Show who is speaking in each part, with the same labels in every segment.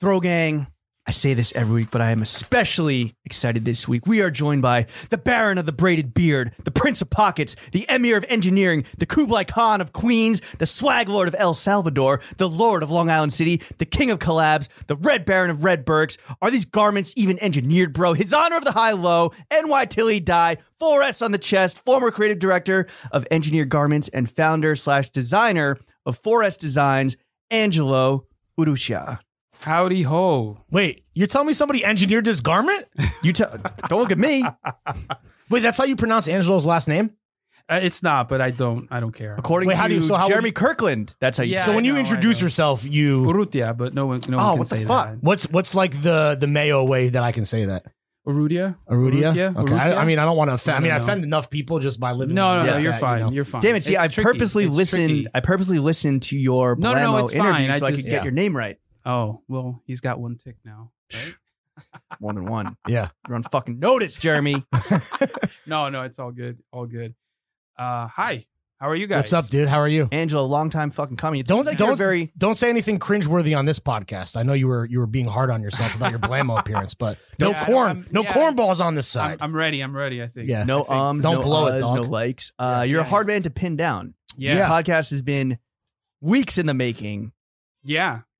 Speaker 1: Throw Gang. I say this every week, but I am especially excited this week. We are joined by the Baron of the Braided Beard, the Prince of Pockets, the Emir of Engineering, the Kublai Khan of Queens, the Swag Lord of El Salvador, the Lord of Long Island City, the King of Collabs, the Red Baron of Red Burks. Are these garments even engineered, bro? His Honor of the High Low, NY Tilly died, 4S on the chest, former creative director of Engineered Garments and founder slash designer of 4S Designs, Angelo Urusha.
Speaker 2: Howdy ho.
Speaker 3: Wait, you're telling me somebody engineered this garment?
Speaker 1: You tell. Don't look at me.
Speaker 3: Wait, that's how you pronounce Angelo's last name?
Speaker 2: Uh, it's not, but I don't I don't care.
Speaker 1: According
Speaker 3: Wait,
Speaker 1: to
Speaker 3: how do you- so how would
Speaker 1: Jeremy
Speaker 3: you-
Speaker 1: Kirkland, that's how you.
Speaker 2: Yeah,
Speaker 1: say
Speaker 3: so
Speaker 1: it.
Speaker 3: when
Speaker 2: I
Speaker 3: you
Speaker 2: know, I
Speaker 3: introduce
Speaker 2: know.
Speaker 3: yourself, you
Speaker 2: Urrutia, but no one no one
Speaker 1: Oh,
Speaker 2: can
Speaker 1: what the
Speaker 2: say
Speaker 1: fuck?
Speaker 2: that.
Speaker 3: what's what's like the the mayo way that I can say that?
Speaker 2: Urrutia?
Speaker 3: Arudia? Okay. I, I mean, I don't want to offend. I mean, I
Speaker 2: No, no.
Speaker 3: offend enough people just by living.
Speaker 2: no, no,
Speaker 3: like
Speaker 2: no, you're
Speaker 3: that,
Speaker 2: fine.
Speaker 3: you know?
Speaker 2: You're fine.
Speaker 1: Damn it! See,
Speaker 2: It's
Speaker 1: I
Speaker 2: tricky.
Speaker 1: purposely
Speaker 2: It's
Speaker 1: listened.
Speaker 2: tricky.
Speaker 1: I purposely listened to your
Speaker 2: No, no, no,
Speaker 1: Blamo
Speaker 2: it's
Speaker 1: interview
Speaker 2: fine. I
Speaker 1: so I, could
Speaker 2: just-
Speaker 1: get
Speaker 3: Yeah.
Speaker 1: your name right.
Speaker 2: Oh, well, he's got one tick now. right?
Speaker 1: More than one.
Speaker 3: Yeah.
Speaker 1: You're on fucking notice, Jeremy.
Speaker 2: no, no, it's all good. All good. Uh hi. How are you guys?
Speaker 3: What's up, dude? How are you?
Speaker 1: Angela, long time fucking coming. It
Speaker 3: Don't-
Speaker 1: seems like
Speaker 3: don't-
Speaker 1: you're very.
Speaker 3: Don't say anything cringeworthy on this podcast. I know you were you were being hard on yourself about your blammo appearance, but no
Speaker 2: Yeah, I know,
Speaker 3: corn,
Speaker 2: I'm-
Speaker 3: no
Speaker 2: yeah.
Speaker 3: cornballs on this
Speaker 2: I'm,
Speaker 3: side.
Speaker 2: I'm ready. I'm ready, I think.
Speaker 3: Yeah.
Speaker 1: No um,
Speaker 2: I think-
Speaker 1: ums,
Speaker 3: Don't
Speaker 1: no
Speaker 3: blow it,
Speaker 1: uhs, no
Speaker 3: dog.
Speaker 1: likes. Uh,
Speaker 2: Yeah.
Speaker 1: you're a hard man to pin down.
Speaker 2: Yeah.
Speaker 1: This
Speaker 2: Yeah.
Speaker 1: podcast has been weeks in the making.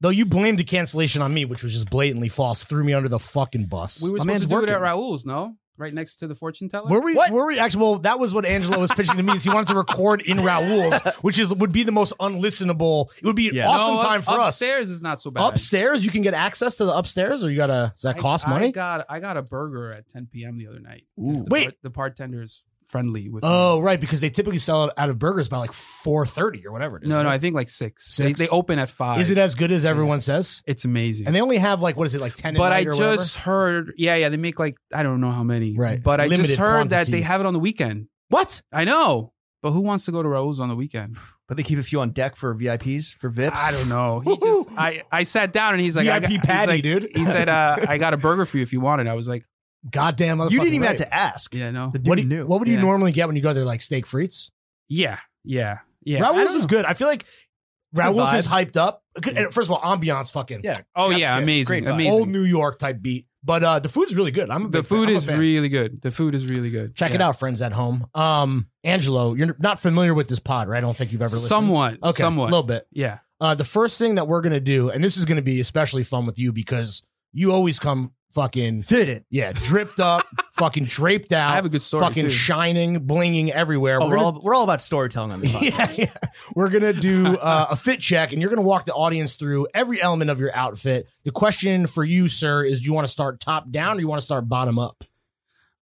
Speaker 3: Though you blamed the cancellation on me, which was just blatantly false, threw me under the fucking bus.
Speaker 2: We
Speaker 1: My
Speaker 2: were supposed
Speaker 1: man's
Speaker 2: to do it at
Speaker 1: working.
Speaker 2: Raul's, no? Right next to the fortune teller?
Speaker 3: Were we?
Speaker 1: What?
Speaker 3: Were we? Actually, well, that was what Angelo was pitching to me. Is he wanted to record in Raoul's, which is would be the most unlistenable. It would be an
Speaker 1: Yeah.
Speaker 3: awesome
Speaker 2: No, up-
Speaker 3: time for
Speaker 2: Upstairs is not so
Speaker 3: us.
Speaker 2: bad.
Speaker 3: Upstairs, you can get access to the upstairs, or you gotta. Does that
Speaker 2: I-
Speaker 3: cost
Speaker 2: I,
Speaker 3: money?
Speaker 2: got I got a burger at 10 p.m. the other night.
Speaker 3: Ooh.
Speaker 2: 'Cause The
Speaker 3: Wait.
Speaker 2: bar- the bartender is friendly with. me.
Speaker 3: oh, right, because they typically sell it out of burgers by like four thirty or whatever. It is,
Speaker 2: no, no, I
Speaker 3: right?
Speaker 2: think like six.
Speaker 3: Six?
Speaker 2: They, they open at five.
Speaker 3: is it as good as everyone says?
Speaker 2: It's amazing.
Speaker 3: And they only have like what is it like ten? at
Speaker 2: but I
Speaker 3: night or whatever?
Speaker 2: just heard, yeah, yeah, they make like I don't know how many,
Speaker 3: Right.
Speaker 2: But I
Speaker 3: Limited
Speaker 2: just heard that they
Speaker 3: quantities.
Speaker 2: have it on the weekend.
Speaker 3: what?
Speaker 2: I know, but who wants to go to Raul's on the weekend?
Speaker 1: But they keep a few on deck for VIPs, for VIPs.
Speaker 2: I don't know. He just, I, I sat down and he's like, I
Speaker 3: VIP
Speaker 2: got- he's
Speaker 3: patty,
Speaker 2: like-
Speaker 3: dude.
Speaker 2: He said, uh, I got a burger for you if you want it. I was like,
Speaker 3: "Goddamn,
Speaker 1: You didn't
Speaker 3: motherfucking
Speaker 1: even
Speaker 3: right.
Speaker 1: have to ask.
Speaker 2: yeah, no,
Speaker 1: The dude
Speaker 3: What, do you,
Speaker 1: knew.
Speaker 3: what would you
Speaker 2: Yeah.
Speaker 3: normally get when you go there? Like steak frites.
Speaker 2: yeah, yeah, yeah. I
Speaker 3: Raoul's
Speaker 2: don't
Speaker 3: is
Speaker 2: know.
Speaker 3: good. I feel like
Speaker 1: a good
Speaker 3: Raoul's is
Speaker 1: vibe.
Speaker 3: hyped up. And First of all, ambiance, fucking
Speaker 1: yeah.
Speaker 2: Oh
Speaker 1: Chef's
Speaker 2: yeah,
Speaker 1: kiss.
Speaker 2: amazing,
Speaker 1: Great vibe.
Speaker 2: amazing.
Speaker 3: old New York type beat. But uh, the food's really good. I'm a
Speaker 2: the
Speaker 3: big fan.
Speaker 2: food
Speaker 3: I'm a
Speaker 2: is
Speaker 3: fan.
Speaker 2: really good. The food is really good.
Speaker 3: Check it out, friends at home. Um, Angelo, you're not familiar with this pod, right? I don't think you've ever listened.
Speaker 2: Somewhat,
Speaker 3: okay,
Speaker 2: somewhat.
Speaker 3: a little bit.
Speaker 2: Yeah.
Speaker 3: Uh, the first thing that we're gonna do, and this is gonna be especially fun with you because you always come fucking
Speaker 1: Fit it.
Speaker 3: yeah, dripped up, fucking draped out.
Speaker 2: I have a good story,
Speaker 3: Fucking
Speaker 2: too.
Speaker 3: shining, blinging everywhere.
Speaker 1: Oh,
Speaker 3: We're
Speaker 1: we're,
Speaker 3: gonna-
Speaker 1: all, we're all about storytelling on this podcast.
Speaker 3: yeah, yeah. We're gonna do uh, a fit check, and you're gonna walk the audience through every element of your outfit. The question for you, sir, is: Do you want to start top down or you want to start bottom up?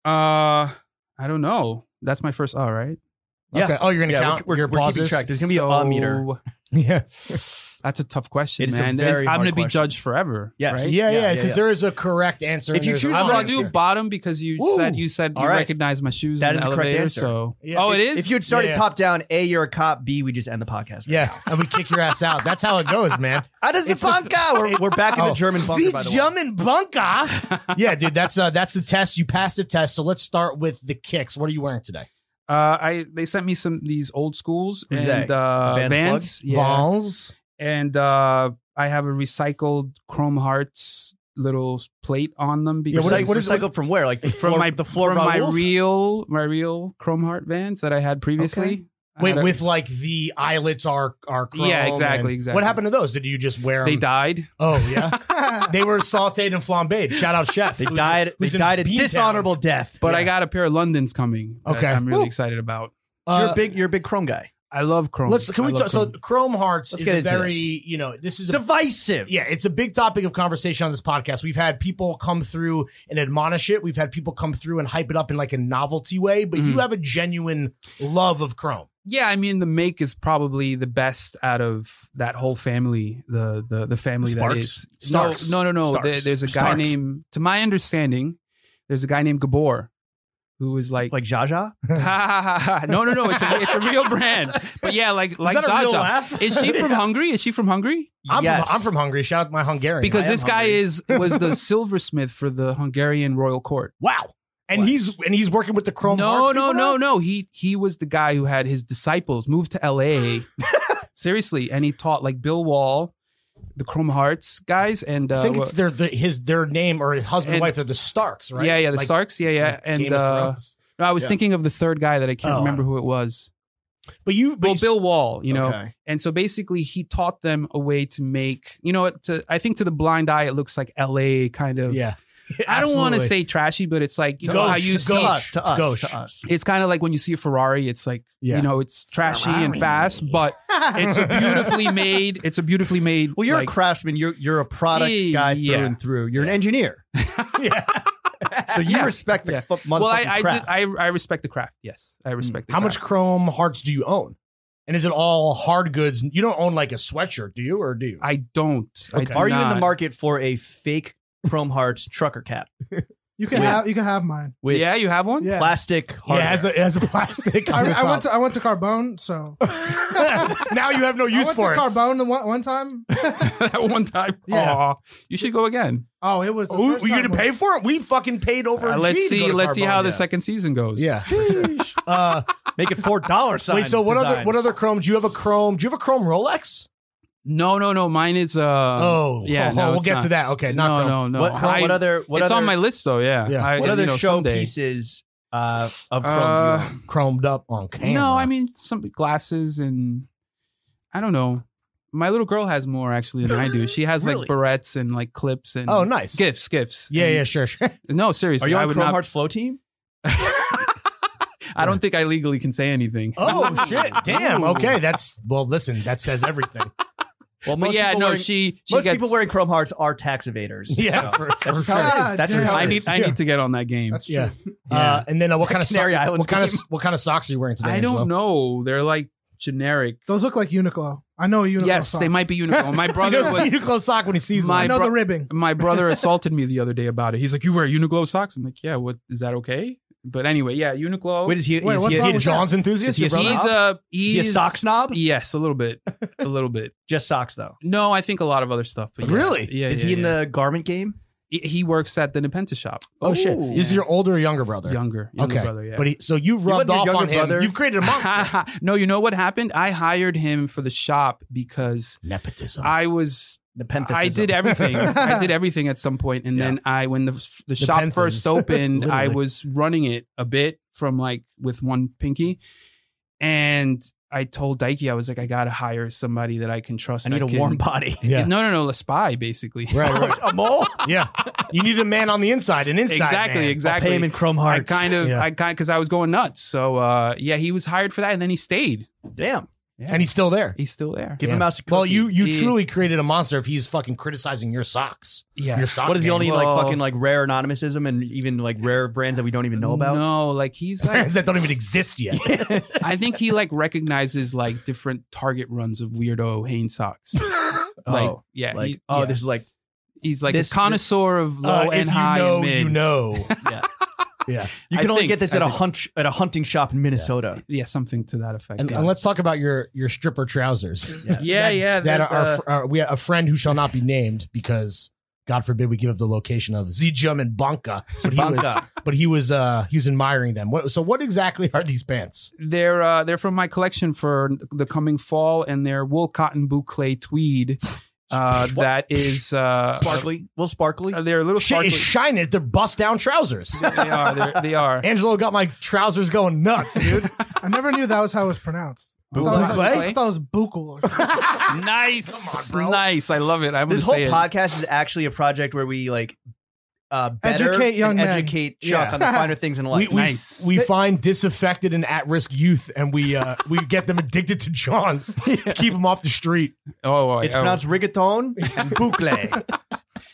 Speaker 2: Uh, I don't know. That's my first. All right.
Speaker 1: Yeah.
Speaker 3: Okay. Oh, you're gonna
Speaker 1: Yeah,
Speaker 3: count
Speaker 1: we're-
Speaker 3: your
Speaker 1: we're keeping
Speaker 3: pauses.
Speaker 1: track. There's gonna be a awe meter.
Speaker 3: Yeah.
Speaker 2: That's a tough question,
Speaker 1: It is a
Speaker 2: man.
Speaker 1: very
Speaker 2: It's- I'm
Speaker 1: hard
Speaker 2: gonna be
Speaker 1: question.
Speaker 2: judged forever.
Speaker 1: Yes.
Speaker 2: Right?
Speaker 1: Right? Yeah,
Speaker 3: Yeah, yeah,
Speaker 1: yeah,
Speaker 3: because
Speaker 1: yeah.
Speaker 3: there is a correct answer.
Speaker 1: If
Speaker 3: and
Speaker 1: you
Speaker 3: there's
Speaker 1: choose
Speaker 3: a
Speaker 2: I'm
Speaker 3: wrong
Speaker 2: gonna
Speaker 1: wrong
Speaker 2: do
Speaker 3: answer.
Speaker 2: bottom because you
Speaker 1: Ooh.
Speaker 2: said you said
Speaker 1: All
Speaker 2: you
Speaker 1: right.
Speaker 2: recognize my shoes.
Speaker 1: That
Speaker 2: in
Speaker 1: is
Speaker 2: the
Speaker 1: the correct
Speaker 2: elevator,
Speaker 1: answer.
Speaker 2: So,
Speaker 3: Yeah.
Speaker 2: oh, it is.
Speaker 1: If you had started
Speaker 3: Yeah.
Speaker 1: top down, A, you're a cop, B, we just end the podcast.
Speaker 3: yeah, and we kick your ass out. That's how it goes, man.
Speaker 1: How does the bunker? We're, we're back in
Speaker 3: Oh.
Speaker 1: the German bunker, by the way.
Speaker 3: German bunker. yeah, dude, that's uh, that's the test. You passed the test, so let's start with the kicks. What are you wearing today?
Speaker 2: uh, I they sent me some these old schools
Speaker 1: Who's
Speaker 2: and
Speaker 1: they?
Speaker 2: uh,
Speaker 1: Vans
Speaker 2: Vans, yeah,
Speaker 3: Vans.
Speaker 2: and uh, I have a recycled Chrome Hearts little plate on them
Speaker 3: Yeah,
Speaker 2: because
Speaker 3: what is-
Speaker 1: Recyc-
Speaker 3: what is-
Speaker 1: recycled from where? Like the
Speaker 2: from
Speaker 1: floor,
Speaker 2: my
Speaker 1: the floor
Speaker 2: from my
Speaker 1: Raoul's?
Speaker 2: real my real Chrome Heart Vans that I had previously.
Speaker 1: Okay.
Speaker 2: I
Speaker 3: Wait,
Speaker 2: had a-
Speaker 3: with like the eyelets are are chrome
Speaker 2: Yeah, exactly,
Speaker 3: and-
Speaker 2: exactly.
Speaker 3: What happened to those? Did you just wear them?
Speaker 2: they died.
Speaker 3: Oh yeah, they were sautéed and flambéed. Shout out chef.
Speaker 1: They
Speaker 3: Who's-
Speaker 1: died. They
Speaker 3: who's in
Speaker 1: died a
Speaker 3: Beantown.
Speaker 1: dishonorable death.
Speaker 2: But I
Speaker 3: Yeah.
Speaker 2: got a pair of Londons coming. that
Speaker 3: Okay.
Speaker 2: I'm really
Speaker 3: Woo.
Speaker 2: excited about.
Speaker 1: So
Speaker 3: Uh,
Speaker 1: you're a big. You're a big Chrome guy.
Speaker 2: I love Chrome.
Speaker 3: Let's can
Speaker 2: I
Speaker 3: we
Speaker 2: love
Speaker 3: talk, so
Speaker 2: Chrome.
Speaker 3: Chrome Hearts
Speaker 1: Let's
Speaker 3: is
Speaker 1: get
Speaker 3: a
Speaker 1: into
Speaker 3: very
Speaker 1: this.
Speaker 3: you know this is a
Speaker 1: Divisive.
Speaker 3: yeah it's a big topic of conversation on this podcast. We've had people come through and admonish it. We've had people come through and hype it up in like a novelty way. But you
Speaker 2: Mhm.
Speaker 3: have a genuine love of Chrome.
Speaker 2: Yeah, I mean the make is probably the best out of that whole family. The the the family
Speaker 1: The
Speaker 2: that
Speaker 1: Sparks?
Speaker 2: is.
Speaker 3: Starks.
Speaker 2: No, no, no. no.
Speaker 1: Starks.
Speaker 2: There- there's a guy
Speaker 1: Starks.
Speaker 2: named, to my understanding, there's a guy named Gabor who is like,
Speaker 1: Like Jaja?
Speaker 2: ha, ha, ha, ha. no, no, no, it's a, it's a real brand. But yeah, like like
Speaker 3: Is that a real
Speaker 2: Zaza.
Speaker 3: laugh?
Speaker 2: Is she from Hungary? Is she from Hungary?
Speaker 3: I'm,
Speaker 1: yes.
Speaker 3: from, I'm from Hungary. Shout out to my Hungarian.
Speaker 2: Because
Speaker 1: I am
Speaker 2: this guy
Speaker 1: hungry.
Speaker 2: is was the silversmith for the Hungarian royal court.
Speaker 3: wow, and he's and he's working with the Chrome.
Speaker 2: no,
Speaker 3: Hearts
Speaker 2: no,
Speaker 3: people now?
Speaker 2: no, no. He he was the guy who had his disciples move to L.A. Seriously, and he taught like Bill Wall, the Chrome Hearts guys, and uh,
Speaker 3: I think
Speaker 2: what-
Speaker 3: it's their the, his their name or his husband and
Speaker 2: And-
Speaker 3: wife. They're the Starks, right?
Speaker 2: yeah, yeah, the
Speaker 3: Like,
Speaker 2: Starks, yeah, yeah,
Speaker 3: like
Speaker 2: and
Speaker 3: Game of
Speaker 2: uh,
Speaker 3: Thrones.
Speaker 2: no, I was
Speaker 3: Yeah.
Speaker 2: thinking of the third guy that I can't
Speaker 3: Oh.
Speaker 2: remember who it was.
Speaker 3: but you, but
Speaker 2: Well,
Speaker 3: you-
Speaker 2: Bill Wall, you know,
Speaker 1: Okay.
Speaker 2: And so basically, he taught them a way to make, you know, what, to I think to the blind eye, it looks like LA kind of.
Speaker 3: yeah.
Speaker 2: I don't want to
Speaker 3: Absolutely.
Speaker 2: say trashy, but it's like, you know,
Speaker 3: Gauche,
Speaker 2: how you
Speaker 3: to
Speaker 2: see.
Speaker 3: gauche.
Speaker 1: to
Speaker 3: It's
Speaker 1: us,
Speaker 3: gauche.
Speaker 1: to us.
Speaker 2: It's kind of like when you see a Ferrari, it's like,
Speaker 3: Yeah.
Speaker 2: you know, it's trashy and
Speaker 3: Ferrari.
Speaker 2: fast, but it's a beautifully made, it's a beautifully made.
Speaker 1: Well, you're
Speaker 2: like-
Speaker 1: a craftsman. You're you're a product
Speaker 2: Yeah.
Speaker 1: guy through and through. You're an engineer,
Speaker 3: Yeah.
Speaker 1: so you
Speaker 2: Yeah.
Speaker 1: respect the
Speaker 2: Yeah.
Speaker 1: fu- motherfucking
Speaker 2: Well, I I,
Speaker 1: craft.
Speaker 2: did, I I respect the craft. Yes,
Speaker 1: Mm.
Speaker 2: I respect the
Speaker 3: How
Speaker 2: craft.
Speaker 3: much Chrome Hearts do you own? And is it all hard goods? You don't own like a sweatshirt, do you, or do you?
Speaker 2: I don't. I
Speaker 3: Okay.
Speaker 2: do
Speaker 1: Are you in the
Speaker 2: not.
Speaker 1: market for a fake Chrome Hearts trucker cap
Speaker 4: You can
Speaker 1: With-
Speaker 4: have you can have mine.
Speaker 1: with
Speaker 2: Yeah, you have one?
Speaker 4: Yeah.
Speaker 1: plastic hardware?
Speaker 3: a, it has a plastic.
Speaker 4: I, I went to I went to Carbone, so
Speaker 3: now you have no
Speaker 4: I
Speaker 3: use
Speaker 4: went
Speaker 3: for
Speaker 4: to
Speaker 3: it.
Speaker 4: Carbone the one, one time.
Speaker 2: that one time.
Speaker 4: Yeah.
Speaker 2: Aw, you should go again.
Speaker 4: Oh, it was. the
Speaker 3: Ooh,
Speaker 4: first
Speaker 3: you
Speaker 4: time
Speaker 3: going to pay
Speaker 4: was-
Speaker 3: for it? We fucking paid over.
Speaker 2: Uh,
Speaker 3: a G
Speaker 2: let's
Speaker 3: to go
Speaker 2: see.
Speaker 3: to
Speaker 2: Let's see how
Speaker 3: Carbone,
Speaker 2: the
Speaker 3: yeah.
Speaker 2: second season goes.
Speaker 3: Yeah. uh,
Speaker 1: Make it four dollars.
Speaker 3: wait. So what other what other Chrome? Do you have a Chrome? Do you have a Chrome Rolex?
Speaker 2: No, no, no. Mine is uh
Speaker 3: oh,
Speaker 2: yeah,
Speaker 3: Oh,
Speaker 2: no,
Speaker 3: we'll
Speaker 2: it's
Speaker 3: get
Speaker 2: not.
Speaker 3: to that. Okay. Not
Speaker 2: no,
Speaker 3: Chrome.
Speaker 2: no, no.
Speaker 1: What, Chrome,
Speaker 2: I-
Speaker 1: what other? What
Speaker 2: it's
Speaker 1: other,
Speaker 2: on my list though. Yeah.
Speaker 3: Yeah.
Speaker 2: I,
Speaker 1: What other
Speaker 2: you know,
Speaker 1: show
Speaker 2: someday.
Speaker 1: pieces uh, of Chrome? do
Speaker 2: Uh,
Speaker 1: you own?
Speaker 3: Chromed up on camera.
Speaker 2: No, I mean some glasses and I don't know. My little girl has more actually than I do. She has
Speaker 1: Really?
Speaker 2: like barrettes and like clips and
Speaker 3: Oh, nice.
Speaker 2: gifts, gifts.
Speaker 3: Yeah,
Speaker 2: And-
Speaker 3: yeah, sure, sure.
Speaker 2: No,
Speaker 1: Are
Speaker 2: seriously,
Speaker 1: you
Speaker 2: I
Speaker 1: on
Speaker 2: would
Speaker 1: Chrome
Speaker 2: not.
Speaker 1: Hearts Flow Team?
Speaker 2: I don't think I legally can say anything.
Speaker 1: Uh,
Speaker 3: Oh shit! Damn. Okay, that's well. Listen, that says everything.
Speaker 1: Well,
Speaker 2: but yeah,
Speaker 1: people
Speaker 2: no,
Speaker 1: wearing,
Speaker 2: she she
Speaker 1: most
Speaker 2: gets.
Speaker 1: people wearing Chrome Hearts are tax evaders.
Speaker 3: Yeah,
Speaker 1: so
Speaker 3: for-
Speaker 1: that's just
Speaker 3: for
Speaker 1: how it
Speaker 4: sure.
Speaker 1: is. That's just how
Speaker 4: God
Speaker 2: I
Speaker 1: it
Speaker 2: need
Speaker 1: is.
Speaker 2: I need to get on that game.
Speaker 4: That's true.
Speaker 3: Yeah. Uh, and then uh, what kind of so-
Speaker 1: Canary Islands
Speaker 3: what kind of
Speaker 1: game.
Speaker 3: what kind of socks are you wearing today?
Speaker 2: I don't
Speaker 3: Angelo?
Speaker 2: know. They're like generic.
Speaker 4: Those look like Uniqlo. I know a Uniqlo.
Speaker 2: yes,
Speaker 4: sock.
Speaker 2: they might be unicorn. My
Speaker 3: He
Speaker 2: brother
Speaker 3: doesn't
Speaker 2: was
Speaker 3: need a close sock when he sees
Speaker 4: I
Speaker 2: My
Speaker 3: one.
Speaker 4: know
Speaker 2: bro-
Speaker 4: the ribbing.
Speaker 2: my brother assaulted me the other day about it. He's like, "You wear Uniqlo socks?" I'm like, "Yeah, what is that okay?" But anyway, yeah, Uniqlo.
Speaker 1: Wait, is he?
Speaker 4: Wait,
Speaker 1: is
Speaker 4: what's
Speaker 1: he, a-
Speaker 3: Is
Speaker 4: wrong
Speaker 3: he a
Speaker 4: with
Speaker 3: John's
Speaker 1: Is
Speaker 3: enthusiast?
Speaker 1: he
Speaker 3: Your
Speaker 1: a
Speaker 3: brother?
Speaker 2: he's a he's
Speaker 1: is he a sock snob?
Speaker 2: Yes, a little bit, a little bit.
Speaker 1: Just socks though.
Speaker 2: No, I think a lot of other stuff. But yeah.
Speaker 3: Really?
Speaker 2: Yeah.
Speaker 1: Is
Speaker 2: yeah,
Speaker 1: he in
Speaker 2: yeah.
Speaker 1: the garment game?
Speaker 2: He- He works at the Nepenthe shop.
Speaker 3: Oh shit!
Speaker 1: Ooh.
Speaker 3: Is he your older or younger brother?
Speaker 2: Younger, younger
Speaker 3: okay,
Speaker 2: brother. Yeah.
Speaker 3: but he, so you
Speaker 1: let
Speaker 3: rubbed
Speaker 1: your
Speaker 3: off
Speaker 1: younger
Speaker 3: on him.
Speaker 1: brother-
Speaker 3: You've created a monster.
Speaker 2: no, you know what happened? I hired him for the shop because
Speaker 3: Nepotism.
Speaker 2: I was
Speaker 1: The Pentheus.
Speaker 2: I did everything. I did everything at some point, and then I, when the the, shop
Speaker 3: Penthas.
Speaker 2: first opened, I
Speaker 3: Literally.
Speaker 2: was running it a bit from like with one pinky, and I told Dikey, I was like, I gotta hire somebody that I can trust.
Speaker 1: I need
Speaker 2: that
Speaker 1: a
Speaker 2: can-
Speaker 1: warm body.
Speaker 3: yeah.
Speaker 2: No, no, no, a spy basically.
Speaker 3: Right, right.
Speaker 1: a mole?
Speaker 3: yeah. You need a man on the inside, an inside
Speaker 2: exactly,
Speaker 3: man.
Speaker 2: exactly.
Speaker 1: Pay him in Chrome
Speaker 2: I
Speaker 1: Hearts.
Speaker 2: kind of,
Speaker 3: Yeah.
Speaker 2: I kind, because I was going nuts. So uh, yeah, he was hired for that, and then he stayed.
Speaker 1: Damn.
Speaker 3: And he's still there.
Speaker 2: He's still there.
Speaker 1: Give
Speaker 3: Yeah.
Speaker 1: him mouse a cookie.
Speaker 3: Well, you you
Speaker 2: He-
Speaker 3: truly created a monster if he's fucking criticizing your socks.
Speaker 2: Yeah.
Speaker 3: Your sock
Speaker 1: What is the
Speaker 3: game.
Speaker 1: only like
Speaker 2: Well-
Speaker 1: fucking like rare anonymousism and even like rare brands that we don't even know about?
Speaker 2: No, like he's like
Speaker 3: Brands that don't even exist yet.
Speaker 2: I think he like recognizes like different target runs of weirdo Hanes socks. Like,
Speaker 1: oh,
Speaker 2: yeah,
Speaker 1: like
Speaker 2: he-
Speaker 1: oh,
Speaker 2: yeah.
Speaker 1: this is like
Speaker 2: he's like
Speaker 1: this-
Speaker 2: a connoisseur of low
Speaker 3: Uh, if
Speaker 2: and high
Speaker 3: you know,
Speaker 2: and mid.
Speaker 3: you know.
Speaker 1: Yeah.
Speaker 3: yeah.
Speaker 1: you
Speaker 2: I
Speaker 1: can only
Speaker 2: think-
Speaker 1: get this
Speaker 2: I
Speaker 1: at a
Speaker 2: think-
Speaker 1: hunch at a hunting shop in Minnesota.
Speaker 2: Yeah, something to that effect.
Speaker 3: And,
Speaker 2: yeah,
Speaker 3: and let's talk about your your stripper trousers.
Speaker 1: Yes.
Speaker 2: uh, yeah,
Speaker 3: that-
Speaker 2: yeah,
Speaker 3: that
Speaker 2: that,
Speaker 3: are,
Speaker 2: uh,
Speaker 3: our, our, we a friend who shall not be named because God forbid we give up the location of Zijum and Banka. But he was,
Speaker 1: Banka.
Speaker 3: but he was uh, he was admiring them. What, so what exactly are these pants?
Speaker 2: they're uh, they're from my collection for the coming fall, and they're wool cotton boucle tweed. Uh,
Speaker 1: What?
Speaker 2: that is uh,
Speaker 1: sparkly, little sparkly.
Speaker 2: uh, they're a little
Speaker 3: Shit
Speaker 2: sparkly.
Speaker 3: is shining. They're bust down trousers.
Speaker 2: they are. They're, they are.
Speaker 3: Angelo got my trousers going nuts, dude.
Speaker 4: I never knew that was how it was pronounced. I
Speaker 1: Bucle?
Speaker 4: thought it was,
Speaker 3: Bucle?
Speaker 4: I thought it was Bucle. Or something.
Speaker 2: nice,
Speaker 3: Come on, bro.
Speaker 2: nice. I love it. I'm
Speaker 1: this whole
Speaker 2: gonna say it.
Speaker 1: podcast is actually a project where we like uh, better
Speaker 4: Educate young
Speaker 1: and
Speaker 4: men.
Speaker 1: educate Chuck
Speaker 3: Yeah.
Speaker 1: on the finer things in
Speaker 3: We,
Speaker 1: life.
Speaker 3: we,
Speaker 2: Nice.
Speaker 3: we find disaffected and at risk youth, and we uh, we get them addicted to Johns to keep them off the street.
Speaker 2: Oh,
Speaker 1: it's
Speaker 2: oh.
Speaker 1: pronounced rigatone and boucle.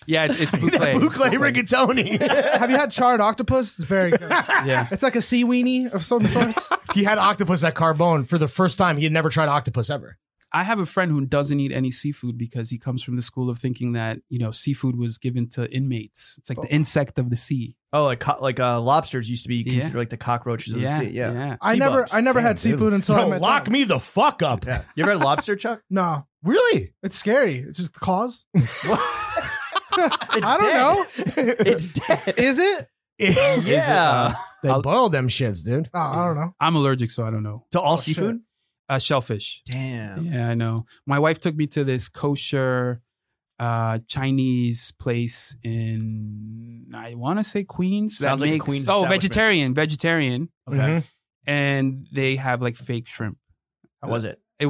Speaker 2: Yeah, it's, it's boucle.
Speaker 3: Bucle rigatoni.
Speaker 4: Have you had charred octopus? It's very good.
Speaker 2: Yeah.
Speaker 4: It's like a sea weenie of some sort.
Speaker 3: he had octopus at Carbone for the first time. He had never tried octopus ever.
Speaker 2: I have a friend who doesn't eat any seafood because he comes from the school of thinking that you know seafood was given to inmates. It's like the insect of the sea.
Speaker 1: Oh, like co- like uh, lobsters used to be
Speaker 2: Yeah.
Speaker 1: considered like the cockroaches of the sea. Yeah.
Speaker 4: I
Speaker 1: Sea
Speaker 4: never,
Speaker 1: bugs.
Speaker 4: I never
Speaker 1: Damn,
Speaker 4: had
Speaker 1: dude.
Speaker 4: seafood until I
Speaker 3: Yo,
Speaker 4: met
Speaker 3: lock
Speaker 4: them.
Speaker 3: me the fuck up.
Speaker 1: Yeah. You ever had lobster, Chuck?
Speaker 4: No,
Speaker 3: Really?
Speaker 4: it's scary. It's just claws.
Speaker 1: It's
Speaker 4: I don't
Speaker 1: dead.
Speaker 4: know.
Speaker 1: It's dead.
Speaker 4: Is it?
Speaker 1: yeah.
Speaker 2: Is it, uh,
Speaker 3: They
Speaker 2: I'll-
Speaker 3: boil them shits, dude.
Speaker 4: Oh, I don't know.
Speaker 2: I'm allergic, so I don't know.
Speaker 1: to all
Speaker 4: shit.
Speaker 1: seafood?
Speaker 2: Uh, shellfish.
Speaker 1: Damn.
Speaker 2: Yeah, I know. My wife took me to this kosher uh, Chinese place in I want to say Queens. that
Speaker 1: Sounds like a
Speaker 2: makes-
Speaker 1: Queens
Speaker 2: Oh,
Speaker 1: establishment.
Speaker 2: vegetarian, vegetarian,
Speaker 1: Okay.
Speaker 3: Mhm.
Speaker 2: and they have like fake shrimp.
Speaker 1: How was it?
Speaker 2: I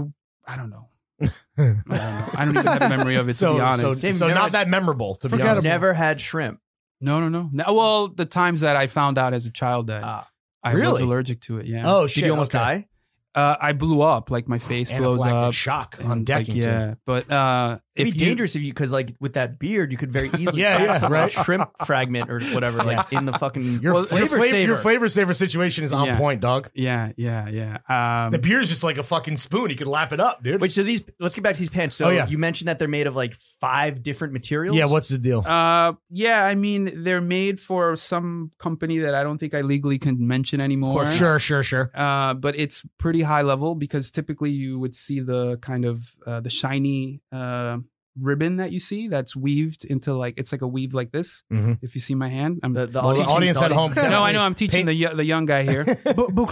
Speaker 2: don't know. I don't know. I don't even have a memory of it to
Speaker 3: So,
Speaker 2: be
Speaker 3: so,
Speaker 2: honest.
Speaker 3: so,
Speaker 1: They've never-
Speaker 3: not that memorable, to be
Speaker 4: Forgettable.
Speaker 3: honest.
Speaker 1: Never had shrimp.
Speaker 2: no, no, no, no. Well, the times that I found out as a child that
Speaker 1: Ah.
Speaker 2: I was
Speaker 3: Really?
Speaker 2: allergic to it. Yeah.
Speaker 3: Oh,
Speaker 1: Did
Speaker 3: shit.
Speaker 1: you almost
Speaker 3: okay.
Speaker 1: die?
Speaker 2: Uh, I blew up. Like my face blows
Speaker 3: Anaphylactic
Speaker 2: up.
Speaker 3: shock
Speaker 2: and,
Speaker 3: on deck.
Speaker 2: like, yeah, but uh,
Speaker 1: It'd
Speaker 2: if
Speaker 1: be
Speaker 2: you-
Speaker 1: dangerous if you, because like with that beard, you could very easily
Speaker 3: Yeah,
Speaker 1: yeah,
Speaker 3: yeah, right.
Speaker 1: shrimp fragment or whatever, like in the fucking
Speaker 3: Your,
Speaker 2: Well,
Speaker 3: flavor,
Speaker 1: flavor
Speaker 3: flavor, your
Speaker 1: saver.
Speaker 3: flavor saver situation is on
Speaker 2: Yeah.
Speaker 3: point, dog.
Speaker 2: Yeah, yeah, yeah. Um,
Speaker 3: The beer's just like a fucking spoon. You could lap it up, dude.
Speaker 1: Wait, so these? Let's get back to these pants. So
Speaker 3: Oh, yeah.
Speaker 1: you mentioned that they're made of like five different materials.
Speaker 3: yeah, what's the deal?
Speaker 2: Uh, yeah, I mean, they're made for some company that I don't think I legally can mention anymore.
Speaker 3: sure, sure, sure.
Speaker 2: Uh, but it's pretty high level because typically you would see the kind of uh, the shiny uh, ribbon that you see that's weaved into like it's like a weave like this.
Speaker 3: Mhm.
Speaker 2: If you see my hand, I'm
Speaker 1: The, the
Speaker 3: Well, the
Speaker 1: audience,
Speaker 3: audience at home.
Speaker 2: no, I know I'm
Speaker 3: Paint-
Speaker 2: teaching the yo- the young guy here.
Speaker 4: Bu- Boucle.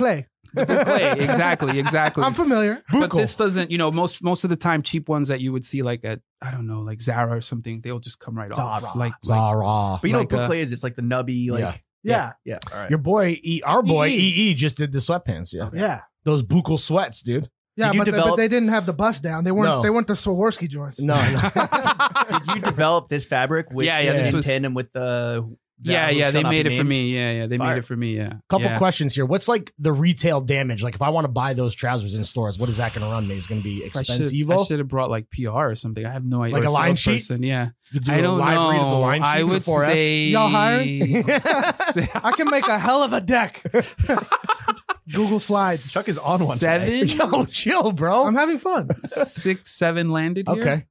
Speaker 2: Clay, exactly, exactly.
Speaker 4: I'm familiar.
Speaker 2: but this doesn't, you know, most most of the time, cheap ones that you would see like at I don't know, like Zara or something, they'll just come right off.
Speaker 1: Zara.
Speaker 2: Like, like
Speaker 3: Zara.
Speaker 1: But you know
Speaker 2: like,
Speaker 1: what
Speaker 2: uh,
Speaker 1: boucle is? It's like the nubby, like
Speaker 3: Yeah.
Speaker 4: Yeah,
Speaker 1: yeah. All right.
Speaker 3: Your boy, e, our boy, EE,
Speaker 4: EE.
Speaker 3: just did the sweatpants. Yeah.
Speaker 4: yeah,
Speaker 3: Those buccal sweats, dude.
Speaker 4: yeah.
Speaker 1: you
Speaker 4: But, they, but
Speaker 1: develop-
Speaker 4: they didn't have the bust down. They weren't.
Speaker 3: No.
Speaker 4: They weren't the Swarovski joints.
Speaker 3: No, no.
Speaker 1: Did you develop this fabric with
Speaker 2: Yeah, yeah,
Speaker 3: this
Speaker 1: in
Speaker 2: was-
Speaker 1: tandem with the the
Speaker 2: yeah,
Speaker 1: who
Speaker 2: yeah,
Speaker 1: shall
Speaker 2: they
Speaker 1: not be
Speaker 2: made it for
Speaker 1: named?
Speaker 2: me. Yeah, yeah, they
Speaker 1: Fire.
Speaker 2: made it for me. Yeah,
Speaker 3: Couple
Speaker 2: yeah.
Speaker 3: questions here. What's like the retail damage? Like, if I want to buy those trousers in stores, what is that going to run me? Is going to be
Speaker 2: I should-
Speaker 3: expensive?
Speaker 2: I should have brought like PR or something. I have no idea.
Speaker 3: Like a
Speaker 2: Or
Speaker 3: line sheet?
Speaker 2: salesperson, Yeah,
Speaker 3: You do
Speaker 2: I
Speaker 3: a
Speaker 2: don't
Speaker 3: live
Speaker 2: know.
Speaker 3: read of the line sheet
Speaker 2: I
Speaker 3: with
Speaker 2: would
Speaker 3: the 4S?
Speaker 2: say
Speaker 4: Y'all hiring?
Speaker 2: se-
Speaker 4: I can make a hell of a deck. Google Slides.
Speaker 1: Chuck is on one today.
Speaker 2: Seven,
Speaker 3: Yo, chill, bro.
Speaker 4: I'm having fun.
Speaker 2: six, seven landed. Here.
Speaker 3: Okay.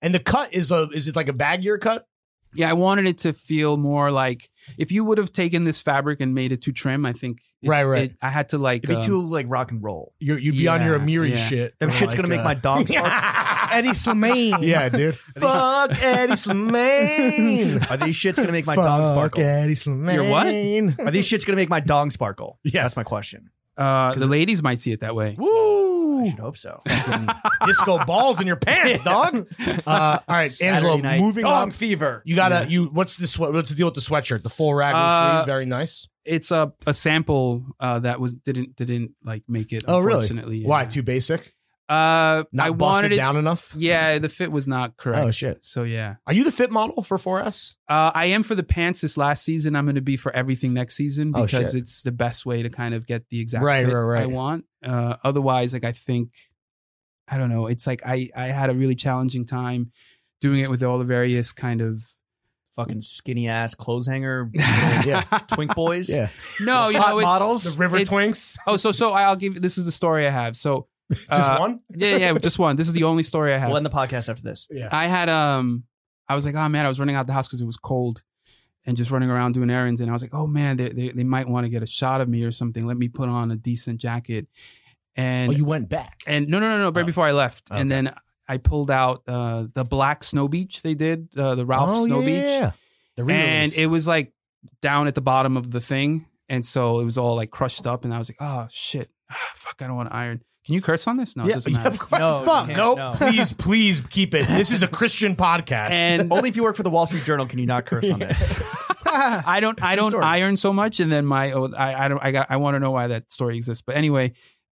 Speaker 3: And the cut is a is it like a bag year cut?
Speaker 2: Yeah, I wanted it to feel more like if you would have taken this fabric and made it too trim. I think. it-
Speaker 3: Right, right.
Speaker 2: it- I had to like.
Speaker 1: It'd
Speaker 2: um,
Speaker 1: be too like rock and roll.
Speaker 3: You, you'd be on
Speaker 2: Yeah,
Speaker 3: your Amiri
Speaker 2: yeah.
Speaker 3: shit.
Speaker 1: That
Speaker 3: Or uh,
Speaker 1: shit's gonna make my dog spark.
Speaker 4: Eddie Slimane.
Speaker 3: yeah, dude. Fuck Eddie Slimane.
Speaker 1: Are these shits gonna make my dong sparkle?
Speaker 3: Eddie Slimane.
Speaker 2: Your what?
Speaker 4: Oh,
Speaker 1: Are these shits gonna make my dong sparkle?
Speaker 3: Yeah.
Speaker 1: that's my question.
Speaker 2: uh, the ladies might see it that way.
Speaker 1: I
Speaker 3: Woo!
Speaker 1: should hope so.
Speaker 3: Disco balls in your pants, dog. Uh, all right,
Speaker 1: Saturday
Speaker 3: Angelo.
Speaker 1: night,
Speaker 3: Moving
Speaker 1: dong
Speaker 3: on.
Speaker 1: fever.
Speaker 3: You gotta. You what's the sweat? What's the deal with the sweatshirt? The full rag
Speaker 2: Uh,
Speaker 3: sleeve, very nice.
Speaker 2: It's a a sample uh, that was didn't didn't like make it.
Speaker 3: Oh, really?
Speaker 2: Unfortunately, yeah.
Speaker 3: Why too basic?
Speaker 2: Uh,
Speaker 3: Not
Speaker 2: I
Speaker 3: busted
Speaker 2: wanted it.
Speaker 3: down enough.
Speaker 2: Yeah, the fit was not correct.
Speaker 3: Oh, shit.
Speaker 2: So yeah,
Speaker 3: Are you the fit model for 4S?
Speaker 2: uh, I am for the pants this last season. I'm going to be for everything next season
Speaker 3: Oh,
Speaker 2: because
Speaker 3: shit.
Speaker 2: it's the best way to kind of get the exact
Speaker 3: Right,
Speaker 2: fit
Speaker 3: right, right.
Speaker 2: I want. Uh, otherwise, like I think, I don't know. It's like I I had a really challenging time doing it with all the various kind of
Speaker 1: Fucking skinny ass clothes hanger,
Speaker 3: Yeah.
Speaker 1: twink boys.
Speaker 2: No, you
Speaker 3: Hot
Speaker 2: know, it's,
Speaker 3: models, the river
Speaker 2: it's-
Speaker 3: twinks.
Speaker 2: Oh, so so I'll give. you- This is the story I have. So
Speaker 3: Just
Speaker 2: uh,
Speaker 3: one.
Speaker 2: Yeah, yeah, just one. This is the only story I have.
Speaker 1: We'll end the podcast after this.
Speaker 2: I had um, I was like, oh man, I was running out the house because it was cold, and just running around doing errands, and I was like, oh man, they they, they might want to get a shot of me or something. Let me put on a decent jacket, and
Speaker 3: oh, you went back.
Speaker 2: and no, no, no, no, right
Speaker 3: Oh.
Speaker 2: before I left,
Speaker 3: Okay.
Speaker 2: and then I pulled out uh the black snow beach they did uh, the Ralph
Speaker 3: Oh,
Speaker 2: Snow Beach,
Speaker 3: The
Speaker 2: and
Speaker 3: re-release.
Speaker 2: it was like down at the bottom of the thing, and so it was all like crushed up, and I was like, oh shit, Ah, fuck, I don't want to iron. Can you curse on this? No, it doesn't matter.
Speaker 3: of course.
Speaker 1: No,
Speaker 3: Fuck,
Speaker 1: you can't,
Speaker 3: nope.
Speaker 1: no.
Speaker 3: Please, please keep it. This is a Christian podcast.
Speaker 2: And
Speaker 1: Only if you work for the Wall Street Journal can you not curse on this.
Speaker 2: I don't I don't
Speaker 1: story.
Speaker 2: iron so much, and then my oh, I I don't I got I want to know why that story exists. But anyway,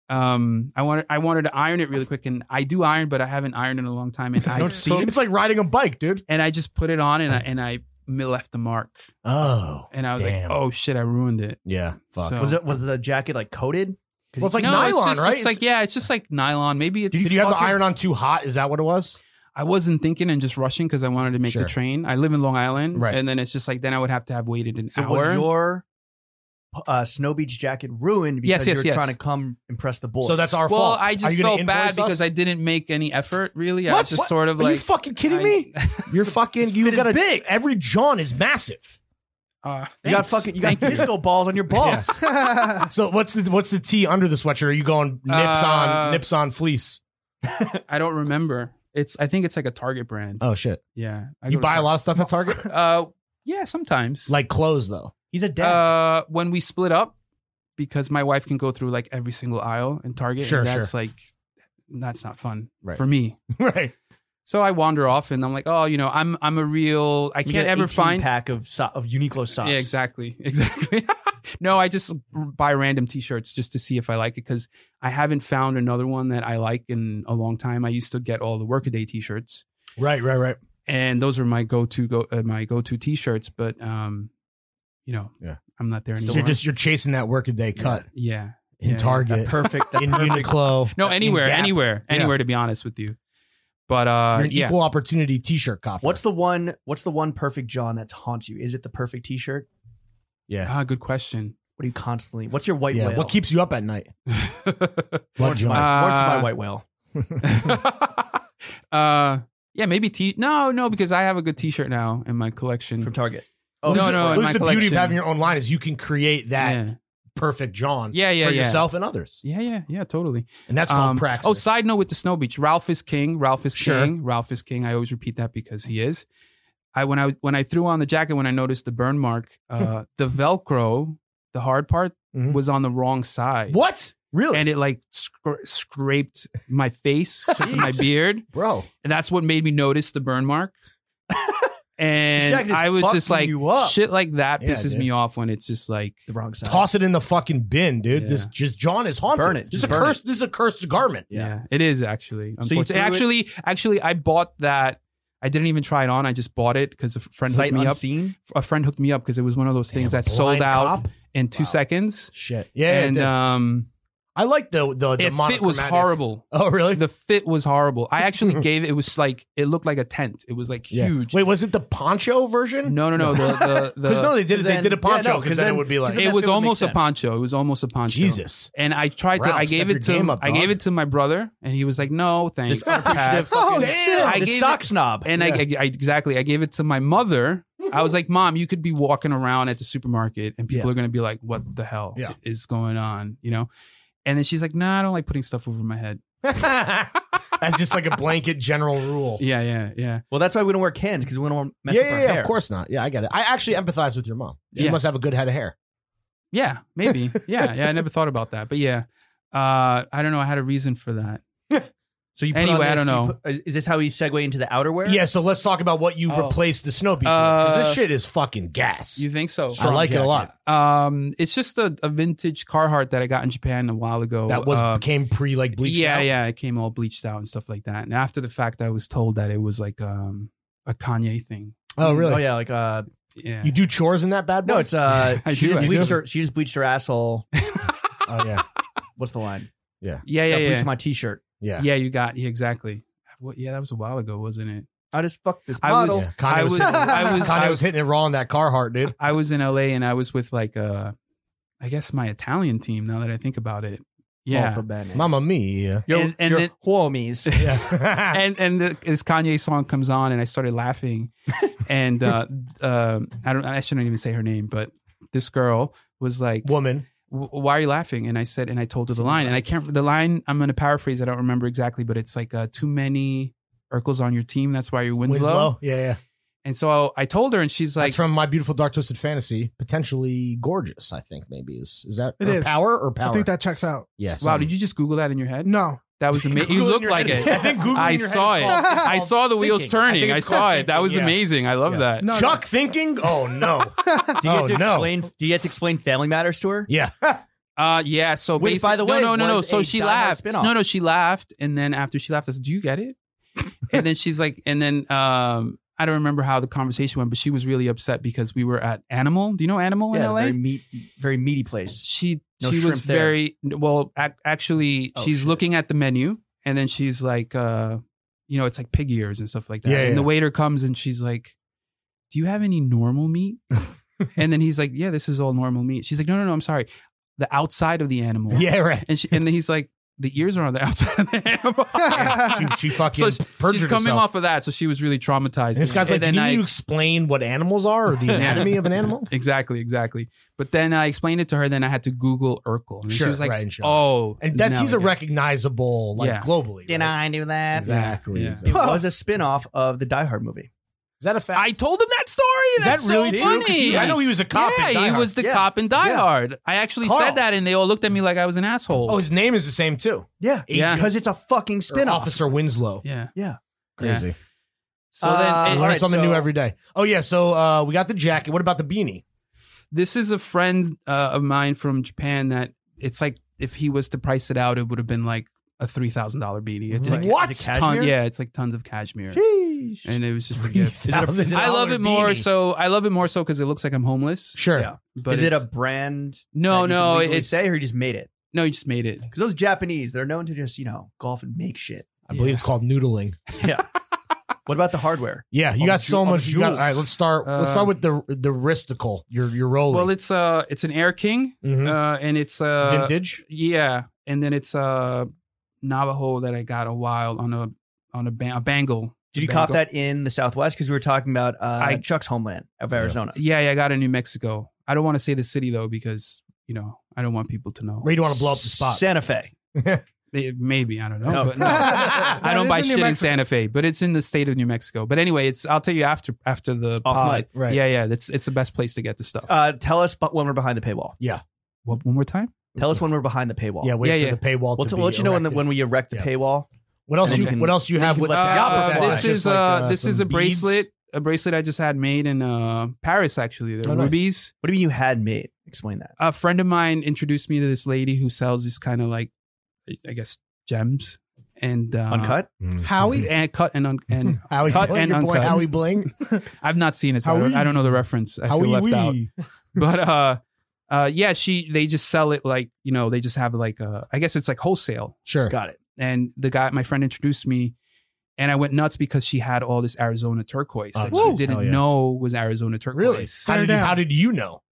Speaker 2: um, I wanted I wanted to iron it really quick, and I do iron, but I haven't ironed in a long time, and I
Speaker 3: Don't
Speaker 2: took-
Speaker 3: It's like riding a bike, dude.
Speaker 2: and I just put it on, and I and I mi- left the mark,
Speaker 3: Oh.
Speaker 2: and I was
Speaker 3: Damn.
Speaker 2: like, oh shit, I ruined it.
Speaker 3: Yeah. Fuck.
Speaker 2: So-
Speaker 1: Was it was the jacket like coated?
Speaker 3: well, it's like
Speaker 2: no, it's
Speaker 3: nylon,
Speaker 2: just,
Speaker 3: right?
Speaker 2: It's like yeah, it's just like nylon. Maybe it's.
Speaker 3: did you have the
Speaker 2: fucking-
Speaker 3: iron on too hot? Is that what it was?
Speaker 2: I wasn't thinking and just rushing because I wanted to make
Speaker 3: Sure.
Speaker 2: the train. I live in Long Island,
Speaker 3: Right.
Speaker 2: and then it's just like then I would have to have waited an
Speaker 1: So
Speaker 2: hour.
Speaker 1: was your uh, Snow Beach jacket ruined
Speaker 2: Yes,
Speaker 1: because
Speaker 2: yes,
Speaker 1: you were
Speaker 2: yes.
Speaker 1: trying to come impress the boys.
Speaker 3: So that's our
Speaker 2: well,
Speaker 3: fault.
Speaker 2: I
Speaker 3: Are
Speaker 2: just
Speaker 3: you gonna
Speaker 2: felt bad
Speaker 3: invoice us?
Speaker 2: because I didn't make any effort. Really, I
Speaker 3: What?
Speaker 2: was just
Speaker 3: What?
Speaker 2: sort of
Speaker 3: Are
Speaker 2: like
Speaker 3: you fucking kidding
Speaker 2: I-
Speaker 3: me? You're fucking. You
Speaker 1: fit is
Speaker 3: got
Speaker 1: big.
Speaker 3: Every John is massive.
Speaker 2: Uh,
Speaker 1: you got
Speaker 2: thanks.
Speaker 1: fucking you got
Speaker 2: Thank
Speaker 1: disco balls on your balls.
Speaker 2: Yes.
Speaker 3: So what's the what's the T under the sweatshirt? Are you going nips
Speaker 2: Uh,
Speaker 3: on nips on fleece?
Speaker 2: I don't remember. It's I think it's like a Target brand.
Speaker 3: Oh shit!
Speaker 2: yeah, I
Speaker 3: You
Speaker 2: go to
Speaker 3: buy a
Speaker 2: Tar-
Speaker 3: lot of stuff at Target,
Speaker 2: Uh, yeah, sometimes.
Speaker 3: like clothes though.
Speaker 1: He's a dad.
Speaker 2: uh, when we split up, because my wife can go through like every single aisle in Target. and
Speaker 3: Sure,
Speaker 2: that's like that's not fun
Speaker 3: Right.
Speaker 2: for me.
Speaker 3: right.
Speaker 2: So I wander off, and I'm like, oh, you know, I'm I'm a real. I
Speaker 1: You
Speaker 2: can't
Speaker 1: get
Speaker 2: ever
Speaker 1: 18
Speaker 2: find.
Speaker 1: pack of so- of Uniqlo socks.
Speaker 2: Yeah, exactly, exactly. no, I just buy random T-shirts just to see if I like it because I haven't found another one that I like in a long time. I used to get all the Workaday T-shirts,
Speaker 3: Right. Right. Right.
Speaker 2: and those are my go-to go uh, my go-to T-shirts. But um, you know,
Speaker 3: Yeah.
Speaker 2: I'm not there
Speaker 3: So
Speaker 2: anymore.
Speaker 3: you're just you're chasing that workaday cut
Speaker 2: yeah,
Speaker 3: in
Speaker 2: Yeah.
Speaker 1: That
Speaker 3: Target,
Speaker 1: perfect. That
Speaker 3: in
Speaker 1: perfect.
Speaker 3: Uniqlo.
Speaker 2: no
Speaker 3: in
Speaker 2: anywhere,
Speaker 3: Gap.
Speaker 2: anywhere,
Speaker 3: Yeah.
Speaker 2: anywhere. To be honest with you, but uh,
Speaker 3: You're an
Speaker 2: yeah,
Speaker 3: equal opportunity T-shirt cop.
Speaker 1: What's the one? What's the one perfect John that haunts you? Is it the perfect T-shirt?
Speaker 3: yeah?
Speaker 2: ah, good question.
Speaker 1: What are you constantly? What's your white
Speaker 3: yeah.
Speaker 1: whale?
Speaker 3: What keeps you up at night?
Speaker 1: Lawrence of my, Lawrence of my
Speaker 2: Uh,
Speaker 1: white whale?
Speaker 2: uh, yeah, maybe T. No, no, because I have a good T-shirt now in my collection.
Speaker 1: from Target.
Speaker 2: Oh,
Speaker 3: this
Speaker 2: no,
Speaker 3: is,
Speaker 2: no, in
Speaker 3: This
Speaker 2: my
Speaker 3: is the beauty of
Speaker 2: collection.
Speaker 3: having your own line is you can create that
Speaker 2: yeah,
Speaker 3: perfect John.
Speaker 2: yeah, yeah,
Speaker 3: for
Speaker 2: yeah.
Speaker 3: yourself and others,
Speaker 2: Yeah, yeah, yeah, totally.
Speaker 3: and that's called
Speaker 2: Um,
Speaker 3: praxis.
Speaker 2: Oh, side note with the Snow Beach, Ralph is king. Ralph is
Speaker 3: Sure.
Speaker 2: king. Ralph is king. I always repeat that because he is. I when I was- when I threw on the jacket when I noticed the burn mark,
Speaker 3: Hmm.
Speaker 2: uh, the Velcro, the hard part
Speaker 3: Mhm.
Speaker 2: was on the wrong side.
Speaker 3: What? Really,
Speaker 2: And it like scra- scraped my face, just my
Speaker 1: Jeez.
Speaker 2: beard,
Speaker 3: bro?
Speaker 2: and that's what made me notice the burn mark.
Speaker 1: This jacket
Speaker 2: And
Speaker 1: is
Speaker 2: I was just
Speaker 1: fucking
Speaker 2: like,
Speaker 1: you up.
Speaker 2: shit like that
Speaker 3: Yeah,
Speaker 2: pisses
Speaker 3: dude.
Speaker 2: me off when it's just like
Speaker 1: The wrong side.
Speaker 3: Toss it in the fucking bin, dude.
Speaker 2: Yeah.
Speaker 3: This just John is haunted.
Speaker 1: Burn it.
Speaker 3: This is
Speaker 1: Just
Speaker 3: a
Speaker 1: burn
Speaker 3: cursed. This is a cursed garment.
Speaker 1: Yeah.
Speaker 2: Yeah. it is actually.
Speaker 1: So you
Speaker 2: Unfortunately,
Speaker 1: threw it-
Speaker 2: actually, actually, I bought that. I didn't even try it on. I just bought it because a f- friend
Speaker 1: Sight
Speaker 2: hooked me
Speaker 1: unseen.
Speaker 2: up. A friend hooked me up because it was one of those things
Speaker 3: Damn,
Speaker 2: that sold
Speaker 3: blind
Speaker 2: out
Speaker 3: cop.
Speaker 2: in two
Speaker 3: Wow.
Speaker 2: seconds.
Speaker 3: Shit. Yeah.
Speaker 2: and
Speaker 3: it did.
Speaker 2: um,
Speaker 3: I like the the, the
Speaker 2: it fit was
Speaker 3: monochromatic-
Speaker 2: horrible.
Speaker 3: Oh, really?
Speaker 2: The fit was horrible. I actually gave it. It was like it looked like a tent. It was like
Speaker 3: Yeah.
Speaker 2: huge.
Speaker 3: Wait, was it the poncho version?
Speaker 2: No, no, no. The, the,
Speaker 3: Because no,
Speaker 2: the,
Speaker 3: they did. it. they
Speaker 1: then-
Speaker 3: did a
Speaker 1: yeah,
Speaker 3: poncho
Speaker 1: no,
Speaker 3: because
Speaker 1: 'cause
Speaker 3: then,
Speaker 1: then-
Speaker 3: it would be
Speaker 1: 'cause
Speaker 3: like
Speaker 1: then-
Speaker 2: it
Speaker 1: that
Speaker 2: was
Speaker 1: fit would make
Speaker 2: almost a
Speaker 1: sense.
Speaker 2: poncho. It was almost a poncho.
Speaker 3: Jesus.
Speaker 2: And I tried to.
Speaker 3: Ralph,
Speaker 2: I gave
Speaker 3: step your
Speaker 2: it to.
Speaker 3: game
Speaker 2: Him,
Speaker 3: up,
Speaker 2: I gave
Speaker 3: dog.
Speaker 2: it to my brother, and he was like, "No, thanks."
Speaker 1: This unappreciative
Speaker 2: pass."
Speaker 1: fucking-
Speaker 3: damn.
Speaker 2: I
Speaker 1: This
Speaker 2: gave
Speaker 1: sock
Speaker 2: it-
Speaker 1: snob.
Speaker 2: And I, I, I exactly, I gave it to my mother. I
Speaker 3: Mm-hmm.
Speaker 2: was like, "Mom, you could be walking around at the supermarket, and people
Speaker 1: Yeah.
Speaker 2: are going to be like, "What the hell
Speaker 3: Yeah.
Speaker 2: is going on?" You know. And then she's like, "No, nah, I don't like putting stuff over my head."
Speaker 3: That's just like a blanket general rule.
Speaker 2: Yeah, yeah, yeah.
Speaker 1: well, that's why we don't wear cans because we don't mess
Speaker 3: yeah,
Speaker 1: up our
Speaker 3: yeah, yeah,
Speaker 1: hair.
Speaker 3: of course not. Yeah, I get it. I actually empathize with your mom. She
Speaker 2: Yeah.
Speaker 3: must have a good head of hair.
Speaker 2: Yeah, maybe. Yeah, yeah. I never thought about that, but yeah. Uh, I don't know. I had a reason for that.
Speaker 1: So you put
Speaker 2: Anyway,
Speaker 1: on
Speaker 2: I
Speaker 1: this,
Speaker 2: don't
Speaker 1: you
Speaker 2: know.
Speaker 1: put- is- is this how you segue into the outerwear?
Speaker 3: Yeah, so let's talk about what you
Speaker 2: Oh.
Speaker 3: replaced the snow beach with because
Speaker 2: Uh,
Speaker 3: this shit is fucking gas.
Speaker 2: You think so?
Speaker 3: I like it a lot.
Speaker 2: Um, it's just a, a vintage Carhartt that I got in Japan a while ago.
Speaker 3: That was
Speaker 2: Uh,
Speaker 3: came pre like bleached
Speaker 2: yeah,
Speaker 3: out.
Speaker 2: yeah. It came all bleached out and stuff like that. And after the fact, I was told that it was like um a Kanye thing.
Speaker 3: Oh, really?
Speaker 1: Oh yeah, like uh,
Speaker 2: Yeah.
Speaker 3: You do chores in that bad boy?
Speaker 1: no, it's uh,
Speaker 2: I
Speaker 1: she
Speaker 2: do,
Speaker 1: just
Speaker 2: I
Speaker 1: bleached
Speaker 3: do.
Speaker 1: her. She just bleached her asshole.
Speaker 3: oh yeah,
Speaker 1: What's the line?
Speaker 2: yeah,
Speaker 1: Got
Speaker 2: yeah,
Speaker 1: bleach
Speaker 2: yeah.
Speaker 1: on my t-shirt.
Speaker 3: yeah.
Speaker 2: yeah. you got yeah, exactly. What, yeah, that was a while ago, wasn't it?
Speaker 1: I just fucked this
Speaker 2: I
Speaker 1: model.
Speaker 2: was-
Speaker 3: Yeah. Kanye
Speaker 2: I was- I was-
Speaker 3: Kanye
Speaker 2: I
Speaker 3: was
Speaker 2: was-
Speaker 3: hitting it raw in that Carhartt, dude.
Speaker 2: I was in LA and I was with like uh, I guess my Italian team. Now that I think about it,
Speaker 1: Oh,
Speaker 2: yeah.
Speaker 1: Molto bene.
Speaker 3: Mamma mia.
Speaker 1: Yo,
Speaker 2: And- and
Speaker 1: your
Speaker 2: it-
Speaker 1: homies.
Speaker 3: Yeah.
Speaker 2: and and the, this Kanye song comes on, and I started laughing. and uh, uh, I don't, I shouldn't even say her name, but this girl was like,
Speaker 3: Woman.
Speaker 2: "Wh- "Why are you laughing?" And I said, and I told her the line, and I can't. The line I'm going to paraphrase. I don't remember exactly, but it's like uh, too many Urkels on your team. That's why you're Winslow.
Speaker 3: Winslow. Yeah, yeah.
Speaker 2: And so I told her, and she's like,
Speaker 3: That's from My Beautiful Dark Twisted Fantasy. Potentially gorgeous, I think maybe is is that
Speaker 4: It
Speaker 3: or
Speaker 4: is.
Speaker 3: power or
Speaker 4: I
Speaker 3: power?
Speaker 4: think that checks out.
Speaker 3: yeah.
Speaker 2: "Wow, did you just Google that in your head?"
Speaker 4: No,
Speaker 2: That was amazing. you look like it.
Speaker 3: I think Google
Speaker 2: I saw it. I saw the wheels
Speaker 3: thinking. I think
Speaker 2: turning. I,
Speaker 3: it's called
Speaker 2: saw it. That
Speaker 3: thinking,
Speaker 2: was
Speaker 3: yeah.
Speaker 2: amazing. I love
Speaker 3: Yeah.
Speaker 2: that.
Speaker 4: no, no.
Speaker 3: Uh, Chuck thinking? Oh no.
Speaker 1: Do you get
Speaker 3: Oh,
Speaker 1: to
Speaker 3: no.
Speaker 1: explain? Do you get to explain Family Matters to her?
Speaker 3: Yeah.
Speaker 2: Uh yeah, so
Speaker 1: Which,
Speaker 2: basically,
Speaker 1: by the way,
Speaker 2: no, no, no, no.
Speaker 1: was
Speaker 2: So
Speaker 1: a
Speaker 2: she
Speaker 1: Die Hard
Speaker 2: laughed.
Speaker 1: spin-off.
Speaker 2: No, no, she laughed, and then after she laughed, I said, "Do you get it?" and then she's like, and then um, I don't remember how the conversation went, but she was really upset because we were at Animal. Do you know Animal in
Speaker 1: Yeah,
Speaker 2: L.A.?
Speaker 1: very meat, very meaty place.
Speaker 2: she
Speaker 1: No
Speaker 2: she was
Speaker 1: shrimp there.
Speaker 2: very well. ac- Actually,
Speaker 1: Oh,
Speaker 2: she's
Speaker 1: shit.
Speaker 2: looking at the menu, and then she's like, uh, you know, it's like pig ears and stuff like that.
Speaker 3: Yeah,
Speaker 2: and the
Speaker 3: yeah.
Speaker 2: waiter comes, and she's like, "Do you have any normal meat?" and then he's like, yeah, this is all normal meat. She's like, no, no, no, I'm sorry. The outside of the animal.
Speaker 3: Yeah, right.
Speaker 2: And, she, and then he's like, the ears are on the outside of the animal.
Speaker 3: Yeah, she, she
Speaker 2: so
Speaker 3: fucking
Speaker 2: she's
Speaker 3: perjured
Speaker 2: coming
Speaker 3: herself.
Speaker 2: off of that. So she was really traumatized.
Speaker 3: And this guy's like,
Speaker 2: And
Speaker 3: do
Speaker 2: then
Speaker 3: you
Speaker 2: I
Speaker 3: need to
Speaker 2: ex-
Speaker 3: explain what animals are or the anatomy of an animal?
Speaker 2: exactly, exactly. But then I explained it to her. Then I had to Google Urkel. And she was like,
Speaker 3: right, and sure.
Speaker 2: oh.
Speaker 3: and that's
Speaker 2: now
Speaker 3: he's
Speaker 2: I
Speaker 3: a
Speaker 2: get it.
Speaker 3: recognizable like
Speaker 2: Yeah.
Speaker 3: globally.
Speaker 1: Did
Speaker 3: right?
Speaker 1: I do that?
Speaker 3: Exactly.
Speaker 2: Yeah.
Speaker 1: It
Speaker 3: exactly.
Speaker 1: was a spin-off of the Die Hard movie.
Speaker 3: Is that a fact?
Speaker 2: I told him that story.
Speaker 3: Is
Speaker 2: That's
Speaker 3: that really
Speaker 2: so
Speaker 3: true? 'Cause
Speaker 2: funny.
Speaker 3: he- I know he was a cop in
Speaker 2: Yeah,
Speaker 3: Die
Speaker 2: he
Speaker 3: Hard.
Speaker 2: was the
Speaker 1: Yeah.
Speaker 2: cop in Die
Speaker 3: Yeah.
Speaker 2: Hard. I actually
Speaker 3: Carl.
Speaker 2: said that, and they all looked at me like I was an asshole.
Speaker 3: oh, his name is the same too.
Speaker 1: Yeah,
Speaker 2: Yeah.
Speaker 1: because it's a fucking
Speaker 3: Or
Speaker 1: spin-off.
Speaker 3: Officer Winslow.
Speaker 2: yeah,
Speaker 1: Yeah.
Speaker 3: Crazy.
Speaker 2: So
Speaker 1: Uh,
Speaker 3: I
Speaker 2: then, and-
Speaker 1: all
Speaker 3: learn
Speaker 1: right,
Speaker 3: something
Speaker 1: so-
Speaker 3: new every day. Oh yeah, so uh, we got the jacket. What about the beanie?
Speaker 2: this is a friend uh, of mine from Japan that it's like if he was to price it out, it would have been like a three thousand dollar beanie. It's
Speaker 3: Right.
Speaker 2: like
Speaker 3: What?
Speaker 1: Is it
Speaker 2: ton,
Speaker 1: cashmere?
Speaker 2: yeah, it's like tons of cashmere,
Speaker 1: Sheesh.
Speaker 2: and it was just a gift.
Speaker 1: Is it a- is it a
Speaker 2: I love
Speaker 1: dollar
Speaker 2: it more
Speaker 1: beanie?
Speaker 2: so. I love it more so because it looks like I'm homeless.
Speaker 3: Sure.
Speaker 1: Yeah.
Speaker 2: But
Speaker 1: is it a
Speaker 2: it's-
Speaker 1: brand? that
Speaker 2: no,
Speaker 1: you
Speaker 2: no?
Speaker 1: Can legally
Speaker 2: It's
Speaker 1: say or you just made it
Speaker 2: no. You just made it.
Speaker 1: because those Japanese they're known to just you know golf and make shit.
Speaker 3: I believe it's called noodling.
Speaker 1: Yeah. what about the hardware?
Speaker 3: Yeah, you
Speaker 1: All
Speaker 3: got
Speaker 1: the ju-
Speaker 3: so
Speaker 1: all the
Speaker 3: much. You got, all
Speaker 1: jewels.
Speaker 3: right, let's start. let's
Speaker 2: Uh,
Speaker 3: start with the the wristicle. Your your rolling.
Speaker 2: Well, it's uh, it's an Air King,
Speaker 1: Hmm.
Speaker 3: Mhm.
Speaker 2: uh, and it's uh,
Speaker 3: vintage.
Speaker 2: Yeah, and then it's a Navajo that I got a while on a on a, ban- a bangle.
Speaker 1: Did you
Speaker 2: Bangle.
Speaker 1: cop that in the Southwest? Because we were talking about uh,
Speaker 2: I-
Speaker 1: Chuck's homeland of Arizona.
Speaker 2: Yeah, yeah, I got it in New Mexico. I don't want to say the city though because you know I don't want people to know.
Speaker 3: Where you don't want to blow up the spot.
Speaker 1: Santa Fe.
Speaker 2: They- Maybe I don't know.
Speaker 1: No.
Speaker 2: But no. I don't buy shit in Santa Fe, but it's in the state of New Mexico. But anyway, it's I'll tell you after after the
Speaker 1: Off
Speaker 2: pod.
Speaker 1: mic,
Speaker 3: right.
Speaker 2: Yeah, yeah, that's it's the best place to get the stuff.
Speaker 1: Uh, tell us bu- when we're behind the paywall.
Speaker 2: one, one more time.
Speaker 1: Tell us when we're behind the paywall.
Speaker 3: Yeah, wait
Speaker 2: Yeah,
Speaker 3: for
Speaker 2: yeah.
Speaker 3: the paywall
Speaker 1: We'll,
Speaker 3: to
Speaker 1: t-
Speaker 3: be
Speaker 1: we'll let you know when, the,
Speaker 3: erected.
Speaker 1: when we erect the
Speaker 3: Yeah.
Speaker 1: paywall.
Speaker 3: What else
Speaker 1: and
Speaker 3: you
Speaker 1: you can-
Speaker 3: What else you have
Speaker 1: can
Speaker 3: with
Speaker 1: let the
Speaker 3: that?
Speaker 1: opera
Speaker 3: That's
Speaker 1: fly.
Speaker 2: Uh, this
Speaker 1: Just
Speaker 3: just
Speaker 2: is
Speaker 3: like,
Speaker 2: uh, this
Speaker 3: some
Speaker 2: is a
Speaker 3: beads.
Speaker 2: bracelet, a bracelet I just had made in uh, Paris actually. They're
Speaker 3: Oh, nice.
Speaker 2: rubies.
Speaker 1: What do you mean you had made? Explain that.
Speaker 2: a friend of mine introduced me to this lady who sells this kind of like, I guess gems and uh,
Speaker 1: Uncut?
Speaker 3: Howie.
Speaker 2: and cut and un- and
Speaker 3: Howie
Speaker 2: Cut
Speaker 3: Bling,
Speaker 2: and
Speaker 3: your boy
Speaker 2: uncut.
Speaker 3: Howie Bling.
Speaker 2: I've not seen it. So I, don't, I don't know the reference. I
Speaker 3: Howie
Speaker 2: feel left
Speaker 3: wee.
Speaker 2: out. But uh, uh, yeah, she they just sell it like you know they just have like uh, I guess it's like wholesale.
Speaker 3: Sure.
Speaker 1: Got it.
Speaker 2: And the guy, my friend, introduced me. And I went nuts because she had all this Arizona turquoise
Speaker 3: Oh,
Speaker 2: that
Speaker 3: nice.
Speaker 2: she
Speaker 3: Hell
Speaker 2: didn't
Speaker 3: yeah.
Speaker 2: know was Arizona turquoise.
Speaker 3: Really? How did, you, how did you know?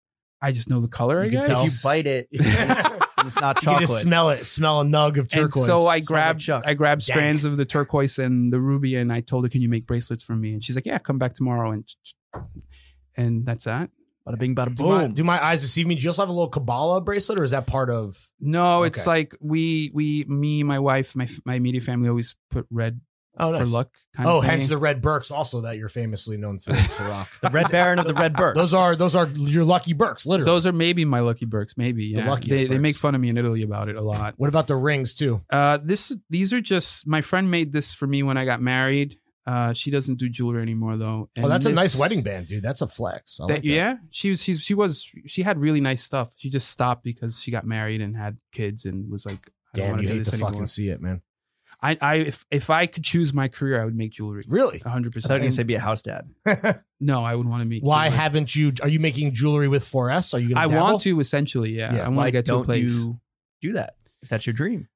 Speaker 2: I just know the color. I
Speaker 3: You can
Speaker 2: guess
Speaker 3: tell.
Speaker 1: If you bite it,
Speaker 3: You
Speaker 1: and it's not
Speaker 3: can
Speaker 1: chocolate.
Speaker 3: just smell it. Smell a nug of turquoise.
Speaker 2: And so I
Speaker 1: like
Speaker 2: grabbed
Speaker 1: Chuck.
Speaker 2: I grabbed
Speaker 3: Dank.
Speaker 2: strands of the turquoise and the ruby, and I told her, "Can you make bracelets for me?" And she's like, "Yeah, come back tomorrow." And and that's that.
Speaker 1: bada bing, bada
Speaker 3: Do my,
Speaker 1: boom.
Speaker 3: do my eyes deceive me? Do you also have a little Kabbalah bracelet, or is that part of?
Speaker 2: No, it's
Speaker 3: Okay.
Speaker 2: like we we me my wife my my immediate family always put red
Speaker 3: Oh,
Speaker 2: for luck. Kind
Speaker 3: Oh,
Speaker 2: of thing.
Speaker 3: hence the red Burks, also that you're famously known to, to rock.
Speaker 1: the Red Baron of the Red Bird.
Speaker 3: Those are those are your lucky Burks, literally.
Speaker 2: Those are maybe my lucky Burks. Maybe yeah.
Speaker 3: luckiest
Speaker 2: they they
Speaker 3: Birks.
Speaker 2: make fun of me in Italy about it a lot.
Speaker 3: what about the rings too?
Speaker 2: Uh, this these are just my friend made this for me when I got married. Uh, she doesn't do jewelry anymore though.
Speaker 3: Oh, that's a
Speaker 2: this-
Speaker 3: nice wedding band, dude. That's a flex. I
Speaker 2: that,
Speaker 3: like that.
Speaker 2: yeah she was she's, she was she had really nice stuff she just stopped because she got married and had kids and was like i don't
Speaker 3: Damn,
Speaker 2: want to
Speaker 3: you
Speaker 2: do
Speaker 3: hate
Speaker 2: this
Speaker 3: to
Speaker 2: anymore
Speaker 3: fucking see it, man.
Speaker 2: i i if, if i could choose my career i would make jewelry
Speaker 3: Really?
Speaker 2: 100
Speaker 1: I thought you were going to
Speaker 2: percent
Speaker 1: say be a house dad.
Speaker 2: no i would want to make
Speaker 3: Why
Speaker 2: jewelry.
Speaker 3: haven't you? Are you making jewelry with 4S? Are you? Gonna
Speaker 2: i
Speaker 3: dabble?
Speaker 2: want to essentially yeah,
Speaker 3: Yeah,
Speaker 2: i want
Speaker 1: Uh, Why
Speaker 2: to get to a
Speaker 1: don't
Speaker 2: place
Speaker 1: you do that if that's your dream?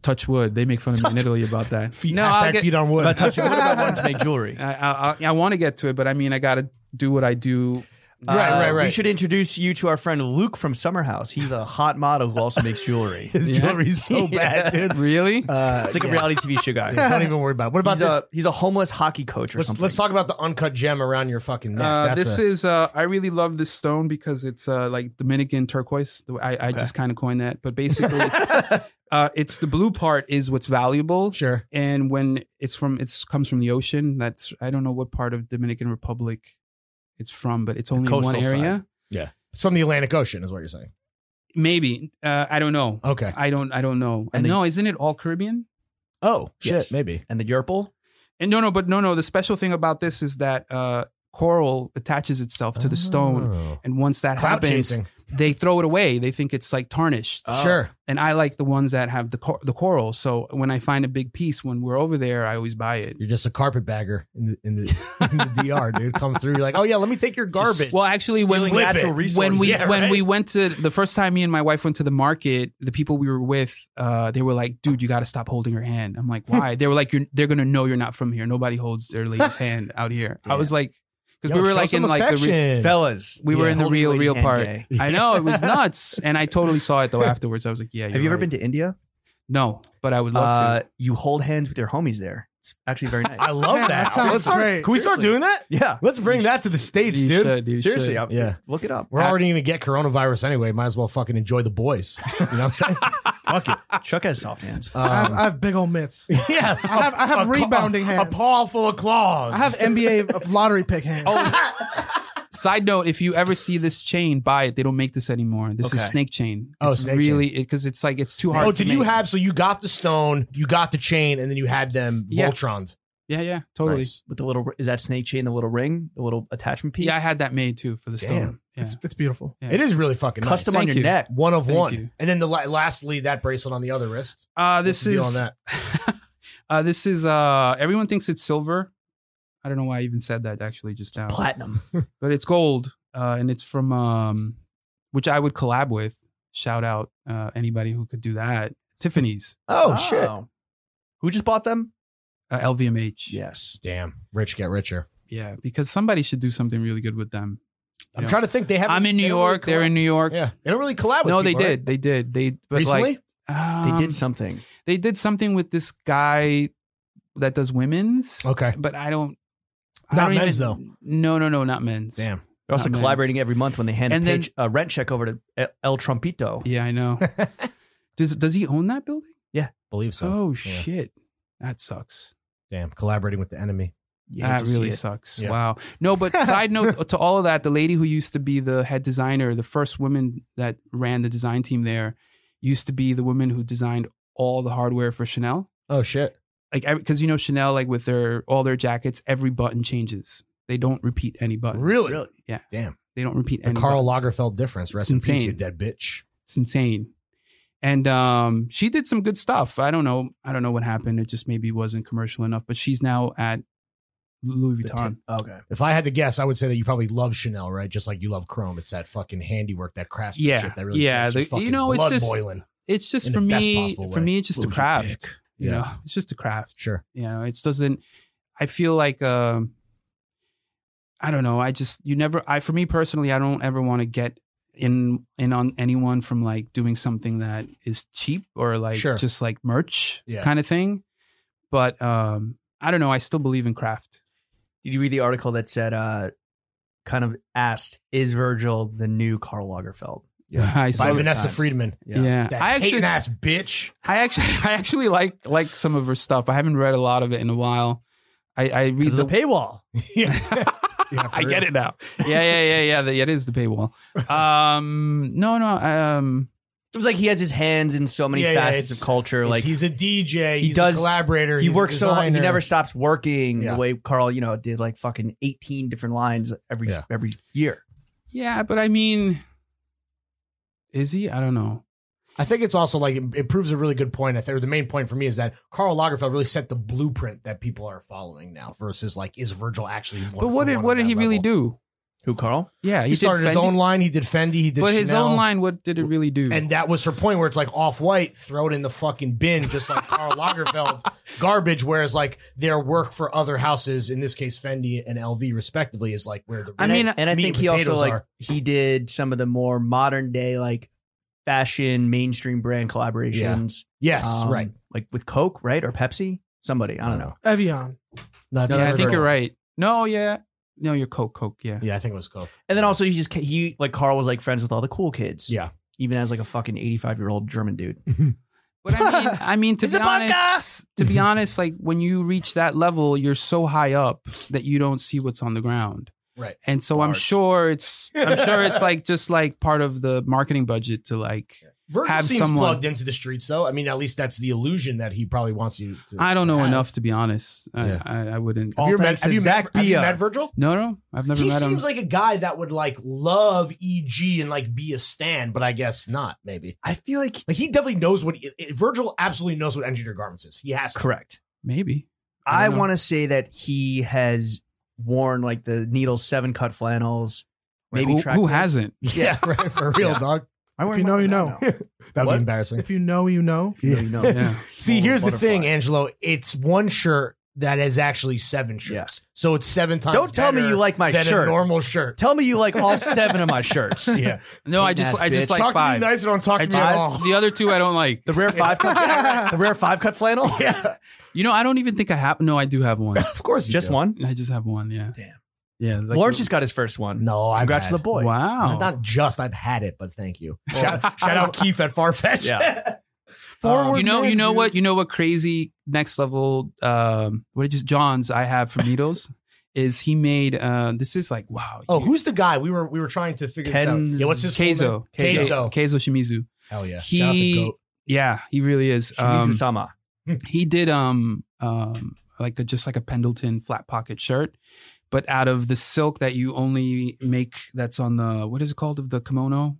Speaker 2: touch wood they make fun of me in
Speaker 3: Touch-
Speaker 2: italy about that
Speaker 3: Feet,
Speaker 2: no
Speaker 3: hashtag
Speaker 2: I'll get,
Speaker 3: feet on wood.
Speaker 1: What about touching? What about wanting to make jewelry?
Speaker 2: I, I, I, I want to get to it but i mean i gotta do what i do
Speaker 3: Right, right,
Speaker 1: Uh,
Speaker 3: right.
Speaker 1: We should introduce you to our friend Luke from Summerhouse. He's a hot model who also makes jewelry.
Speaker 3: His
Speaker 2: Yeah.
Speaker 3: jewelry's
Speaker 1: Yeah.
Speaker 3: so bad, dude.
Speaker 2: really
Speaker 3: Uh,
Speaker 1: It's like
Speaker 3: yeah.
Speaker 1: a reality TV show guy.
Speaker 3: Dude, don't even worry about it. What about
Speaker 1: he's,
Speaker 3: this?
Speaker 1: a, he's a homeless hockey coach or
Speaker 3: let's,
Speaker 1: something.
Speaker 3: let's talk about the uncut gem around your fucking neck.
Speaker 2: Uh,
Speaker 3: That's
Speaker 2: this
Speaker 3: a,
Speaker 2: is uh, I really love this stone because it's uh, like Dominican turquoise. The way- I, I just kind of coined that, but basically, uh, it's the blue part is what's valuable,
Speaker 3: sure.
Speaker 2: and when it's from it's comes from the ocean. That's I don't know what part of Dominican Republic it's from, but it's only in one
Speaker 1: coastal side.
Speaker 2: area.
Speaker 3: It's from the Atlantic Ocean, is what you're saying.
Speaker 2: Maybe uh, I don't know.
Speaker 3: Okay.
Speaker 2: I don't. I don't know.
Speaker 1: And
Speaker 2: And
Speaker 1: the-
Speaker 2: no, isn't it all Caribbean?
Speaker 3: Oh
Speaker 1: Yes.
Speaker 3: maybe.
Speaker 1: and the Yerple.
Speaker 2: And no, no, but no, no. The special thing about this is that uh, coral attaches itself to the
Speaker 1: Ah.
Speaker 2: stone,
Speaker 3: Oh.
Speaker 2: and once that
Speaker 3: Cloud
Speaker 2: happens,
Speaker 3: chasing. Oh.
Speaker 2: they throw it away. They think it's like tarnished.
Speaker 3: Sure.
Speaker 2: and I like the ones that have the cor- the coral. So when I find a big piece when we're over there, I always buy it.
Speaker 3: You're just a carpetbagger in the in the, in the DR, dude. Come through. You're like, oh yeah, let me take your garbage.
Speaker 2: Well, actually, when
Speaker 3: Stealing
Speaker 2: we,
Speaker 1: natural
Speaker 3: it.
Speaker 1: resources.
Speaker 2: when we
Speaker 3: Yeah,
Speaker 2: when
Speaker 3: right.
Speaker 2: we went to the first time me and my wife went to the market, the people we were with, uh, they were like, "Dude, you got to stop holding her hand."
Speaker 1: Hmm.
Speaker 2: I'm like, "Why?" they were like, you're, "They're gonna know you're not from here. Nobody holds their lady's hand out here." I was like, because we were like in like the re-
Speaker 1: Fellas,
Speaker 2: we were in the
Speaker 1: Totally
Speaker 2: real
Speaker 1: ladies
Speaker 2: real
Speaker 1: hand
Speaker 2: part.
Speaker 1: gay.
Speaker 2: I know it was nuts, and I totally saw it though afterwards. I was like, yeah.
Speaker 1: Have you ever been to India?
Speaker 2: No, but I would love to.
Speaker 1: Uh, you hold hands with your homies there. It's actually very nice.
Speaker 3: I love that.
Speaker 4: Man, that sounds
Speaker 3: Let's start-
Speaker 4: great.
Speaker 3: Can we start
Speaker 1: Seriously.
Speaker 3: doing that?
Speaker 1: yeah,
Speaker 3: Let's bring that to the states,
Speaker 2: You
Speaker 3: dude.
Speaker 2: should, you
Speaker 1: seriously.
Speaker 2: should.
Speaker 1: I-
Speaker 3: Yeah.
Speaker 1: look it up.
Speaker 3: We're already gonna get coronavirus anyway. Might as well fucking enjoy the boys. You know what I'm saying? Fuck it.
Speaker 2: Ah.
Speaker 1: Chuck has soft hands.
Speaker 4: I, have,
Speaker 3: Um,
Speaker 4: I have big old mitts.
Speaker 3: yeah,
Speaker 4: I have- I have
Speaker 3: A- a-
Speaker 4: rebounding
Speaker 3: a,
Speaker 4: hands.
Speaker 3: A paw full of claws.
Speaker 4: I have NBA lottery pick hands.
Speaker 3: Oh,
Speaker 2: Side note: If you ever see this chain, buy it. They don't make this anymore. This
Speaker 1: Okay.
Speaker 2: is snake chain.
Speaker 3: Oh,
Speaker 2: It's
Speaker 3: snake
Speaker 2: really because it's like it's too hard.
Speaker 3: Oh,
Speaker 2: to
Speaker 3: did you
Speaker 2: make.
Speaker 3: have? So you got the stone, you got the chain, and then you had them
Speaker 2: Yeah.
Speaker 3: Voltrons.
Speaker 2: Yeah, yeah, totally.
Speaker 3: Nice.
Speaker 1: with the little is that snake chain, the little ring, the little attachment piece.
Speaker 2: Yeah, I had that made too for the
Speaker 3: Damn.
Speaker 2: stone. Yeah.
Speaker 4: It's, it's beautiful.
Speaker 2: Yeah.
Speaker 3: It is really fucking nice.
Speaker 1: custom on
Speaker 2: Thank
Speaker 1: your
Speaker 2: you.
Speaker 1: neck.
Speaker 3: One of
Speaker 2: Thank
Speaker 3: one,
Speaker 2: you.
Speaker 3: and then the la- lastly that bracelet on the other wrist.
Speaker 2: Uh, this
Speaker 3: What's the deal
Speaker 2: is
Speaker 3: on that?
Speaker 2: uh, this is uh, everyone thinks it's silver. I don't know why I even said that actually just now,
Speaker 1: Platinum.
Speaker 2: but it's gold, uh, and it's from um, which I would collab with. Shout out uh, anybody who could do that. Tiffany's,
Speaker 3: Oh, shit!
Speaker 1: Who just bought them?
Speaker 2: uh, LVMH.
Speaker 1: Yes.
Speaker 3: Damn, rich get richer.
Speaker 2: yeah, because somebody should do something really good with them.
Speaker 3: I'm
Speaker 2: Yeah.
Speaker 3: trying to think. They have.
Speaker 2: I'm in New York. They're in New York.
Speaker 3: Yeah, they don't really collab. with
Speaker 2: No, they
Speaker 3: people, right?
Speaker 2: did. They did. They but
Speaker 3: Recently,
Speaker 2: like um,
Speaker 1: they did something.
Speaker 2: They did something with this guy that does women's,
Speaker 3: okay.
Speaker 2: but I don't. I
Speaker 3: Not
Speaker 2: don't
Speaker 3: men's,
Speaker 2: even- No, no, no, not men's.
Speaker 3: Damn.
Speaker 1: They're also
Speaker 2: Not men's.
Speaker 1: collaborating every month when they hand a,
Speaker 2: oh, And then-
Speaker 1: page, a rent check over to El- El Trumpito.
Speaker 2: Yeah, I know. does does he own that building?
Speaker 3: Believe so.
Speaker 2: oh shit, that sucks.
Speaker 3: Damn, collaborating with the enemy.
Speaker 1: You hate
Speaker 2: that
Speaker 1: to see
Speaker 2: really
Speaker 1: it.
Speaker 2: sucks.
Speaker 3: Yeah.
Speaker 2: Wow. No, but side note to all of that, the lady who used to be the head designer, the first woman that ran the design team there, used to be the woman who designed all the hardware for Chanel.
Speaker 3: Oh shit.
Speaker 2: like because you know Chanel, like with their all their jackets, every button changes. They don't repeat any button.
Speaker 3: Really?
Speaker 2: They don't repeat
Speaker 3: The
Speaker 2: any.
Speaker 3: Carl
Speaker 2: buttons.
Speaker 3: Lagerfeld difference. Rest
Speaker 2: It's
Speaker 3: in peace,
Speaker 2: insane.
Speaker 3: you dead bitch.
Speaker 2: It's insane. And um, she did some good stuff. I don't know. I don't know what happened. It just maybe wasn't commercial enough. But she's now at Louis Vuitton.
Speaker 1: Okay.
Speaker 3: If I had to guess, I would say that you probably love Chanel, right? Just like you love Chrome. It's that fucking handiwork, that craftsmanship
Speaker 2: Yeah.
Speaker 3: that really
Speaker 2: Yeah,
Speaker 3: gets your
Speaker 2: the-
Speaker 3: fucking
Speaker 2: you know, it's
Speaker 3: blood
Speaker 2: just-
Speaker 3: boiling.
Speaker 2: It's just
Speaker 3: In
Speaker 2: for
Speaker 3: the best
Speaker 2: me.
Speaker 3: possible
Speaker 2: For
Speaker 3: way.
Speaker 2: me, it's just a
Speaker 3: Lose your
Speaker 2: craft.
Speaker 3: dick.
Speaker 2: You
Speaker 3: Yeah.
Speaker 2: know, it's just a craft.
Speaker 3: Sure.
Speaker 2: You know, it's doesn't. I feel like um, I don't know. I just you never. I for me personally, I don't ever want to get in in on anyone from like doing something that is cheap or like
Speaker 3: Sure.
Speaker 2: just like merch
Speaker 3: Yeah.
Speaker 2: kind of thing. But um, I don't know. I still believe in craft.
Speaker 1: Did you read the article that said, uh, kind of asked, is Virgil the new Karl Lagerfeld?
Speaker 2: Yeah, I saw
Speaker 3: By
Speaker 2: it.
Speaker 3: Vanessa
Speaker 1: times.
Speaker 3: Friedman.
Speaker 2: Yeah,
Speaker 3: That
Speaker 2: I actually,
Speaker 3: hating ass bitch.
Speaker 2: I actually, I actually like like some of her stuff. I haven't read a lot of it in a while. I, I read
Speaker 1: Because
Speaker 2: the
Speaker 1: of the paywall.
Speaker 3: yeah. Yeah, for
Speaker 2: I get
Speaker 3: real.
Speaker 2: it now. Yeah, yeah, yeah, yeah. The, it is the paywall. Um, no, no. Um,
Speaker 1: It was like he has his hands in so many
Speaker 3: Yeah, yeah,
Speaker 1: facets
Speaker 3: it's-
Speaker 1: of culture.
Speaker 3: It's-
Speaker 1: Like
Speaker 3: he's a DJ.
Speaker 1: he
Speaker 3: He's
Speaker 1: does-
Speaker 3: a collaborator.
Speaker 1: he
Speaker 3: he's a
Speaker 1: works so hard, he
Speaker 3: designer.
Speaker 1: never stops working
Speaker 3: Yeah.
Speaker 1: the way Carl, you know, did like fucking 18 different lines every
Speaker 3: Yeah.
Speaker 1: every year.
Speaker 2: yeah, but I mean, is he? I don't know.
Speaker 3: I think it's also like it, it proves a really good point. I think or the main point for me is that Carl Lagerfeld really set the blueprint that people are following now. Versus like, is Virgil actually? One
Speaker 2: but what did what did he really do?
Speaker 1: Who Carl?
Speaker 2: Yeah,
Speaker 3: He, started his
Speaker 2: Fendi,
Speaker 3: own line. He did Fendi. He did
Speaker 2: but his
Speaker 3: Chanel.
Speaker 2: own line. What did it really do?
Speaker 3: And that was her point where it's like off white, throw it in the fucking bin, just like Karl Lagerfeld's garbage. Whereas like their work for other houses, in this case Fendi and LV respectively, is like where the
Speaker 2: I
Speaker 1: And
Speaker 2: mean,
Speaker 1: and I
Speaker 3: meat
Speaker 1: think
Speaker 3: and
Speaker 1: he also
Speaker 3: potatoes
Speaker 1: like
Speaker 3: are-
Speaker 1: he did some of the more modern day like fashion mainstream brand collaborations.
Speaker 3: yes,
Speaker 1: Um,
Speaker 3: right.
Speaker 1: Like with Coke, right? Or Pepsi? Somebody. um, I don't know.
Speaker 4: Evian.
Speaker 3: No,
Speaker 2: yeah, I
Speaker 3: Virgil.
Speaker 2: think you're right. No, yeah, no, you're Coke, Coke. Yeah,
Speaker 3: Yeah, I think it was Coke.
Speaker 1: And then also he just he like Carl was like friends with all the cool kids.
Speaker 3: Yeah.
Speaker 1: Even as like a fucking 85 year old German dude.
Speaker 2: but I mean, I mean to
Speaker 1: He's
Speaker 2: be
Speaker 1: a bunker!
Speaker 2: honest, to be honest, like when you reach that level, you're so high up that you don't see what's on the ground.
Speaker 3: Right.
Speaker 2: And so I'm
Speaker 1: Bars.
Speaker 2: sure it's I'm sure it's like just like part of the marketing budget to like
Speaker 3: Virgil
Speaker 2: Have
Speaker 3: seems
Speaker 2: someone-
Speaker 3: plugged into the streets, though. I mean, at least that's the illusion that he probably wants you. to
Speaker 2: I don't know
Speaker 3: have.
Speaker 2: enough to be honest. I,
Speaker 3: Yeah.
Speaker 2: I, I wouldn't.
Speaker 1: All
Speaker 3: Have you, met,
Speaker 1: thanks
Speaker 3: have,
Speaker 1: to
Speaker 3: you met,
Speaker 1: Zach
Speaker 3: have you
Speaker 1: Bia.
Speaker 3: met Virgil?
Speaker 2: No, no, I've never
Speaker 3: He
Speaker 2: met him.
Speaker 3: seems like a guy that would like love EG and like be a stan, but I guess not. Maybe
Speaker 1: I feel like
Speaker 3: Like he definitely knows what i- i- Virgil absolutely knows what engineer garments is. He has to.
Speaker 1: correct.
Speaker 2: Maybe. I
Speaker 1: I
Speaker 2: don't know.
Speaker 1: want to say that he has worn like the needle seven cut flannels. Maybe
Speaker 2: who,
Speaker 1: track
Speaker 2: who
Speaker 1: pants.
Speaker 2: hasn't?
Speaker 3: Yeah, right. For real,
Speaker 1: Yeah.
Speaker 3: dog.
Speaker 1: I wear
Speaker 4: If you know,
Speaker 1: mine
Speaker 4: you
Speaker 1: now,
Speaker 4: know.
Speaker 1: though.
Speaker 3: That'd
Speaker 1: What?
Speaker 3: be embarrassing.
Speaker 4: If you know, you know.
Speaker 1: If you know, you know.
Speaker 2: Yeah.
Speaker 3: See,
Speaker 1: Small
Speaker 3: here's the
Speaker 1: butterfly.
Speaker 3: thing, Angelo. It's one shirt that is actually seven shirts. So it's seven times.
Speaker 1: Don't tell me
Speaker 3: better
Speaker 1: you like my
Speaker 3: than
Speaker 1: shirt.
Speaker 3: A normal shirt.
Speaker 1: Tell me you like all seven of my shirts.
Speaker 3: Yeah.
Speaker 2: No, I just
Speaker 1: Ass
Speaker 2: I just
Speaker 1: bitch.
Speaker 2: like
Speaker 3: talk
Speaker 2: five.
Speaker 3: to me nice. Don't talk
Speaker 2: I
Speaker 3: to me at all.
Speaker 2: just, the other two I don't like.
Speaker 1: The rare five cut the rare five cut flannel?
Speaker 3: Yeah.
Speaker 2: You know, I don't even think I have. No, I do have one.
Speaker 3: Of course. You
Speaker 1: Just
Speaker 3: do.
Speaker 1: one?
Speaker 2: I just have one. Yeah.
Speaker 1: Damn.
Speaker 2: Yeah. like-
Speaker 1: Lawrence just got his first one.
Speaker 3: No, I've
Speaker 1: Congrats
Speaker 3: had-
Speaker 1: to the boy.
Speaker 2: Wow.
Speaker 3: Not just I've had it, but thank you. shout, shout out Keith at Farfetch.
Speaker 1: Yeah.
Speaker 3: Forward
Speaker 2: you know, you know what, you know what crazy next level. Um, what did you? John's I have from Needles is he made. Uh, this is like wow.
Speaker 3: Oh,
Speaker 2: you-
Speaker 3: who's the guy? We were we were trying to figure this out.
Speaker 1: Ken's-
Speaker 3: Yeah, what's his full
Speaker 2: Keizo.
Speaker 3: name?
Speaker 2: Keizo.
Speaker 3: Keizo.
Speaker 2: Keizo Shimizu.
Speaker 3: Hell yeah.
Speaker 2: He-
Speaker 3: Shout out to Goat.
Speaker 2: Yeah, he really is. Um,
Speaker 1: Shimizu Sama.
Speaker 2: he did um um like a, just like a Pendleton flat pocket shirt, but out of the silk that you only make that's on the what is it called of the kimono?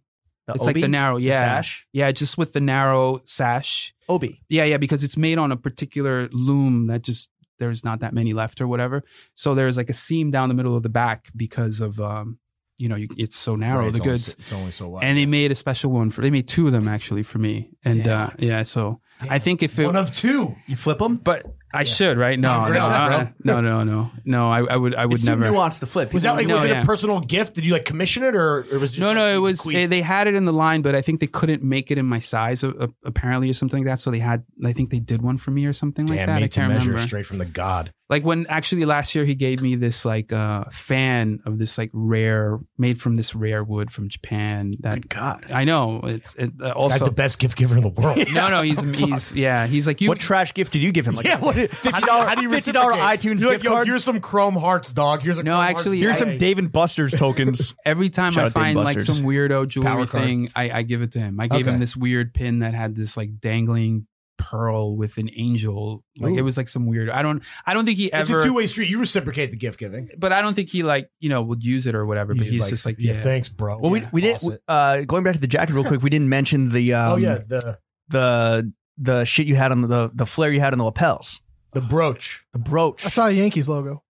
Speaker 2: it's like the narrow, yeah,
Speaker 1: sash.
Speaker 2: yeah, just with the narrow sash.
Speaker 1: Obi.
Speaker 2: Yeah, yeah, because it's made on a particular loom that just there's not that many left or whatever. So there's like a seam down the middle of the back because of um you know you, it's so narrow
Speaker 3: Right,
Speaker 2: the
Speaker 3: it's only
Speaker 2: goods.
Speaker 3: so- It's only so wide.
Speaker 2: and they made a special one for they made two of them actually for me and
Speaker 1: Damn.
Speaker 2: uh yeah so i think if it
Speaker 3: one of two.
Speaker 1: You flip them?
Speaker 2: but I should, right? No,
Speaker 3: Great,
Speaker 2: no,
Speaker 3: bro.
Speaker 2: I- no, no, no, no. I, I would, I would
Speaker 1: It's
Speaker 2: never.
Speaker 1: too nuanced to flip.
Speaker 3: Was that like
Speaker 2: No,
Speaker 3: was it
Speaker 2: yeah.
Speaker 3: a personal gift? Did you like commission it or, or was it just
Speaker 2: No,
Speaker 3: like
Speaker 2: no, it
Speaker 3: you
Speaker 2: was.
Speaker 3: bequeath?
Speaker 2: They, they had it in the line, but I think they couldn't make it in my size, uh, uh, apparently, or something like that. So they had, I think they did one for me or something like
Speaker 3: Damn,
Speaker 2: that. I
Speaker 3: made to
Speaker 2: can't
Speaker 3: measure
Speaker 2: remember.
Speaker 3: straight from the god.
Speaker 2: Like when actually last year he gave me this like uh, fan of this like rare, made from this rare wood from Japan. That
Speaker 1: Good God.
Speaker 2: I know it's it, uh,
Speaker 3: Also,
Speaker 2: also.
Speaker 3: the best gift giver in the world.
Speaker 2: No, no, he's he's yeah, he's like you.
Speaker 1: what trash gift did you give him? Like
Speaker 3: what,
Speaker 1: fifty dollar fifty dollar iTunes
Speaker 3: You're like,
Speaker 1: gift
Speaker 3: Yo,
Speaker 1: card.
Speaker 3: here's some Chrome Hearts, dog. Here's a
Speaker 2: No,
Speaker 3: Chrome
Speaker 2: actually,
Speaker 3: Hearts.
Speaker 1: Here's
Speaker 2: I-
Speaker 1: some Dave and Buster's tokens.
Speaker 2: Every time
Speaker 1: Shout out
Speaker 2: I
Speaker 1: Dave
Speaker 2: find like
Speaker 1: Buster's.
Speaker 2: some weirdo jewelry
Speaker 3: Power card.
Speaker 2: thing, I, I give it to him. I gave
Speaker 3: Okay.
Speaker 2: him this weird pin that had this like dangling pearl with an angel. Like it was like some weird. I don't. I don't think he
Speaker 3: it's
Speaker 2: ever.
Speaker 3: a two way street. You reciprocate the gift giving.
Speaker 2: but I don't think he like you know would use it or whatever. But he's, just like yeah.
Speaker 3: thanks, bro.
Speaker 1: Well, we
Speaker 3: Yeah,
Speaker 1: we
Speaker 3: boss
Speaker 1: didn't.
Speaker 3: it.
Speaker 1: Uh, going back to the jacket real quick, we didn't mention the um,
Speaker 3: oh yeah, the
Speaker 1: the the shit you had on the the flare you had on the lapels,
Speaker 3: the brooch.
Speaker 1: the brooch.
Speaker 4: I saw a Yankees logo.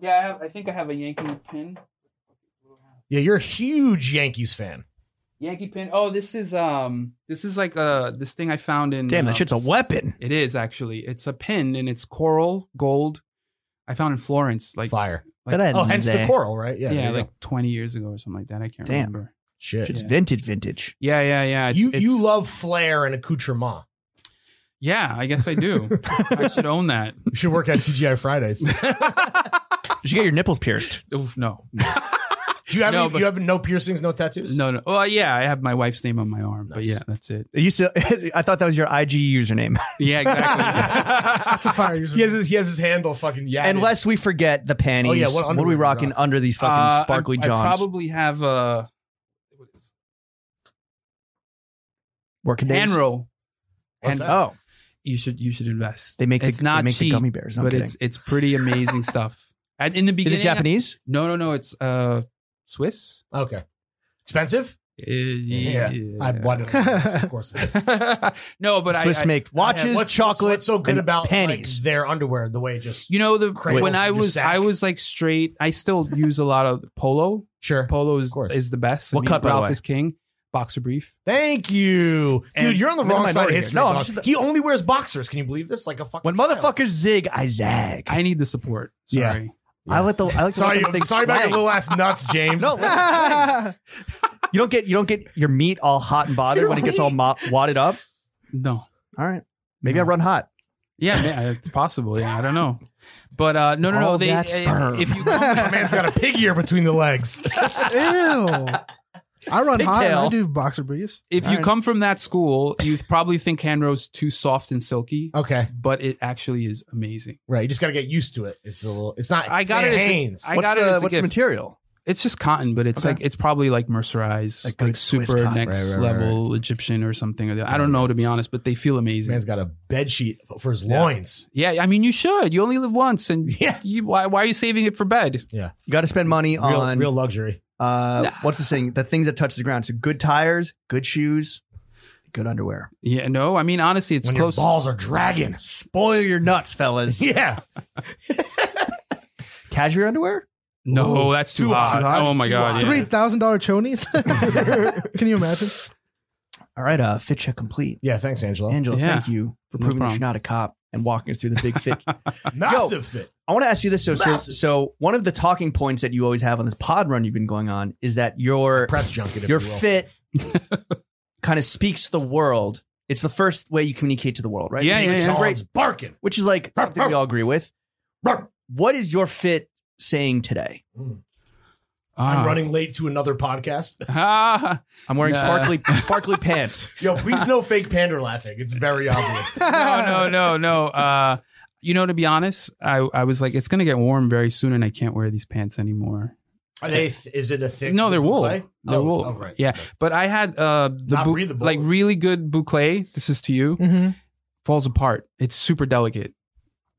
Speaker 2: Yeah, I, have, I think I have a Yankee pin.
Speaker 3: Yeah, you're a huge Yankees fan.
Speaker 2: Yankee pin. Oh, this is um, this is like uh, this thing I found in.
Speaker 1: Damn,
Speaker 2: uh,
Speaker 1: that shit's a weapon.
Speaker 2: It is actually. It's a pin and it's coral gold. I found in Florence, like
Speaker 3: Fire.
Speaker 1: That I had
Speaker 3: Oh, hence the
Speaker 1: there.
Speaker 3: coral, right? Yeah,
Speaker 2: yeah,
Speaker 3: there you
Speaker 2: like
Speaker 3: go.
Speaker 2: 20 years ago or something like that. I can't
Speaker 1: Damn.
Speaker 2: remember.
Speaker 3: shit.
Speaker 1: Shit's
Speaker 2: Yeah.
Speaker 1: vintage, vintage.
Speaker 2: Yeah, yeah, yeah. It's,
Speaker 3: you
Speaker 2: it's-
Speaker 3: you love flair and accoutrement.
Speaker 2: yeah, I guess I do. I should own that.
Speaker 3: You should work at TGI Fridays. Do
Speaker 1: Did you get your nipples pierced?
Speaker 2: Oof, no,
Speaker 3: you have
Speaker 2: No,
Speaker 3: any,
Speaker 2: but-
Speaker 3: you have no piercings, no tattoos?
Speaker 2: no, no. Well, yeah, I have my wife's name on my arm, but
Speaker 3: Nice.
Speaker 2: yeah, that's it.
Speaker 1: You still, I thought that was your IG username.
Speaker 2: Yeah, exactly.
Speaker 4: That's a fire user.
Speaker 3: He has his, he has his handle fucking yeah.
Speaker 1: Unless we forget the panties.
Speaker 3: Oh, yeah, what
Speaker 1: what, are we
Speaker 3: underwear we
Speaker 1: rocking
Speaker 3: rock?
Speaker 1: under these fucking
Speaker 2: Uh,
Speaker 1: sparkly
Speaker 2: I,
Speaker 1: johns?
Speaker 2: I probably have a
Speaker 1: Working days.
Speaker 2: hand roll.
Speaker 3: What's
Speaker 2: And
Speaker 3: that?
Speaker 1: Oh,
Speaker 2: you should you should invest.
Speaker 1: they make the,
Speaker 2: it's not
Speaker 1: they make
Speaker 2: cheap,
Speaker 1: the gummy bears. No, I'm
Speaker 2: but
Speaker 1: kidding.
Speaker 2: it's it's pretty amazing stuff. And in the
Speaker 1: is
Speaker 2: beginning,
Speaker 1: it Japanese?
Speaker 2: No, no, no. It's uh Swiss.
Speaker 3: okay, expensive.
Speaker 2: Uh, yeah,
Speaker 3: I won it. of course. It is.
Speaker 2: no, but I-
Speaker 1: Swiss
Speaker 2: I,
Speaker 1: make watches,
Speaker 3: what's
Speaker 1: chocolate.
Speaker 3: What's so good
Speaker 1: and
Speaker 3: about like,
Speaker 1: panties?
Speaker 3: their underwear? The way it just
Speaker 2: You know the
Speaker 3: Cradles
Speaker 2: when I
Speaker 3: in your
Speaker 2: was
Speaker 3: sack.
Speaker 2: I was like straight. I still use a lot of polo.
Speaker 3: sure.
Speaker 2: Polo is,
Speaker 3: Of course.
Speaker 2: is the best.
Speaker 1: What cut, by the
Speaker 2: Ralph
Speaker 1: way?
Speaker 2: is king. Boxer brief.
Speaker 3: Thank you,
Speaker 2: And-
Speaker 3: dude. You're on the
Speaker 1: I'm in the
Speaker 3: wrong side of
Speaker 1: minority here.
Speaker 3: history.
Speaker 1: No, I'm
Speaker 3: dog.
Speaker 1: just the-
Speaker 3: he only wears boxers. Can you believe this? Like a fucking
Speaker 1: when
Speaker 3: child.
Speaker 1: motherfuckers zig, I zag. I,
Speaker 2: I need the support.
Speaker 3: Yeah.
Speaker 2: Sorry.
Speaker 1: let the I like to
Speaker 3: Sorry,
Speaker 1: let them think
Speaker 3: sorry about your
Speaker 1: slang.
Speaker 3: little ass nuts, James.
Speaker 1: No, let them slang. you don't get you don't get your meat all hot and bothered when it gets all mo- wadded up.
Speaker 2: No.
Speaker 1: All right, maybe
Speaker 2: No.
Speaker 1: I run hot.
Speaker 2: Yeah, man, it's possible. Yeah, I don't know. But uh, no, no, no.
Speaker 1: All
Speaker 2: They, uh,
Speaker 1: that sperm.
Speaker 2: if you come,
Speaker 3: man's got a pig ear between the legs.
Speaker 4: Ew. I run hot. And
Speaker 1: Pigtail.
Speaker 4: I do boxer briefs.
Speaker 2: if you come from that school, you probably think handroll's too soft and silky,
Speaker 3: Okay,
Speaker 2: but it actually is amazing.
Speaker 3: right. You just got to get used to it. It's a little. It's not.
Speaker 2: I got it as a-
Speaker 3: Hanes.
Speaker 2: I
Speaker 1: what's
Speaker 2: got it
Speaker 1: the
Speaker 2: as a
Speaker 1: what's the
Speaker 2: gift.
Speaker 1: material?
Speaker 2: It's just cotton, but it's
Speaker 1: Okay.
Speaker 2: like it's probably like mercerized,
Speaker 1: Like
Speaker 2: like,
Speaker 1: good Swiss
Speaker 2: super
Speaker 1: cotton.
Speaker 2: next
Speaker 3: Right, right, right,
Speaker 2: level Egyptian or something. I don't know to be honest, but they feel
Speaker 3: This
Speaker 2: amazing.
Speaker 3: man's got a bed sheet for his loins.
Speaker 2: Yeah, I mean, you should. You only live once, and
Speaker 3: Yeah.
Speaker 2: you, why, why are you saving it for bed?
Speaker 1: You got to spend money
Speaker 3: Real,
Speaker 1: on
Speaker 3: real luxury.
Speaker 1: uh,
Speaker 2: Nah.
Speaker 1: what's the thing? The things that touch the ground. So good tires, good shoes, good underwear.
Speaker 2: Yeah, no, I mean, honestly, it's
Speaker 3: when
Speaker 2: close.
Speaker 3: your balls are dragging.
Speaker 1: Spoil your nuts, fellas.
Speaker 3: Yeah,
Speaker 1: Cashmere underwear.
Speaker 2: no,
Speaker 1: Ooh,
Speaker 2: that's too,
Speaker 1: too
Speaker 2: hot.
Speaker 1: hot, too hot,
Speaker 2: Oh my
Speaker 1: too
Speaker 2: god,
Speaker 1: hot.
Speaker 2: yeah.
Speaker 4: Three thousand dollar chonies. Can you imagine?
Speaker 1: All right, uh, fit check complete.
Speaker 3: yeah. Thanks, Angelo.
Speaker 1: Angela,
Speaker 2: Yeah.
Speaker 1: thank you for
Speaker 2: No
Speaker 1: proving that
Speaker 2: problem.
Speaker 1: you're not a cop and walking us through the big fit.
Speaker 3: Massive fit.
Speaker 1: I want to ask you this. So, so,
Speaker 3: Massive.
Speaker 1: so one of the talking points that you always have on this pod run you've been going on is that your
Speaker 3: Press junket. If
Speaker 1: your
Speaker 3: you will.
Speaker 1: fit kind of speaks to the world. It's the first way you communicate to the world, right?
Speaker 2: Yeah,
Speaker 1: Which
Speaker 2: yeah,
Speaker 1: is
Speaker 2: yeah.
Speaker 1: Great,
Speaker 3: Dogs barking.
Speaker 1: which is like something we all agree with. What is your fit saying today?
Speaker 2: Ah.
Speaker 3: I'm running late to another podcast.
Speaker 2: Ah.
Speaker 1: I'm wearing
Speaker 2: Nah.
Speaker 1: sparkly sparkly pants.
Speaker 3: Yo, please no fake pander laughing. It's very obvious.
Speaker 2: no, no, no, no. Uh, you know, to be honest, I, I was like, it's gonna get warm very soon, and I can't wear these pants anymore.
Speaker 3: Are they? Is it a thick?
Speaker 2: no, they're wool.
Speaker 3: clay?
Speaker 2: They're
Speaker 3: oh,
Speaker 2: wool.
Speaker 3: Oh, right.
Speaker 2: Yeah, but I had uh, the
Speaker 3: Not breathable.
Speaker 2: like really good boucle. This is to you.
Speaker 4: Mhm.
Speaker 2: Falls apart. It's super delicate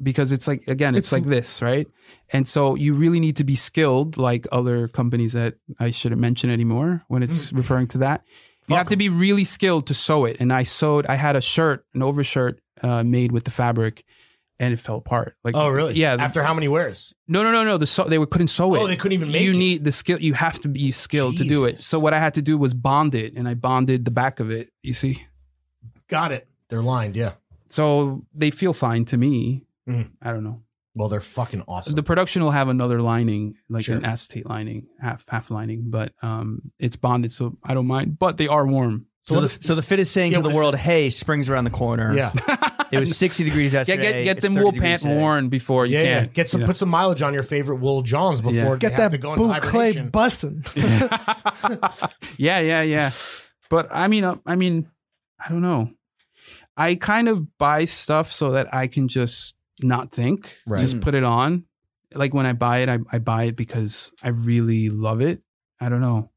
Speaker 2: because it's like again, it's,
Speaker 4: It's-
Speaker 2: like this, right? And so you really need to be skilled, like other companies that I shouldn't mention anymore when it's
Speaker 3: Mm.
Speaker 2: referring to that. You have to be really skilled to sew it. And I sewed. I had a shirt, an overshirt, uh, made with the fabric, and it fell apart. Like
Speaker 3: Oh, really?
Speaker 2: Yeah. the-
Speaker 3: After how many wears?
Speaker 2: no, no, no, no. The sew, they were couldn't sew it.
Speaker 3: Oh, they couldn't even make
Speaker 2: You
Speaker 3: it.
Speaker 2: need the skill. You have to be skilled to do it.
Speaker 3: Jesus.
Speaker 2: So what I had to do was bond it, and I bonded the back of it. You see,
Speaker 3: Got it. They're lined. Yeah.
Speaker 2: so they feel fine to me.
Speaker 3: Mhm.
Speaker 2: I don't know.
Speaker 3: Well, they're fucking awesome.
Speaker 2: The production will have another lining, like
Speaker 3: Sure.
Speaker 2: an acetate lining, half half lining, but um, it's bonded, so I don't mind. But they are warm.
Speaker 1: So, the, so the fit is saying
Speaker 3: Yeah,
Speaker 1: to the
Speaker 3: what is-
Speaker 1: world, "Hey, spring's around the corner."
Speaker 3: yeah.
Speaker 1: it was 60 degrees
Speaker 2: Yeah,
Speaker 1: yesterday.
Speaker 2: get get
Speaker 1: It's
Speaker 2: them
Speaker 1: 30
Speaker 2: wool
Speaker 1: degrees
Speaker 2: pant
Speaker 1: today.
Speaker 2: worn before you
Speaker 3: yeah, yeah.
Speaker 2: can.
Speaker 3: Get some.
Speaker 2: you know?
Speaker 3: Put some mileage on your favorite wool johns before.
Speaker 2: Yeah.
Speaker 3: they
Speaker 4: Get
Speaker 3: have
Speaker 4: that
Speaker 3: to go into
Speaker 4: boot clay
Speaker 3: hibernation.
Speaker 4: busting.
Speaker 2: yeah, yeah, yeah. But I mean, uh, I mean, I don't know. I kind of buy stuff so that I can just not think,
Speaker 3: Right.
Speaker 2: just put it on. Like when I buy it, I, I buy it because I really love it. I don't know.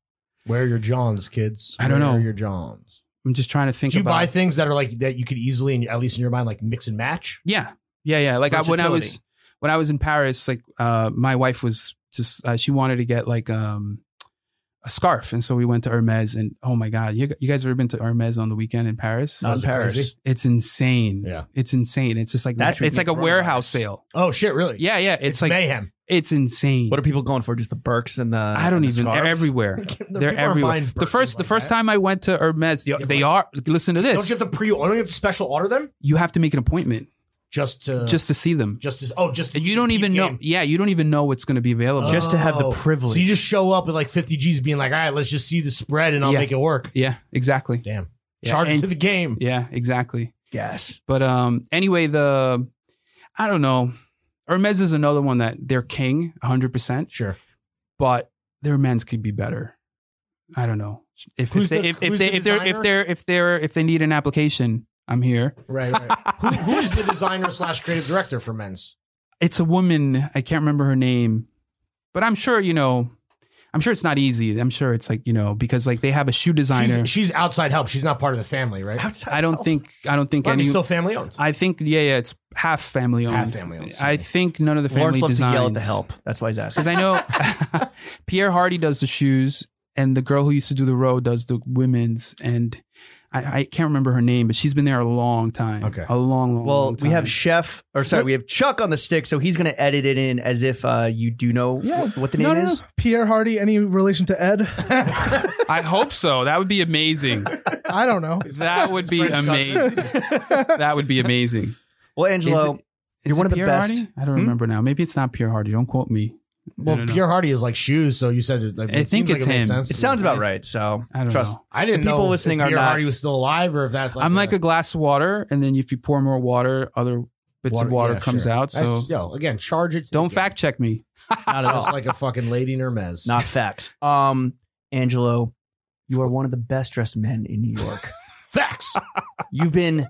Speaker 3: Wear your johns, kids.
Speaker 2: I don't
Speaker 3: Wear
Speaker 2: know.
Speaker 3: your johns.
Speaker 2: I'm just trying to think
Speaker 3: Do you
Speaker 2: about.
Speaker 3: buy things that are like that you could easily, in- at least in your mind, like mix and match?
Speaker 2: yeah, yeah, yeah. Like I, when I was
Speaker 3: Versatility.
Speaker 2: when I was in Paris, like uh, my wife was just uh, she wanted to get like um, a scarf, and so we went to Hermes. And oh my god, you, you guys ever been to Hermes on the weekend in Paris?
Speaker 1: Not in
Speaker 3: Sounds
Speaker 1: Paris.
Speaker 3: crazy.
Speaker 2: It's insane.
Speaker 3: Yeah.
Speaker 2: It's insane. It's just like
Speaker 1: That should
Speaker 2: it's
Speaker 1: be
Speaker 2: like a
Speaker 1: coronavirus.
Speaker 2: warehouse sale.
Speaker 3: Oh shit! Really?
Speaker 2: Yeah, yeah. It's, like
Speaker 3: mayhem.
Speaker 2: it's insane.
Speaker 1: What uh, are people going for? Just the Burks and the
Speaker 2: I don't
Speaker 1: and the
Speaker 2: even
Speaker 1: scarves?
Speaker 2: everywhere. They're
Speaker 3: People aren't
Speaker 2: everywhere.
Speaker 3: buying
Speaker 2: The
Speaker 3: Birkins
Speaker 2: first the
Speaker 3: like
Speaker 2: first
Speaker 3: that.
Speaker 2: time I went to Hermes, yo, they are listen to
Speaker 3: Don't
Speaker 2: this.
Speaker 3: you have to pre? Don't you have to special order them
Speaker 2: you have to make an appointment
Speaker 3: just to
Speaker 2: just to see them.
Speaker 3: just to oh Uh, just to
Speaker 2: And you don't
Speaker 3: keep
Speaker 2: even know
Speaker 3: game.
Speaker 2: yeah, you don't even know what's going to be available.
Speaker 1: Just to have the
Speaker 3: Oh.
Speaker 1: privilege.
Speaker 3: So you just show up with like 50 G's, being like, all right, let's just see the spread and I'll
Speaker 2: Yeah.
Speaker 3: make it work.
Speaker 2: yeah, exactly.
Speaker 3: Damn.
Speaker 2: Yeah,
Speaker 3: Charge
Speaker 2: and-
Speaker 3: to the game.
Speaker 2: Yeah, exactly.
Speaker 1: yes.
Speaker 2: But um anyway, the I don't know. Hermes is another one that they're king 100%.
Speaker 3: Sure.
Speaker 2: but their men's could be better. I don't know if if
Speaker 3: Who's
Speaker 2: they
Speaker 3: the-
Speaker 2: if, if
Speaker 3: who's
Speaker 2: they
Speaker 3: the
Speaker 2: if they're if
Speaker 3: designer?
Speaker 2: they're if they're if they need an application, I'm here.
Speaker 3: Right. right. who, who is the designer slash creative director for men's?
Speaker 2: It's a woman. I can't remember her name, but I'm sure you know. I'm sure it's not easy. I'm sure it's like you know because like they have a shoe designer.
Speaker 3: She's, she's outside help. She's not part of the family, right?
Speaker 2: I don't think I don't think
Speaker 3: Well, I mean,
Speaker 2: any.
Speaker 3: still family owned.
Speaker 2: I think yeah yeah it's half family owned.
Speaker 3: Half family owned,
Speaker 2: I
Speaker 3: sorry.
Speaker 2: think none of the family
Speaker 1: Lawrence loves
Speaker 2: designs.
Speaker 1: to yell at the help. That's why he's asking.
Speaker 2: because I know Pierre Hardy does the shoes, and the girl who used to do the row does the women's, and I, I can't remember her name, but she's been there a long time.
Speaker 3: Okay.
Speaker 2: a long, long.
Speaker 1: Well,
Speaker 2: long
Speaker 1: we have
Speaker 2: time.
Speaker 1: Chef, or sorry, we have Chuck on the stick, so he's going to edit it in as if uh, you do know
Speaker 4: Yeah.
Speaker 1: wh- what the name
Speaker 4: No, no, no.
Speaker 1: is.
Speaker 4: Pierre Hardy, any relation to Ed?
Speaker 2: I hope so. That would be amazing.
Speaker 4: I don't know.
Speaker 2: That would be amazing. That would be amazing.
Speaker 1: Well, Angelo,
Speaker 2: Is it-
Speaker 1: you're
Speaker 2: Is
Speaker 1: one
Speaker 2: it
Speaker 1: of the
Speaker 2: Pierre
Speaker 1: best.
Speaker 2: Hardy? I don't
Speaker 1: Hmm?
Speaker 2: remember now. Maybe it's not Pierre Hardy. Don't quote me.
Speaker 3: well,
Speaker 2: no, no.
Speaker 3: Pierre Hardy is like shoes, so you said it. Like,
Speaker 2: I
Speaker 3: it seems
Speaker 2: think
Speaker 3: like
Speaker 2: it's
Speaker 3: it makes
Speaker 2: him.
Speaker 3: Sense.
Speaker 1: It sounds about right. So
Speaker 2: I don't
Speaker 1: trust.
Speaker 2: know.
Speaker 3: I didn't
Speaker 1: the people
Speaker 3: know if
Speaker 1: listening are
Speaker 3: Pierre
Speaker 1: not-
Speaker 3: Hardy was still alive or if that's like
Speaker 2: I'm like a glass of water, and then if you pour more water, other bits of water
Speaker 3: yeah,
Speaker 2: comes
Speaker 3: sure.
Speaker 2: out. So
Speaker 3: That's- yo, again, charge it. to
Speaker 2: don't
Speaker 3: the
Speaker 2: fact check me.
Speaker 1: Not
Speaker 3: game.
Speaker 1: at
Speaker 3: Just
Speaker 1: all.
Speaker 3: like a fucking lady in Hermes.
Speaker 1: Not facts. Um, Angelo, you are one of the best dressed men in New York.
Speaker 3: facts.
Speaker 1: You've been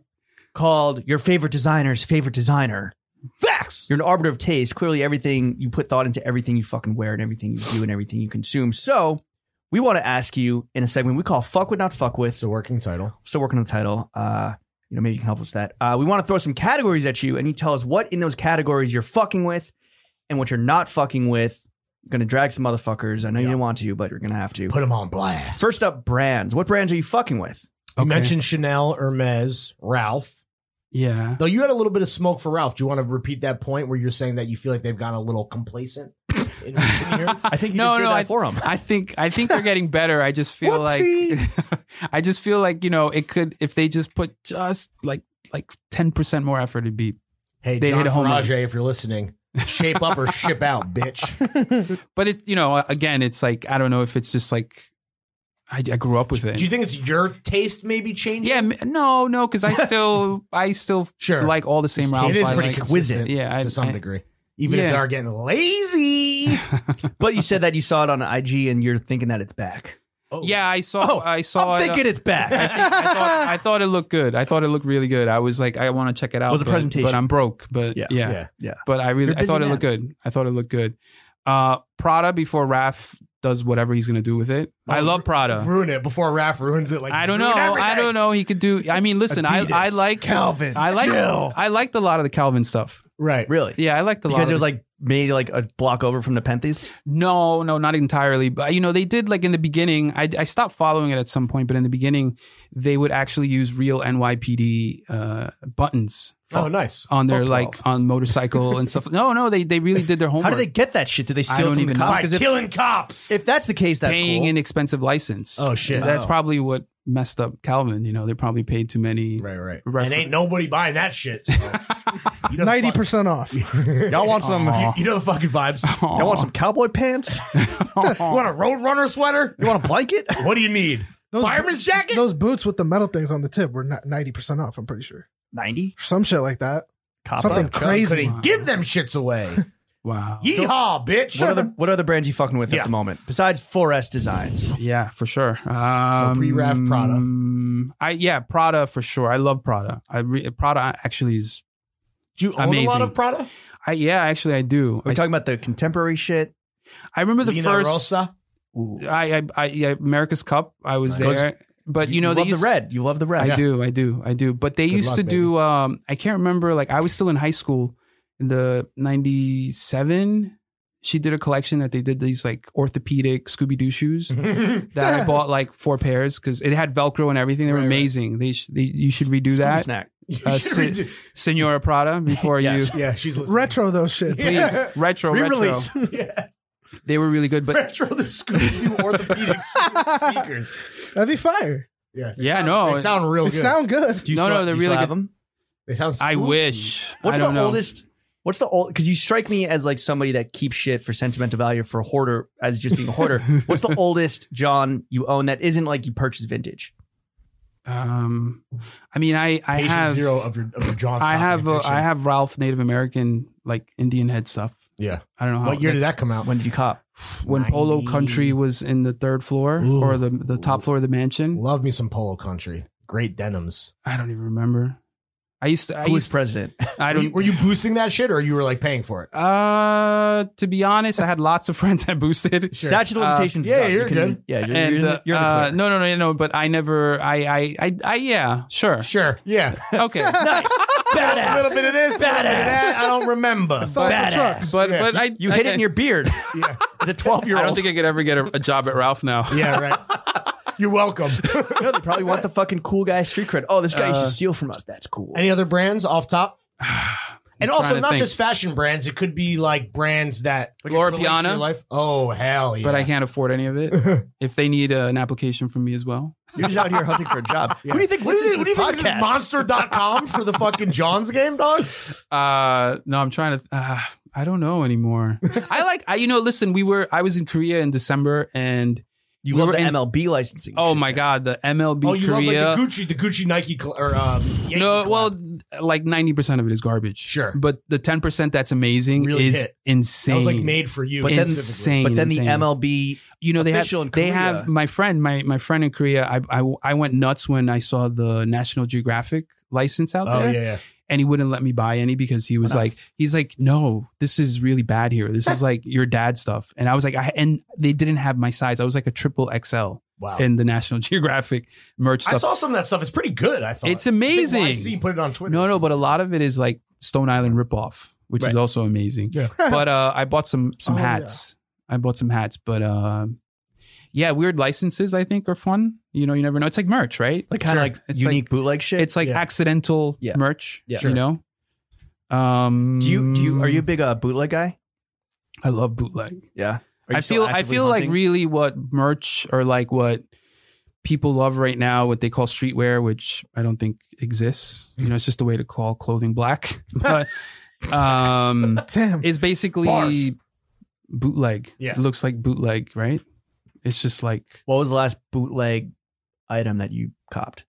Speaker 1: called your favorite designer's favorite designer.
Speaker 3: facts.
Speaker 1: You're an arbiter of taste. Clearly, everything you put thought into everything you fucking wear and everything you do and everything you consume. So, we want to ask you in a segment we call "Fuck with Not Fuck with."
Speaker 3: It's a working title.
Speaker 1: still working on the title. Uh, you know, maybe you can help us with that. Uh, we want to throw some categories at you, and you tell us what in those categories you're fucking with, and what you're not fucking with. gonna drag some motherfuckers. I know you
Speaker 3: Yeah.
Speaker 1: didn't want to, but you're gonna have to.
Speaker 3: Put him on blast.
Speaker 1: First up, brands. What brands are you fucking with?
Speaker 3: You
Speaker 2: Okay.
Speaker 3: mentioned Chanel, Hermes, Ralph.
Speaker 2: Yeah.
Speaker 3: Though you had a little bit of smoke for Ralph. Do you want to repeat that point where you're saying that you feel like they've gotten a little complacent in recent years?
Speaker 1: I think you
Speaker 2: No,
Speaker 1: just did
Speaker 2: no,
Speaker 1: that
Speaker 2: I-
Speaker 1: for them.
Speaker 2: I think I think they're getting better. I just feel like I just feel like you know it could if they just put just like like ten percent more effort, it'd be
Speaker 3: Hey,
Speaker 2: They
Speaker 3: John
Speaker 2: hit a home run.
Speaker 3: Farage, if you're listening, shape up or ship out, bitch.
Speaker 2: But it, you know, again, it's like I don't know if it's just like I, I grew up with it.
Speaker 3: Do you think it's your taste maybe changing?
Speaker 2: yeah, m- no, no, because I still, I still
Speaker 3: Sure.
Speaker 2: like all the same
Speaker 3: It's
Speaker 2: Ralphs.
Speaker 1: It is
Speaker 2: I
Speaker 1: pretty
Speaker 2: like.
Speaker 1: cool. exquisite.
Speaker 3: consistent
Speaker 2: Yeah, I-
Speaker 3: to some
Speaker 2: I-
Speaker 3: degree. Even
Speaker 2: Yeah.
Speaker 3: if they are getting lazy,
Speaker 1: But you said that you saw it on IG and you're thinking that it's back.
Speaker 2: Yeah, I saw.
Speaker 1: Oh,
Speaker 2: I saw.
Speaker 1: I'm
Speaker 2: it, uh,
Speaker 1: thinking it's back.
Speaker 2: I thought, I thought it looked good. I thought it looked really good. I was like, I want to check it out.
Speaker 1: was a
Speaker 2: but-
Speaker 1: presentation.
Speaker 2: but I'm broke. But yeah,
Speaker 1: yeah, yeah.
Speaker 2: but I really,
Speaker 1: You're a
Speaker 2: I thought it
Speaker 1: busy
Speaker 2: looked good. I thought it looked good. Uh, Prada before Raf does whatever he's gonna do with it. I
Speaker 3: Well,
Speaker 2: love Prada.
Speaker 3: ruin it before Raph ruins it. Like
Speaker 2: I don't know.
Speaker 3: ruin
Speaker 2: I
Speaker 3: everything.
Speaker 2: don't know. He could do. I mean, listen. I, I
Speaker 1: Adidas,
Speaker 2: like
Speaker 1: Calvin.
Speaker 2: I like.
Speaker 1: Chill.
Speaker 2: I liked a lot of the Calvin stuff.
Speaker 3: Right.
Speaker 1: really
Speaker 2: Yeah, I liked a lot.
Speaker 1: because
Speaker 2: of
Speaker 1: it was like maybe like a block over from the Penthes.
Speaker 2: No, no, not entirely. But you know, they did like in the beginning. I, I stopped following it at some point, but in the beginning, they would actually use real NYPD uh, buttons
Speaker 3: Oh, nice.
Speaker 2: on their
Speaker 1: fuck
Speaker 2: like on motorcycle and stuff. No, no, they they really did their homework.
Speaker 1: How do they get that shit? Do they steal
Speaker 2: don't
Speaker 1: it from
Speaker 2: even
Speaker 1: the
Speaker 2: know.
Speaker 1: cops?
Speaker 3: By
Speaker 1: 'Cause If,
Speaker 3: killing cops.
Speaker 1: if that's the case, that's
Speaker 2: paying
Speaker 1: cool.
Speaker 2: an expensive license?
Speaker 3: Oh, shit.
Speaker 2: That's
Speaker 3: Oh.
Speaker 2: probably what messed up Calvin. You know, they probably paid too many.
Speaker 3: right, right.
Speaker 2: Refer-
Speaker 3: And ain't nobody buying that shit. so. You know the
Speaker 4: Ninety
Speaker 3: fuck-
Speaker 4: percent off.
Speaker 1: Y'all want some?
Speaker 3: You, you know the fucking vibes.
Speaker 1: Y'all want some cowboy pants?
Speaker 3: You want a Roadrunner sweater?
Speaker 1: you want a blanket?
Speaker 3: What do you need? Fireman's jacket?
Speaker 4: Those boots with the metal things on the tip were not ninety percent off. I'm pretty sure.
Speaker 1: Ninety.
Speaker 4: Some shit like that.
Speaker 1: Cop
Speaker 4: Something
Speaker 1: up.
Speaker 4: crazy.
Speaker 3: Couldn't give them shits away.
Speaker 2: Wow.
Speaker 3: Yeehaw, bitch.
Speaker 1: What other what other brands you fucking with
Speaker 3: Yeah.
Speaker 1: at the moment besides 4S Designs?
Speaker 2: Yeah, for sure. Um,
Speaker 3: pre-Raf Prada.
Speaker 2: I yeah, Prada for sure. I love Prada. I re- Prada actually is.
Speaker 3: Do you own a lot
Speaker 2: Amazing.
Speaker 3: of Prada?
Speaker 2: I yeah, actually I do.
Speaker 1: We're
Speaker 2: I,
Speaker 1: talking about the contemporary shit.
Speaker 2: I remember the
Speaker 3: Lina
Speaker 2: first.
Speaker 3: Rosa?
Speaker 2: I, I, I, yeah, America's Cup. I was
Speaker 1: Nice.
Speaker 2: there, but you,
Speaker 1: You
Speaker 2: know
Speaker 1: love
Speaker 2: they
Speaker 1: the
Speaker 2: used.
Speaker 1: red. You love the red.
Speaker 2: I
Speaker 3: Yeah.
Speaker 2: do, I do, I do. But they
Speaker 3: Good
Speaker 2: used
Speaker 3: luck,
Speaker 2: to do. Um, I can't remember. Like I was still in high school in the '97. She did a collection that they did these like orthopedic Scooby Doo shoes that I bought like four pairs because it had Velcro and everything. They were
Speaker 3: Right, right.
Speaker 2: amazing. They, sh- they you should redo
Speaker 1: Scooby
Speaker 2: that,
Speaker 1: snack.
Speaker 3: You
Speaker 2: Uh,
Speaker 3: should
Speaker 2: sit-
Speaker 3: redo-
Speaker 2: Senora Prada, before
Speaker 1: Yes.
Speaker 2: you.
Speaker 3: yeah, she's listening.
Speaker 4: Retro those shits.
Speaker 2: Please, retro,
Speaker 1: Re-release.
Speaker 2: retro.
Speaker 3: Yeah.
Speaker 2: They were really good, but
Speaker 3: Retro the Scooby Doo orthopedic sneakers.
Speaker 4: That'd be fire.
Speaker 3: Yeah.
Speaker 2: Yeah, no.
Speaker 3: They sound real
Speaker 4: It
Speaker 3: good.
Speaker 4: sound good.
Speaker 1: Do you
Speaker 2: No,
Speaker 1: still,
Speaker 2: no, they're
Speaker 1: do you still
Speaker 2: really
Speaker 1: have
Speaker 2: good.
Speaker 1: them?
Speaker 3: they sound
Speaker 2: I
Speaker 3: spooky.
Speaker 2: wish.
Speaker 1: What's
Speaker 2: I
Speaker 1: the
Speaker 2: don't know.
Speaker 1: oldest? What's the old? Because you strike me as like somebody that keeps shit for sentimental value for a hoarder, as just being a hoarder. what's the oldest John you own that isn't like you purchased vintage?
Speaker 2: Um, I mean, I I
Speaker 3: Patient
Speaker 2: have
Speaker 3: zero of your, of your John's.
Speaker 2: I have
Speaker 3: copy
Speaker 2: uh,
Speaker 3: of
Speaker 2: I
Speaker 3: fiction.
Speaker 2: have Ralph Native American like Indian head stuff.
Speaker 3: Yeah.
Speaker 2: I don't know how.
Speaker 3: What year did that
Speaker 2: that's-
Speaker 3: come out?
Speaker 1: When did you cop?
Speaker 2: When Polo
Speaker 3: 90.
Speaker 2: Country was in the third floor
Speaker 3: Ooh.
Speaker 2: or the the top floor of the mansion.
Speaker 3: Love me some Polo Country. Great denims.
Speaker 2: I don't even remember. I used to. I
Speaker 1: Who was
Speaker 2: used.
Speaker 1: president?
Speaker 2: I
Speaker 3: Were you,
Speaker 2: don't.
Speaker 3: were you boosting that shit, or you were like paying for it?
Speaker 2: Uh, to be honest, I had lots of friends that boosted.
Speaker 1: Statute of
Speaker 2: Uh,
Speaker 1: limitations. is
Speaker 3: yeah,
Speaker 1: up. You
Speaker 3: you're
Speaker 1: can-
Speaker 3: good.
Speaker 1: Yeah, you're,
Speaker 2: And
Speaker 1: you're, in
Speaker 2: uh,
Speaker 1: the, you're in the
Speaker 2: uh,
Speaker 1: clear.
Speaker 2: no, no, no, no. But I never. I, I, I, I yeah, sure.
Speaker 3: Sure. Yeah.
Speaker 2: Okay.
Speaker 1: nice,
Speaker 3: A little
Speaker 1: badass,
Speaker 3: bit of this. a little bit of that. I don't remember.
Speaker 4: Fuck the
Speaker 1: Badass.
Speaker 4: trucks.
Speaker 2: But,
Speaker 3: Yeah.
Speaker 2: but I,
Speaker 1: You hit it in your beard.
Speaker 3: Yeah.
Speaker 1: As a twelve-year-old,
Speaker 2: I don't think I could ever get a, a job at Ralph now.
Speaker 3: Yeah. Right. You're welcome.
Speaker 1: no, they probably want the fucking cool guy street cred. Oh, this guy used to
Speaker 2: Uh,
Speaker 1: steal from us. That's cool.
Speaker 3: Any other brands off top? And also
Speaker 2: trying to
Speaker 3: not
Speaker 2: think.
Speaker 3: just fashion brands. It could be like brands that
Speaker 2: Laura
Speaker 3: relate to your
Speaker 2: Piana.
Speaker 3: life. Oh hell yeah!
Speaker 2: but I can't afford any of it. if they need uh, an application from me as well,
Speaker 1: You're just out here hunting for a job. Who do you think
Speaker 3: What do you
Speaker 1: listens
Speaker 3: think, what do
Speaker 1: to
Speaker 3: you
Speaker 1: this
Speaker 3: think this is
Speaker 1: podcast?
Speaker 3: monster.com for the fucking John's game, dog?
Speaker 2: uh, no, I'm trying to. Uh, I don't know anymore. I like. I you know. Listen, we were. I was in Korea in December, and
Speaker 1: You
Speaker 2: We
Speaker 1: love
Speaker 2: were
Speaker 1: the
Speaker 2: in-
Speaker 1: MLB licensing.
Speaker 2: oh
Speaker 1: shit.
Speaker 2: my god, the MLB
Speaker 3: Oh, you
Speaker 2: Korea.
Speaker 3: love like the Gucci, the Gucci Nike cl- or um, Yankee
Speaker 2: no,
Speaker 3: collab.
Speaker 2: well, like ninety percent of it is garbage.
Speaker 3: Sure.
Speaker 2: but the ten percent that's amazing
Speaker 3: Really
Speaker 2: is
Speaker 3: hit.
Speaker 2: insane.
Speaker 3: that was like made for you.
Speaker 1: But then-
Speaker 3: specifically.
Speaker 2: insane.
Speaker 1: But then the
Speaker 2: insane.
Speaker 1: MLB
Speaker 2: you know they have
Speaker 1: official in
Speaker 2: they
Speaker 1: Korea.
Speaker 2: have my friend my my friend in Korea I, I I went nuts when I saw the National Geographic license out
Speaker 3: Oh
Speaker 2: there
Speaker 3: yeah, yeah.
Speaker 2: and he wouldn't let me buy any because he
Speaker 1: Why
Speaker 2: was
Speaker 1: not?
Speaker 2: like he's like no this is really bad here this is like your dad stuff and I was like I and they didn't have my size I was like a triple XL
Speaker 3: Wow.
Speaker 2: in the National Geographic merch
Speaker 3: I
Speaker 2: stuff
Speaker 3: saw some of that stuff. It's pretty good. I thought
Speaker 2: it's
Speaker 3: I think YC
Speaker 2: amazing
Speaker 3: put it on Twitter.
Speaker 2: no no but a lot of it is like Stone Island ripoff which is
Speaker 3: Right.
Speaker 2: also amazing
Speaker 3: Yeah.
Speaker 2: but uh, I bought some some
Speaker 4: Oh, yeah.
Speaker 2: hats. I bought some hats, but uh, yeah, weird licenses I think are fun. You know, you never know. It's like merch, right?
Speaker 1: like kind
Speaker 2: Sure.
Speaker 1: of like
Speaker 2: It's
Speaker 1: unique bootleg shit.
Speaker 2: It's like
Speaker 3: Yeah.
Speaker 2: accidental
Speaker 1: Yeah.
Speaker 2: merch.
Speaker 1: Yeah.
Speaker 2: You
Speaker 1: Sure.
Speaker 2: know. Um,
Speaker 1: do you do you are you a big uh, bootleg guy?
Speaker 2: I love bootleg.
Speaker 1: Yeah. Are you
Speaker 2: I
Speaker 1: still
Speaker 2: feel I
Speaker 1: actively
Speaker 2: feel like
Speaker 1: hunting?
Speaker 2: really what merch or like what people love right now what they call streetwear, which I don't think exists. You know, it's just a way to call clothing black, but um,
Speaker 4: Damn.
Speaker 2: is basically
Speaker 4: Bars.
Speaker 2: bootleg.
Speaker 3: Yeah.
Speaker 2: it looks like bootleg, right? It's just like
Speaker 1: What was the last bootleg item that you copped?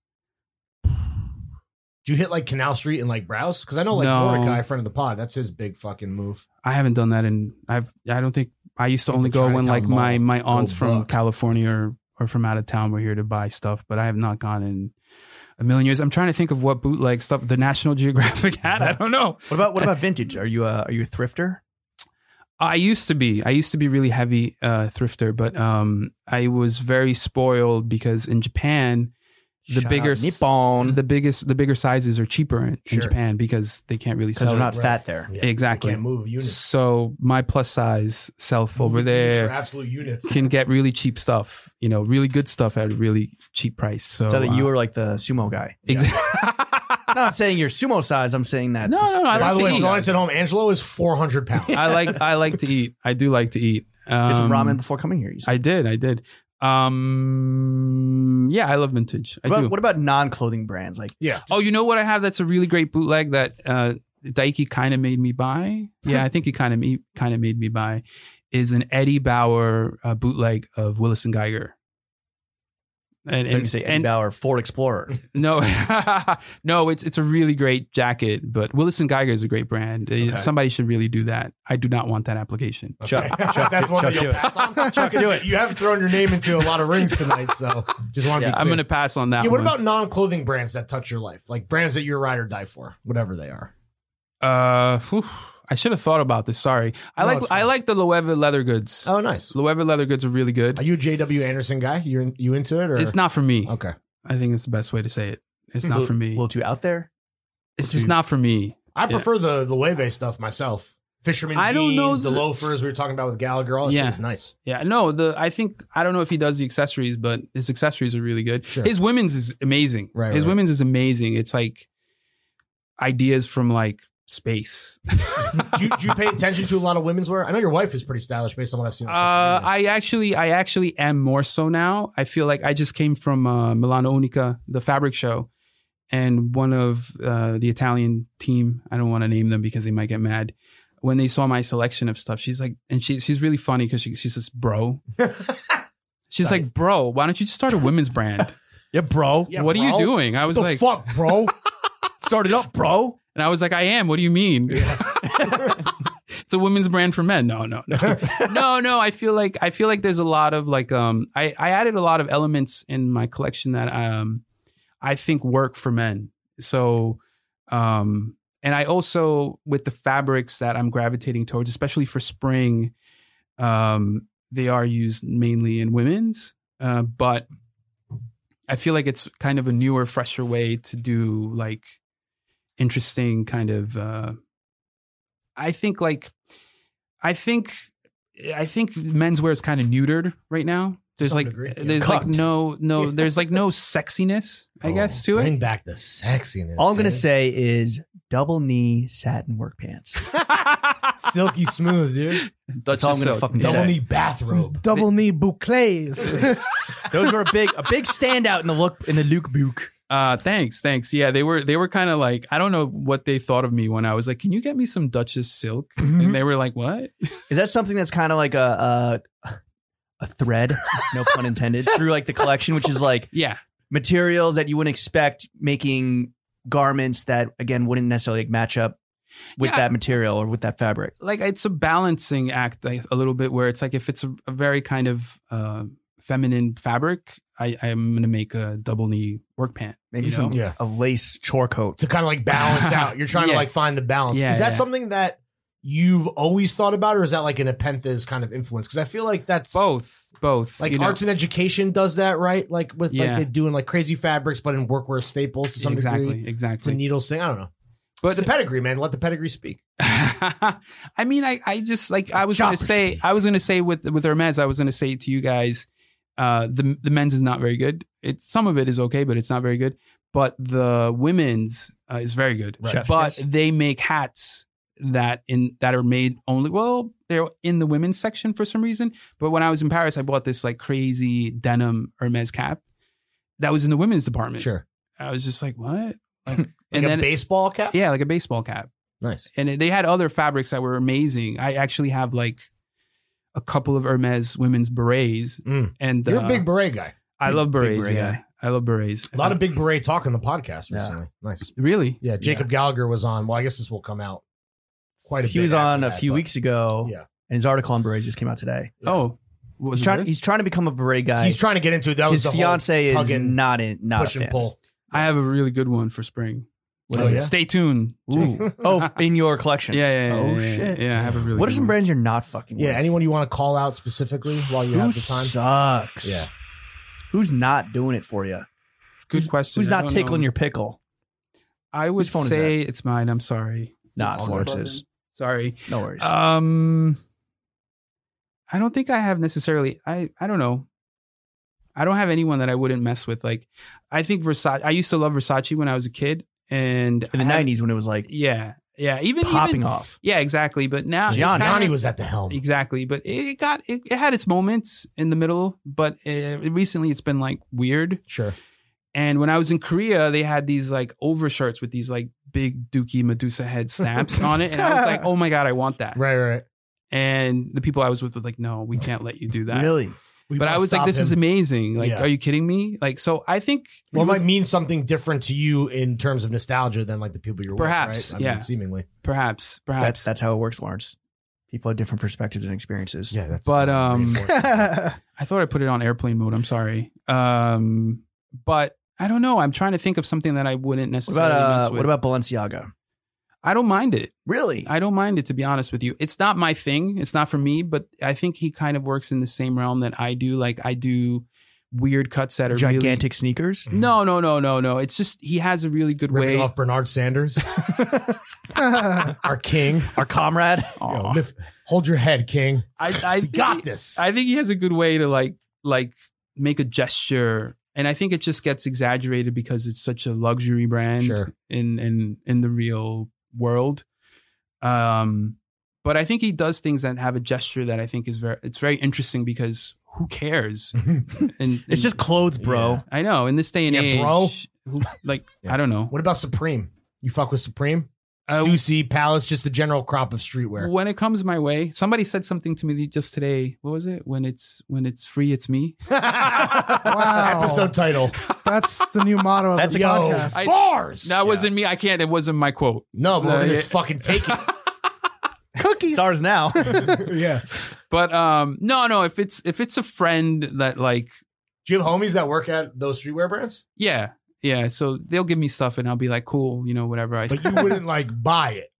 Speaker 3: Do you hit like Canal Street and like Browse? Because I know like
Speaker 2: No.
Speaker 3: Mordecai, friend of the pod, that's his big fucking move.
Speaker 2: I haven't done that, and I've I don't think I used to
Speaker 3: Think
Speaker 2: only
Speaker 3: the
Speaker 2: go when
Speaker 3: Chinatown
Speaker 2: like my
Speaker 3: Mall
Speaker 2: my aunts from
Speaker 3: book.
Speaker 2: California or or from out of town were here to buy stuff, but I have not gone in a million years. I'm trying to think of what bootleg stuff. The National Geographic hat. I don't know.
Speaker 1: What about what about vintage? Are you a are you a thrifter?
Speaker 2: I used to be. I used to be really heavy uh, thrifter, but um, I was very spoiled because in Japan, the
Speaker 1: Shout out
Speaker 2: bigger s-
Speaker 1: Nippon
Speaker 2: the biggest the bigger sizes are cheaper in, in
Speaker 3: Sure.
Speaker 2: Japan because they can't really
Speaker 1: because
Speaker 2: sell
Speaker 1: they're
Speaker 2: it.
Speaker 1: not
Speaker 3: right.
Speaker 1: fat there.
Speaker 3: Yeah.
Speaker 2: exactly.
Speaker 3: Can't move units.
Speaker 2: So my plus size self over
Speaker 3: They're
Speaker 2: there
Speaker 3: absolute units.
Speaker 2: can get really cheap stuff. You know, really good stuff at a really cheap price. So,
Speaker 1: So that
Speaker 2: uh,
Speaker 1: you were like the sumo guy.
Speaker 2: exactly.
Speaker 1: I'm not saying you're sumo size. I'm saying that.
Speaker 2: no, no, no. I
Speaker 3: By
Speaker 2: like
Speaker 3: the
Speaker 2: to
Speaker 3: way, for
Speaker 2: eat.
Speaker 3: the audience at home, Angelo is 400 pounds.
Speaker 2: I like I like to eat. I do like to eat.
Speaker 1: I did
Speaker 2: Um,
Speaker 1: some ramen before coming here. You said.
Speaker 2: I did. I did. Um, yeah, I love vintage. I
Speaker 1: What about-
Speaker 2: do.
Speaker 1: What about non-clothing brands? Like
Speaker 3: yeah.
Speaker 2: oh, you know what I have? That's a really great bootleg that uh, Daiki kind of made me buy. Yeah, I think he kind of me kind of made me buy. Is an Eddie Bauer uh, bootleg of Willis and Geiger. And,
Speaker 1: let me say Eddie
Speaker 2: and-
Speaker 1: Bauer Ford Explorer.
Speaker 2: No, no, it's it's a really great jacket, but Willis and Geiger is a great brand. Uh,
Speaker 1: Okay.
Speaker 2: Somebody should really do that. I do not want that application.
Speaker 1: Chuck,
Speaker 3: Okay. that's one
Speaker 1: Chuck,
Speaker 3: that you'll
Speaker 1: do it.
Speaker 3: pass on. Chuck,
Speaker 1: do
Speaker 3: do
Speaker 1: it.
Speaker 3: it. You have thrown your name into a lot of rings tonight, so just want to
Speaker 1: Yeah,
Speaker 3: be clear.
Speaker 2: I'm gonna pass on that.
Speaker 3: yeah, what
Speaker 2: one.
Speaker 3: about non-clothing brands that touch your life? Like brands that you're ride or die for, whatever they are.
Speaker 2: Uh, whew, I should have thought about this. Sorry. I
Speaker 3: No,
Speaker 2: like
Speaker 3: it's fine.
Speaker 2: I like the Loewe leather goods.
Speaker 3: Oh, nice.
Speaker 2: Loewe leather goods are really
Speaker 3: Are
Speaker 2: good.
Speaker 3: you a J.W. Anderson guy? You're in, you into it or
Speaker 2: It's not for me.
Speaker 3: Okay.
Speaker 2: I think it's the best way to say it. It's
Speaker 1: So-
Speaker 2: not for me.
Speaker 1: A little too out there.
Speaker 2: It's just not for me.
Speaker 3: I
Speaker 2: Yeah.
Speaker 3: prefer the the Leve stuff myself. Fisherman
Speaker 2: I don't
Speaker 3: jeans,
Speaker 2: know
Speaker 3: the
Speaker 2: the-
Speaker 3: loafers we were talking about with Gallagher. All that
Speaker 2: Yeah.
Speaker 3: shit is nice.
Speaker 2: Yeah, no. The I think I don't know if he does the accessories, but his accessories are really good.
Speaker 3: Sure.
Speaker 2: His women's is amazing.
Speaker 3: Right,
Speaker 2: His
Speaker 3: right.
Speaker 2: women's is amazing. It's like ideas from like space.
Speaker 3: do, you, do you pay attention to a lot of women's wear? I know your wife is pretty stylish based on what I've seen. on social
Speaker 2: Uh,
Speaker 3: media.
Speaker 2: I actually, I actually am more so now. I feel like I just came from uh, Milano Unica, the fabric show, and one of uh, the Italian team. I don't want to name them because they might get mad. When they saw my selection of stuff, she's like, and she, she's really funny because she, she says, "Bro," she's like, "Bro, why don't you just start a women's brand?
Speaker 1: Yeah, bro.
Speaker 3: Yeah,
Speaker 2: what are you
Speaker 3: bro.
Speaker 2: doing?" I
Speaker 3: What
Speaker 2: was
Speaker 3: the
Speaker 2: like,
Speaker 3: fuck, bro?
Speaker 1: Start it up, bro.
Speaker 2: and I was like, "I am. What do you mean?" it's a women's brand for men. No, no, no. no, no. I feel like I feel like there's a lot of like um I, I added a lot of elements in my collection that um I think work for men. So um and I also with the fabrics that I'm gravitating towards, especially for spring, um, they are used mainly in women's. Uh, but I feel like it's kind of a newer, fresher way to do like interesting kind of uh I think like I think I think menswear is kind of neutered right now. There's
Speaker 3: some
Speaker 2: like uh,
Speaker 3: degree, yeah.
Speaker 2: there's like
Speaker 1: Cucked.
Speaker 2: no no there's like no sexiness, I guess,
Speaker 3: Oh,
Speaker 2: to it.
Speaker 3: Bring back the sexiness.
Speaker 1: All I'm gonna
Speaker 3: man.
Speaker 1: say is double knee satin work pants.
Speaker 3: silky smooth, dude.
Speaker 1: That's all I'm gonna
Speaker 2: silk.
Speaker 1: fucking
Speaker 3: Double
Speaker 1: say.
Speaker 3: knee bathrobe.
Speaker 4: Double knee boucles.
Speaker 1: Those were a big a big standout in the look in the Luke book.
Speaker 2: Uh, thanks, thanks. Yeah, they were they were kind of like I don't know what they thought of me when I was like, "Can you get me some Duchess silk?"
Speaker 1: Mm-hmm.
Speaker 2: And they were like, "What?"
Speaker 1: Is that something that's kind of like a, a a thread, no pun intended, through like the collection, which is like
Speaker 2: Yeah,
Speaker 1: materials that you wouldn't expect making garments that again wouldn't necessarily like, match up with
Speaker 2: Yeah.
Speaker 1: that material or with that fabric.
Speaker 2: like it's a balancing act I- a little bit where it's like if it's a, a very kind of uh, feminine fabric, I I'm gonna make a double knee work pant.
Speaker 1: Maybe
Speaker 2: you
Speaker 1: some
Speaker 2: know?
Speaker 3: Yeah.
Speaker 1: a lace chore coat.
Speaker 3: to kind of like balance out. You're trying
Speaker 2: Yeah.
Speaker 3: to like find the balance.
Speaker 2: Yeah,
Speaker 3: is that
Speaker 2: yeah.
Speaker 3: something that you've always thought about, or is that like an Apentha's kind of influence? Because I feel like that's
Speaker 2: both both
Speaker 3: Like
Speaker 2: you know?
Speaker 3: arts and education does that, right? Like with
Speaker 2: Yeah.
Speaker 3: like they doing like crazy fabrics, but in workwear staples to some
Speaker 2: exactly
Speaker 3: degree. It's a
Speaker 2: exactly.
Speaker 3: needle thing. I don't know.
Speaker 2: But
Speaker 3: It's a pedigree, man. Let the pedigree speak.
Speaker 2: I mean, I, I just like I was
Speaker 1: Chopper
Speaker 2: gonna say I was gonna say with with Hermes, I was gonna say to you guys, uh, the the men's is not very good. It's some of it is okay, but it's not very good. But the women's uh, is very good.
Speaker 3: Right.
Speaker 1: Chef's
Speaker 2: But
Speaker 1: kiss.
Speaker 2: they make hats that in that are made only well they're in the women's section for some reason. But when I was in Paris, I bought this like crazy denim Hermes cap. that was in the women's department.
Speaker 3: Sure.
Speaker 2: I was just like, what? Like,
Speaker 3: Like
Speaker 2: and
Speaker 3: a
Speaker 2: then
Speaker 3: baseball cap.
Speaker 2: yeah, like a baseball cap.
Speaker 3: Nice.
Speaker 2: And it- they had other fabrics that were amazing. I actually have like a couple of Hermes women's berets,
Speaker 3: Mm.
Speaker 2: and
Speaker 3: You're
Speaker 2: uh,
Speaker 3: a big beret guy.
Speaker 2: I love
Speaker 1: big
Speaker 2: berets.
Speaker 1: beret
Speaker 2: yeah,
Speaker 1: guy.
Speaker 2: I love berets.
Speaker 3: A lot of big beret talk in the podcast
Speaker 1: Yeah.
Speaker 3: recently. Nice.
Speaker 2: really.
Speaker 3: Yeah, Jacob Gallagher was on. Well, I guess this will come out quite a
Speaker 1: he
Speaker 3: bit
Speaker 1: was
Speaker 3: after
Speaker 1: on a
Speaker 3: that,
Speaker 1: few
Speaker 3: but
Speaker 1: weeks ago.
Speaker 3: Yeah.
Speaker 1: And his article on berets just came out today.
Speaker 3: Yeah.
Speaker 2: Oh, was
Speaker 1: He's
Speaker 2: it
Speaker 1: trying,
Speaker 2: good?
Speaker 1: he's trying to become a beret guy.
Speaker 3: He's trying to get into it. That was
Speaker 1: his
Speaker 3: the
Speaker 1: fiance
Speaker 3: whole
Speaker 1: is
Speaker 3: tug and
Speaker 1: not in not
Speaker 3: push
Speaker 1: a
Speaker 3: and
Speaker 1: fan.
Speaker 3: pull.
Speaker 2: I have a really good one for spring.
Speaker 3: What
Speaker 2: So
Speaker 3: is it?
Speaker 2: Stay tuned.
Speaker 1: Ooh. oh, in your collection.
Speaker 2: Yeah, yeah, yeah.
Speaker 1: Oh,
Speaker 2: yeah, yeah,
Speaker 1: shit.
Speaker 2: Yeah, I have a really.
Speaker 1: What are
Speaker 2: good
Speaker 1: some
Speaker 2: one.
Speaker 1: brands you're not fucking
Speaker 3: Yeah,
Speaker 1: with?
Speaker 3: anyone you want to call out specifically while you
Speaker 1: Who
Speaker 3: have the time?
Speaker 1: sucks?
Speaker 3: Yeah.
Speaker 1: Who's not doing it for you?
Speaker 2: Good question.
Speaker 1: Who's
Speaker 2: I
Speaker 1: not
Speaker 2: don't
Speaker 1: tickling
Speaker 2: know.
Speaker 1: your pickle?
Speaker 2: I would
Speaker 1: whose phone is
Speaker 2: say it's mine. I'm sorry.
Speaker 1: Not
Speaker 3: It's
Speaker 1: Lawrence's.
Speaker 2: Sorry.
Speaker 1: No worries.
Speaker 2: Um, I don't think I have necessarily. I I don't know. I don't have anyone that I wouldn't mess with. Like, I think Versace. I used to love Versace when I was a kid, and
Speaker 1: in the
Speaker 2: I have-
Speaker 1: '90s when it was like
Speaker 2: Yeah, yeah. Even
Speaker 1: popping
Speaker 2: even,
Speaker 1: off.
Speaker 2: Yeah, exactly. But now it's
Speaker 1: Gianni.
Speaker 2: kinda-
Speaker 3: Nani was at the helm.
Speaker 2: exactly. But it it got it, it had its moments in the middle, but uh recently it's been like weird.
Speaker 3: Sure.
Speaker 2: And when I was in Korea, they had these like overshirts with these like big Dookie Medusa head snaps on it, and I was like, oh my god, I want that.
Speaker 3: Right, right, right.
Speaker 2: And the people I was with were like, no, we can't let you do that.
Speaker 1: Really?
Speaker 3: We
Speaker 2: But I
Speaker 3: must
Speaker 2: was like,
Speaker 3: stop
Speaker 2: this is
Speaker 3: him.
Speaker 2: amazing. Like,
Speaker 3: Yeah.
Speaker 2: are you kidding me? Like, so I think
Speaker 3: Well, it might mean something different to you in terms of nostalgia than like the people you're
Speaker 2: Perhaps,
Speaker 3: with, right? I
Speaker 2: yeah.
Speaker 3: mean, seemingly.
Speaker 2: perhaps,
Speaker 1: That,
Speaker 2: perhaps.
Speaker 1: that's how it works, Lawrence. People have different perspectives and experiences.
Speaker 3: Yeah, that's
Speaker 2: But, um,
Speaker 1: Yeah.
Speaker 2: I thought I put it on airplane mode. I'm sorry. Um, but I don't know. I'm trying to think of something that I wouldn't
Speaker 1: what
Speaker 2: necessarily
Speaker 1: about
Speaker 2: mess
Speaker 1: uh, what
Speaker 2: with.
Speaker 1: about Balenciaga?
Speaker 2: I don't mind it.
Speaker 1: Really?
Speaker 2: I don't mind it to be honest with you. It's not my thing. It's not for me, but I think he kind of works in the same realm that I do. Like I do weird cuts that are really-
Speaker 1: Gigantic sneakers.
Speaker 2: no, no, no, no, no. It's just he has a really good
Speaker 3: ripping
Speaker 2: way.
Speaker 3: off Bernard Sanders, our king.
Speaker 1: Our comrade.
Speaker 3: You know,
Speaker 2: Aw.
Speaker 3: lift- hold your head, king.
Speaker 2: I, I
Speaker 3: We got this.
Speaker 2: I think he has a good way to like like make a gesture, and I think it just gets exaggerated because it's such a luxury brand
Speaker 3: Sure.
Speaker 2: in in in the real world. Um, but I think he does things that have a gesture that I think is very it's very interesting because who cares? And,
Speaker 1: It's
Speaker 2: and-
Speaker 1: just clothes, bro.
Speaker 3: Yeah.
Speaker 2: I know in this day and
Speaker 3: Yeah,
Speaker 2: age,
Speaker 3: bro.
Speaker 2: Who, like
Speaker 3: Yeah.
Speaker 2: I don't know
Speaker 3: What about Supreme? You fuck with Supreme?
Speaker 2: Uh,
Speaker 3: Stussy, Palace, just the general crop of streetwear.
Speaker 2: when it comes my way. Somebody said something to me just today. What was it? When it's when it's free, it's me.
Speaker 4: Wow.
Speaker 3: Episode title.
Speaker 4: That's the new motto of
Speaker 1: That's a-
Speaker 4: the
Speaker 1: yo.
Speaker 4: podcast.
Speaker 2: I-
Speaker 3: Bars.
Speaker 2: That wasn't me. I can't. It wasn't my quote.
Speaker 3: no, but
Speaker 2: No,
Speaker 3: we're gonna
Speaker 2: yeah.
Speaker 3: just fucking take it.
Speaker 1: It's ours now.
Speaker 3: yeah.
Speaker 2: But um, no, no. If it's if it's a friend that like,
Speaker 3: Do you have homies that work at those streetwear brands?
Speaker 2: yeah, yeah. So they'll give me stuff, and I'll be like, cool, you know, whatever. I.
Speaker 3: But you wouldn't like buy it.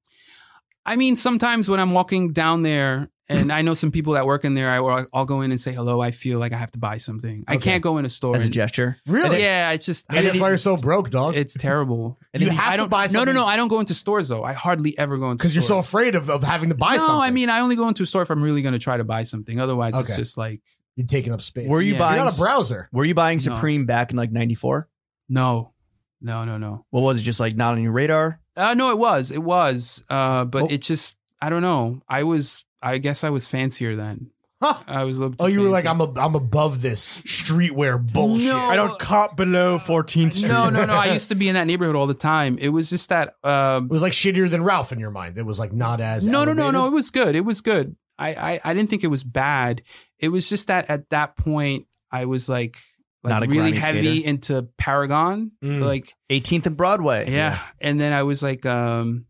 Speaker 2: I mean, sometimes when I'm walking down there, and I know some people that work in there, I will, I'll go in and say hello. I feel like I have to buy something. I
Speaker 3: Okay.
Speaker 2: can't go in a store.
Speaker 1: As a
Speaker 2: and-
Speaker 1: gesture.
Speaker 3: Really?
Speaker 2: yeah, it's just.
Speaker 3: And that's why you're so broke, dog.
Speaker 2: It's terrible.
Speaker 1: And
Speaker 3: You
Speaker 1: then
Speaker 3: have
Speaker 2: I
Speaker 3: to
Speaker 2: don't
Speaker 3: buy
Speaker 2: No, no,
Speaker 3: something-
Speaker 2: no. I don't go into stores though. I hardly ever go into
Speaker 3: Because you're so
Speaker 2: stores.
Speaker 3: afraid of, of having to buy
Speaker 2: no,
Speaker 3: something.
Speaker 2: I mean, I only go into a store if I'm really going to try to buy something. Otherwise, it's
Speaker 3: Okay.
Speaker 2: just like
Speaker 3: you're taking up space.
Speaker 1: Were you
Speaker 3: You're
Speaker 2: Yeah.
Speaker 1: buying?
Speaker 3: not a browser.
Speaker 1: were you buying
Speaker 2: No.
Speaker 1: Supreme back in like '94?
Speaker 2: no, no, no, no.
Speaker 1: What was it? Just like not on your radar?
Speaker 2: Uh, no, it was, it was, uh, but
Speaker 3: Oh.
Speaker 2: it just, I don't know. I was, I guess I was fancier then.
Speaker 3: Huh.
Speaker 2: I was a little.
Speaker 3: Oh,
Speaker 2: too
Speaker 3: you were like,
Speaker 2: fancy.
Speaker 3: I'm a, I'm above this streetwear bullshit.
Speaker 2: No. I don't
Speaker 1: cop below 14th
Speaker 2: No, no, no. I used to be in that neighborhood all the time. It was just that. Um,
Speaker 3: It was like shittier than Ralph in your mind. It was like not as
Speaker 2: no, no, no,
Speaker 3: elevated.
Speaker 2: no. It was good. It was good. I, I, I didn't think it was bad. It was just that at that point I was like,
Speaker 1: Not
Speaker 2: like
Speaker 1: a
Speaker 2: really
Speaker 1: grimy
Speaker 2: heavy
Speaker 1: skater.
Speaker 2: into Paragon,
Speaker 3: Mm.
Speaker 2: like
Speaker 1: 18th and Broadway.
Speaker 2: yeah. And then I was like, um,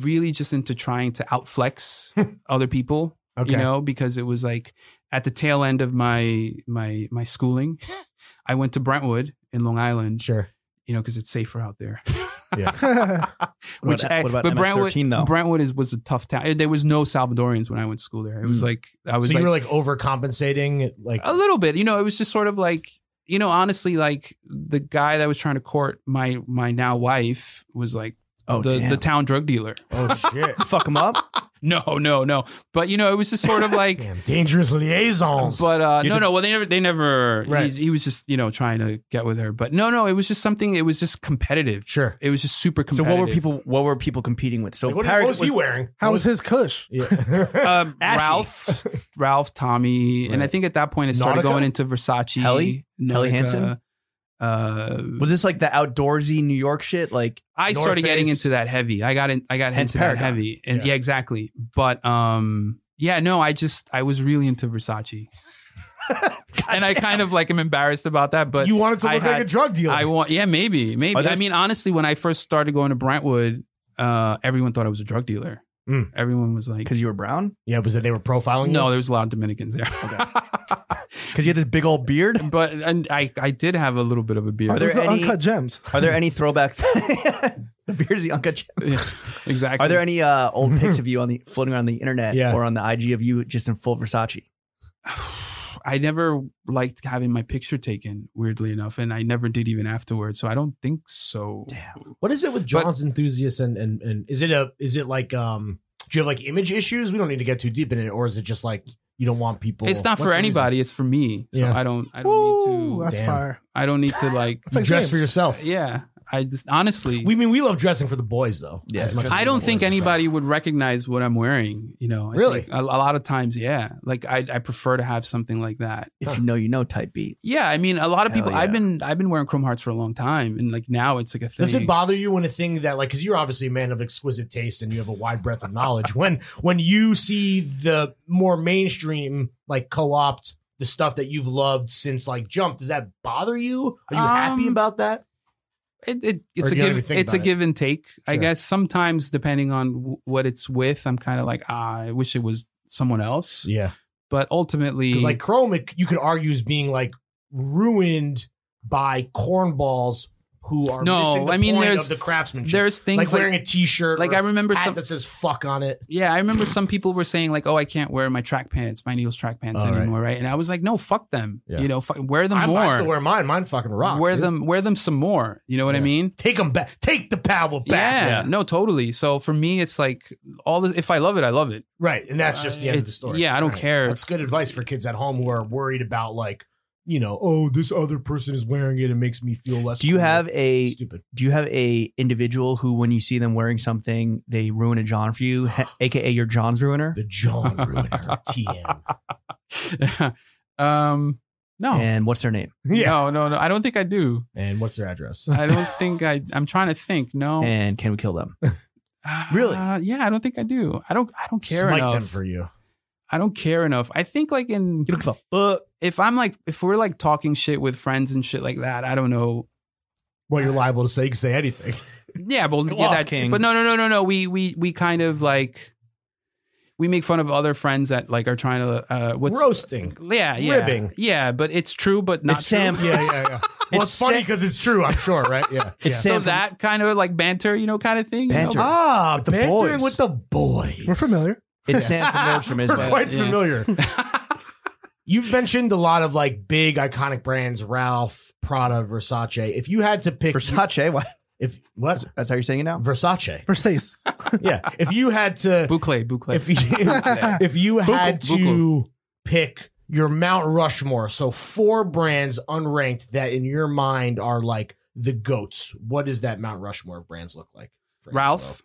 Speaker 2: really just into trying to outflex other people,
Speaker 3: Okay.
Speaker 2: you know, because it was like at the tail end of my my my schooling, I went to Brentwood in Long Island,
Speaker 3: Sure.
Speaker 2: you know, because it's safer out there.
Speaker 1: What
Speaker 2: Which
Speaker 1: about-
Speaker 2: I-
Speaker 1: what about
Speaker 2: but Brentwood,
Speaker 1: MS-13 though?
Speaker 2: Brentwood is was a tough town. There was no Salvadorians when I went to school there. It was
Speaker 1: Mm.
Speaker 2: like I
Speaker 3: So
Speaker 2: was
Speaker 3: you
Speaker 2: like, Oh.
Speaker 3: were like overcompensating, like
Speaker 2: a little bit. You know, it was just sort of like you know, honestly, like the guy that was trying to court my my now wife was like
Speaker 1: oh,
Speaker 2: the
Speaker 1: damn.
Speaker 2: the town drug dealer.
Speaker 3: oh shit,
Speaker 1: fuck them up.
Speaker 2: No, no, no. But you know, it was just sort of like.
Speaker 3: damn dangerous liaisons.
Speaker 2: But uh,
Speaker 1: You
Speaker 2: no,
Speaker 1: had to-
Speaker 2: no. Well, they never, they never.
Speaker 3: Right.
Speaker 2: He, he was just, you know, trying to get with her. But no, no. It was just something. It was just competitive.
Speaker 3: sure.
Speaker 2: It was just super
Speaker 1: So
Speaker 2: competitive.
Speaker 1: what were people? What were people competing with? So
Speaker 3: Like, what,
Speaker 1: Parag-
Speaker 3: what was he wearing?
Speaker 4: How was his Kush?
Speaker 3: Yeah.
Speaker 2: um,
Speaker 1: Ashy.
Speaker 2: Ralph, Ralph, Tommy, and I
Speaker 3: Right.
Speaker 2: think at that point it started
Speaker 3: Nautica?
Speaker 2: going into Versace,
Speaker 1: Helly? Helly
Speaker 2: Nautica.
Speaker 1: Hansen?
Speaker 2: uh,
Speaker 1: Was this like the outdoorsy New York shit? Like,
Speaker 2: I
Speaker 3: North
Speaker 2: started getting
Speaker 3: Face.
Speaker 2: into that heavy. I got in, I got
Speaker 1: And
Speaker 2: into
Speaker 1: Paragon.
Speaker 2: that heavy, and
Speaker 3: Yeah.
Speaker 2: yeah. exactly. But um, yeah, no, I just I was really into Versace, and I kind of like am embarrassed about that. But
Speaker 3: you wanted to
Speaker 2: I
Speaker 3: look like
Speaker 2: had-
Speaker 3: a drug dealer.
Speaker 2: I want, yeah, maybe, maybe.
Speaker 1: Are there-
Speaker 2: I mean, honestly, when I first started going to Brentwood, uh, everyone thought I was a drug dealer.
Speaker 3: Mm.
Speaker 2: Everyone was like,
Speaker 1: because you were brown?
Speaker 3: yeah, was that they were profiling
Speaker 2: no,
Speaker 3: you?
Speaker 2: there was a lot of Dominicans there.
Speaker 1: Because you had this big old beard?
Speaker 2: but and I, I did have a little bit of a beard.
Speaker 1: Are there
Speaker 4: Those are
Speaker 1: any-
Speaker 4: uncut gems.
Speaker 1: Are there any throwback? the beard is the uncut. Jim.
Speaker 2: Yeah, exactly.
Speaker 1: Are there any uh, old pics of you on the floating around the internet
Speaker 3: Yeah.
Speaker 1: or on the IG of you just in full Versace?
Speaker 2: I never liked having my picture taken, weirdly enough, and I never did even afterwards. So I don't think so.
Speaker 1: Damn.
Speaker 3: What is it with John's enthusiasts and, and and is it a is it like um do you have like image issues? We don't need to get too deep in it, or is it just like you don't want people?
Speaker 2: It's not
Speaker 3: What's
Speaker 2: for
Speaker 3: the reason?
Speaker 2: anybody. It's for me. So
Speaker 3: Yeah.
Speaker 2: I don't. I don't
Speaker 4: Ooh,
Speaker 2: need to.
Speaker 4: that's
Speaker 3: Damn.
Speaker 4: fire.
Speaker 2: I don't need to like.
Speaker 4: That's like
Speaker 3: you dress
Speaker 4: James.
Speaker 3: for yourself.
Speaker 2: yeah. I just honestly.
Speaker 3: We mean we love dressing for the boys though.
Speaker 1: Yeah,
Speaker 3: as much
Speaker 1: dress
Speaker 3: as
Speaker 2: I
Speaker 3: the
Speaker 2: don't
Speaker 3: boys.
Speaker 2: think anybody would recognize what I'm wearing. You know. I
Speaker 3: Really?
Speaker 2: think A, a lot of times, yeah. Like I, I prefer to have something like that.
Speaker 1: If you know, you know. Type beat.
Speaker 2: Yeah. I mean, a lot of
Speaker 1: Hell
Speaker 2: people.
Speaker 1: yeah.
Speaker 2: I've been. I've been wearing Chrome Hearts for a long time, and like now it's like a thing.
Speaker 3: Does it bother you when a thing that like because you're obviously a man of exquisite taste and you have a wide breadth of knowledge when when you see the more mainstream like co-opt the stuff that you've loved since like Jump does that bother you? Are you happy
Speaker 2: Um,
Speaker 3: about that?
Speaker 2: it, it it's
Speaker 3: Or
Speaker 2: a
Speaker 3: do you
Speaker 2: give
Speaker 3: even think
Speaker 2: it's a
Speaker 3: about it?
Speaker 2: give and take i
Speaker 3: Sure.
Speaker 2: guess sometimes depending on w- what it's with i'm kind of like ah, i wish it was someone else
Speaker 3: Yeah,
Speaker 2: but ultimately
Speaker 3: because like Chrome, it, you could argue is being like ruined by cornballs who are
Speaker 2: No,
Speaker 3: missing the
Speaker 2: I mean,
Speaker 3: point
Speaker 2: there's-
Speaker 3: of the craftsmanship.
Speaker 2: there's things
Speaker 3: like
Speaker 2: like,
Speaker 3: wearing a T-shirt,
Speaker 2: like
Speaker 3: or
Speaker 2: i
Speaker 3: a
Speaker 2: remember
Speaker 3: hat
Speaker 2: some
Speaker 3: that says "fuck" on it.
Speaker 2: yeah i remember some people were saying like oh i can't wear my track pants my needles track pants
Speaker 3: Oh, right.
Speaker 2: anymore right. and i was like no fuck them
Speaker 3: Yeah.
Speaker 2: you know fuck, wear them
Speaker 3: I,
Speaker 2: more
Speaker 3: I still wear mine. Mine fucking rock.
Speaker 2: wear
Speaker 3: dude.
Speaker 2: them wear them some more you know what i
Speaker 3: Yeah.
Speaker 2: mean
Speaker 3: Take them back. Take the power back.
Speaker 2: yeah, no totally so for me it's like all this if i love it i love it
Speaker 3: Right. And that's just the end of the
Speaker 2: It's-
Speaker 3: story.
Speaker 2: yeah, I don't
Speaker 3: Right.
Speaker 2: care.
Speaker 3: That's good advice for kids at home who are worried about like, you know, oh, this other person is wearing it. It makes me feel less.
Speaker 1: Do you
Speaker 3: cool."
Speaker 1: have a
Speaker 3: stupid?
Speaker 1: Do you have a individual who, when you see them wearing something, they ruin a John for you, he- aka your John's ruiner?
Speaker 3: The John ruiner. TM.
Speaker 2: um no
Speaker 1: And what's their name?
Speaker 3: Yeah.
Speaker 2: No, no, no. I don't think I do.
Speaker 3: And what's their address?
Speaker 2: I don't think I. I'm trying to think. No,
Speaker 1: And can we kill them?
Speaker 2: Ah,
Speaker 1: really?
Speaker 2: yeah, I don't think I do. I don't. I don't care
Speaker 3: Smite them
Speaker 2: enough.
Speaker 3: for you.
Speaker 2: I don't care enough. I think like in
Speaker 1: You don't give a
Speaker 2: book. If I'm like, if we're like talking shit with friends and shit like that, I don't know.
Speaker 3: Well, you're liable to say you can say anything.
Speaker 2: Yeah, but
Speaker 1: Go
Speaker 2: yeah,
Speaker 1: off,
Speaker 2: that,
Speaker 1: King.
Speaker 2: But no, no, no, no, no. We we we kind of like we make fun of other friends that like are trying to uh what's
Speaker 3: Roasting.
Speaker 2: Yeah, yeah,
Speaker 3: Ribbing.
Speaker 2: yeah. But it's true, but not
Speaker 1: It's
Speaker 2: true.
Speaker 1: Sam.
Speaker 3: Yeah, yeah, yeah. Well, it's, funny because it's true, I'm sure, right? Yeah.
Speaker 1: It's
Speaker 3: yeah.
Speaker 1: Sam
Speaker 2: So
Speaker 1: from-
Speaker 2: that kind of like banter, you know, kind of thing. you know?
Speaker 1: Banter.
Speaker 3: Ah,
Speaker 1: With the
Speaker 3: bantering
Speaker 1: boys.
Speaker 3: with the boys.
Speaker 4: We're familiar.
Speaker 1: It's Sam from Nordstrom as
Speaker 3: We're
Speaker 1: well.
Speaker 3: quite
Speaker 2: Yeah.
Speaker 3: familiar. You've mentioned a lot of like big iconic brands, Ralph, Prada, Versace. If you had to pick
Speaker 1: Versace. What?
Speaker 3: if what
Speaker 1: That's how you're saying it now.
Speaker 3: Versace.
Speaker 4: Versace.
Speaker 3: Yeah. If you had to
Speaker 2: Boucle, boucle.
Speaker 3: if you, if you had
Speaker 2: Buckle,
Speaker 3: to pick your Mount Rushmore, so four brands unranked that in your mind are like the goats. What does that Mount Rushmore of brands look like? for
Speaker 2: Ralph,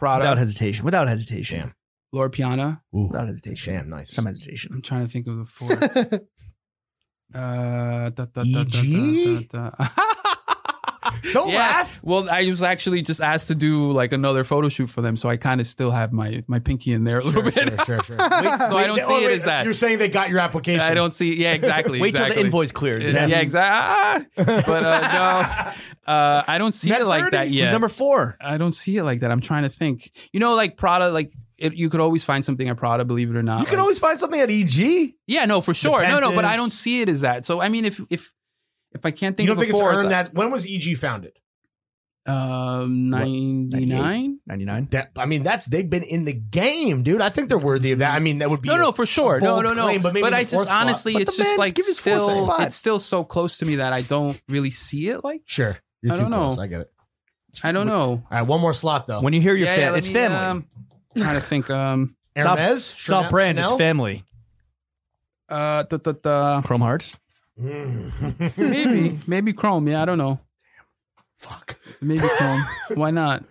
Speaker 2: Prada,
Speaker 1: Without hesitation. Without hesitation.
Speaker 3: Damn.
Speaker 2: Lord Piana.
Speaker 3: Angelo? Ooh,
Speaker 1: Without hesitation.
Speaker 3: sham, nice.
Speaker 1: Some hesitation.
Speaker 2: I'm trying to think of the four. uh, da, da, da,
Speaker 1: E
Speaker 3: E.G.?
Speaker 2: da, da, da.
Speaker 3: Don't Oh,
Speaker 2: Yeah.
Speaker 3: laugh.
Speaker 2: Well, I was actually just asked to do like another photo shoot for them, so I kind of still have my my pinky in there a little
Speaker 3: Sure,
Speaker 2: bit.
Speaker 3: sure, sure, sure.
Speaker 2: So I don't
Speaker 3: Wait,
Speaker 2: see
Speaker 3: oh,
Speaker 2: it
Speaker 3: wait,
Speaker 2: as that.
Speaker 3: You're saying they got your application.
Speaker 2: I don't see. Yeah, exactly.
Speaker 1: Wait
Speaker 2: exactly.
Speaker 1: till the invoice clears.
Speaker 2: Yeah,
Speaker 1: Then-
Speaker 2: exactly. Ah! But uh, no, uh, I don't see it like that
Speaker 1: Who's
Speaker 2: yet.
Speaker 1: number four?
Speaker 2: I don't see it like that. I'm trying to think. You know, like Prada, like it, you could always find something at Prada, believe it or not.
Speaker 3: You can
Speaker 2: Like-
Speaker 3: always find something at E EG.
Speaker 2: Yeah, no, for sure. No, no, but
Speaker 3: Panthers.
Speaker 2: I don't see it as that. So I mean, if if if I can't think
Speaker 3: you don't
Speaker 2: of
Speaker 3: think
Speaker 2: a
Speaker 3: it's
Speaker 2: fourth,
Speaker 3: earned that? When was EG founded?
Speaker 2: um, ninety nine.
Speaker 1: 99.
Speaker 3: That I mean, that's they've been in the game, dude. I think they're worthy of that. I mean, that would be
Speaker 2: No,
Speaker 3: a-
Speaker 2: no, for sure.
Speaker 3: a
Speaker 2: No,
Speaker 3: bold
Speaker 2: no, no.
Speaker 3: claim, but
Speaker 2: but
Speaker 3: maybe the
Speaker 2: I just
Speaker 3: fourth slot.
Speaker 2: honestly,
Speaker 1: But
Speaker 2: it's
Speaker 1: the
Speaker 2: just
Speaker 1: man
Speaker 2: like
Speaker 1: give his fourth
Speaker 2: still,
Speaker 1: spot.
Speaker 2: it's still so close to me that I don't really see it. Like
Speaker 3: Sure. You're
Speaker 2: I
Speaker 3: too
Speaker 2: don't
Speaker 3: close.
Speaker 2: know.
Speaker 3: I get it.
Speaker 2: I don't know.
Speaker 3: All right, one more slot though.
Speaker 1: When you hear your
Speaker 2: yeah,
Speaker 1: fa-
Speaker 2: yeah, let
Speaker 1: it's
Speaker 2: me,
Speaker 1: family.
Speaker 2: Um, trying to think. Um,
Speaker 1: it's all-
Speaker 3: Hermes,
Speaker 1: it's all
Speaker 3: Chanel-
Speaker 1: brands.
Speaker 3: Chanel?
Speaker 1: It's family.
Speaker 2: uh, da, da, da.
Speaker 1: Chrome Hearts.
Speaker 3: Mm.
Speaker 2: maybe maybe Chrome. Yeah, I don't know.
Speaker 3: Fuck.
Speaker 2: Maybe Chrome. Why not?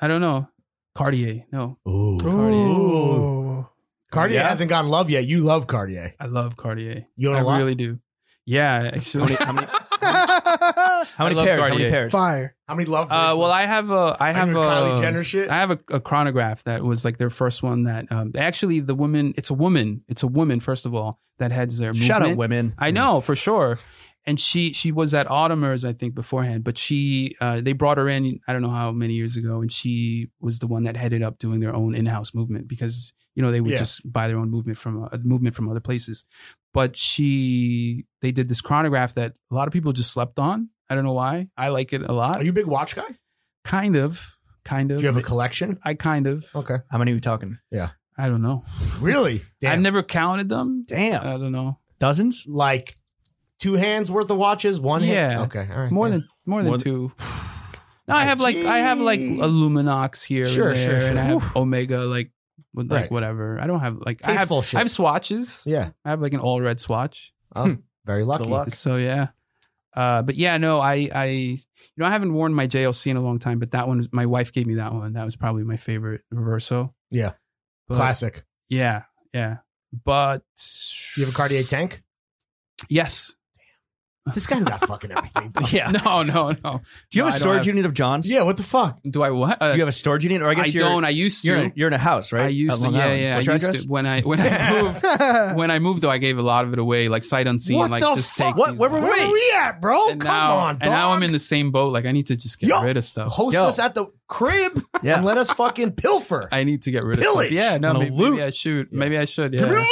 Speaker 2: I don't know. Cartier. No,
Speaker 3: Ooh.
Speaker 4: Ooh.
Speaker 3: Cartier
Speaker 2: Yeah.
Speaker 3: hasn't gotten love yet. You love Cartier.
Speaker 2: I love Cartier.
Speaker 3: You own a
Speaker 2: I
Speaker 3: lot?
Speaker 2: really do. Yeah, actually.
Speaker 1: How many, How many
Speaker 2: love
Speaker 1: pairs? How many
Speaker 2: Cartier.
Speaker 1: pairs?
Speaker 4: Fire.
Speaker 3: How many love?
Speaker 2: Uh, well, I
Speaker 3: bracelets?
Speaker 2: have a, I
Speaker 3: On
Speaker 2: have a,
Speaker 3: your Kylie Jenner shit.
Speaker 2: I have a, a chronograph that was like their first one that um, actually the woman. It's a woman. It's a woman. First of all, that heads their movement.
Speaker 1: Shout out women.
Speaker 3: Mm.
Speaker 2: I know for sure. And she she was at Audemars I think beforehand, but she uh, they brought her in I don't know how many years ago, and she was the one that headed up doing their own in-house movement because you know they would
Speaker 3: Yeah.
Speaker 2: just buy their own movement from a movement from other places. But she they did this chronograph that a lot of people just slept on. I don't know why. I like it a lot.
Speaker 3: Are you a big watch guy? Do
Speaker 2: kind of, kind of.
Speaker 3: you have a collection?
Speaker 2: I kind of.
Speaker 3: Okay.
Speaker 1: How many are we talking?
Speaker 2: I don't know.
Speaker 3: Really?
Speaker 2: I've
Speaker 3: Damn.
Speaker 2: never counted them.
Speaker 1: Damn.
Speaker 2: I don't know.
Speaker 1: Dozens?
Speaker 3: like two hands worth of watches, one hand.
Speaker 2: Yeah.
Speaker 3: Okay, all right.
Speaker 2: more
Speaker 3: yeah.
Speaker 2: than more than
Speaker 1: More
Speaker 2: two. No, I have like I have like
Speaker 3: Gee.
Speaker 2: Illuminox here,
Speaker 3: Sure,
Speaker 2: and there,
Speaker 3: sure, sure.
Speaker 2: and I have Omega like with, like
Speaker 3: Right.
Speaker 2: whatever. I don't have like I have
Speaker 3: Tasteful shit.
Speaker 2: I have swatches.
Speaker 3: yeah, Oh,
Speaker 2: I have like an all red swatch.
Speaker 3: very lucky.
Speaker 1: luck.
Speaker 2: So yeah. Uh, but yeah, no, I, I, you know, I haven't worn my JLC in a long time, but that one, my wife gave me that one. That was probably my favorite Reverso.
Speaker 3: Yeah.
Speaker 2: But-
Speaker 3: Classic.
Speaker 2: Yeah. Yeah. But
Speaker 3: You have a Cartier tank?
Speaker 2: yes.
Speaker 3: This guy's got fucking everything. dog.
Speaker 1: Yeah.
Speaker 2: No, no, no.
Speaker 1: Do you have
Speaker 2: No, I
Speaker 1: a
Speaker 2: don't
Speaker 1: storage
Speaker 2: have-
Speaker 1: unit of John's?
Speaker 3: Yeah, what the fuck?
Speaker 2: Do I what? Uh,
Speaker 1: Do you have a storage unit? Or I
Speaker 2: I,
Speaker 1: guess you're,
Speaker 2: don't. I used to.
Speaker 1: you're, in, you're in a house, right?
Speaker 2: I
Speaker 1: Out
Speaker 2: used to,
Speaker 1: Long
Speaker 2: yeah,
Speaker 1: Island.
Speaker 2: yeah.
Speaker 1: What's
Speaker 2: I
Speaker 1: your
Speaker 2: used
Speaker 1: address?
Speaker 2: to when I when I moved when I moved though I gave a lot of it away like sight unseen
Speaker 3: What
Speaker 2: like
Speaker 3: the
Speaker 2: just
Speaker 3: fuck?
Speaker 2: take
Speaker 1: What?
Speaker 2: these-
Speaker 1: Where Oh, were
Speaker 3: Where are
Speaker 1: we?
Speaker 3: we at, bro?
Speaker 2: and
Speaker 3: Come
Speaker 2: now,
Speaker 3: on,
Speaker 2: and now I'm
Speaker 3: dog.
Speaker 2: in the same boat like I need to just get
Speaker 3: Yo.
Speaker 2: rid of stuff
Speaker 3: Host
Speaker 1: Yo.
Speaker 3: us at the crib
Speaker 1: Yeah.
Speaker 3: and let us fucking pilfer.
Speaker 2: I need to get rid
Speaker 3: Pillage.
Speaker 2: of stuff yeah no
Speaker 1: Wanna
Speaker 2: maybe,
Speaker 1: loot.
Speaker 2: maybe I should maybe I should
Speaker 3: Come
Speaker 2: yeah
Speaker 3: here.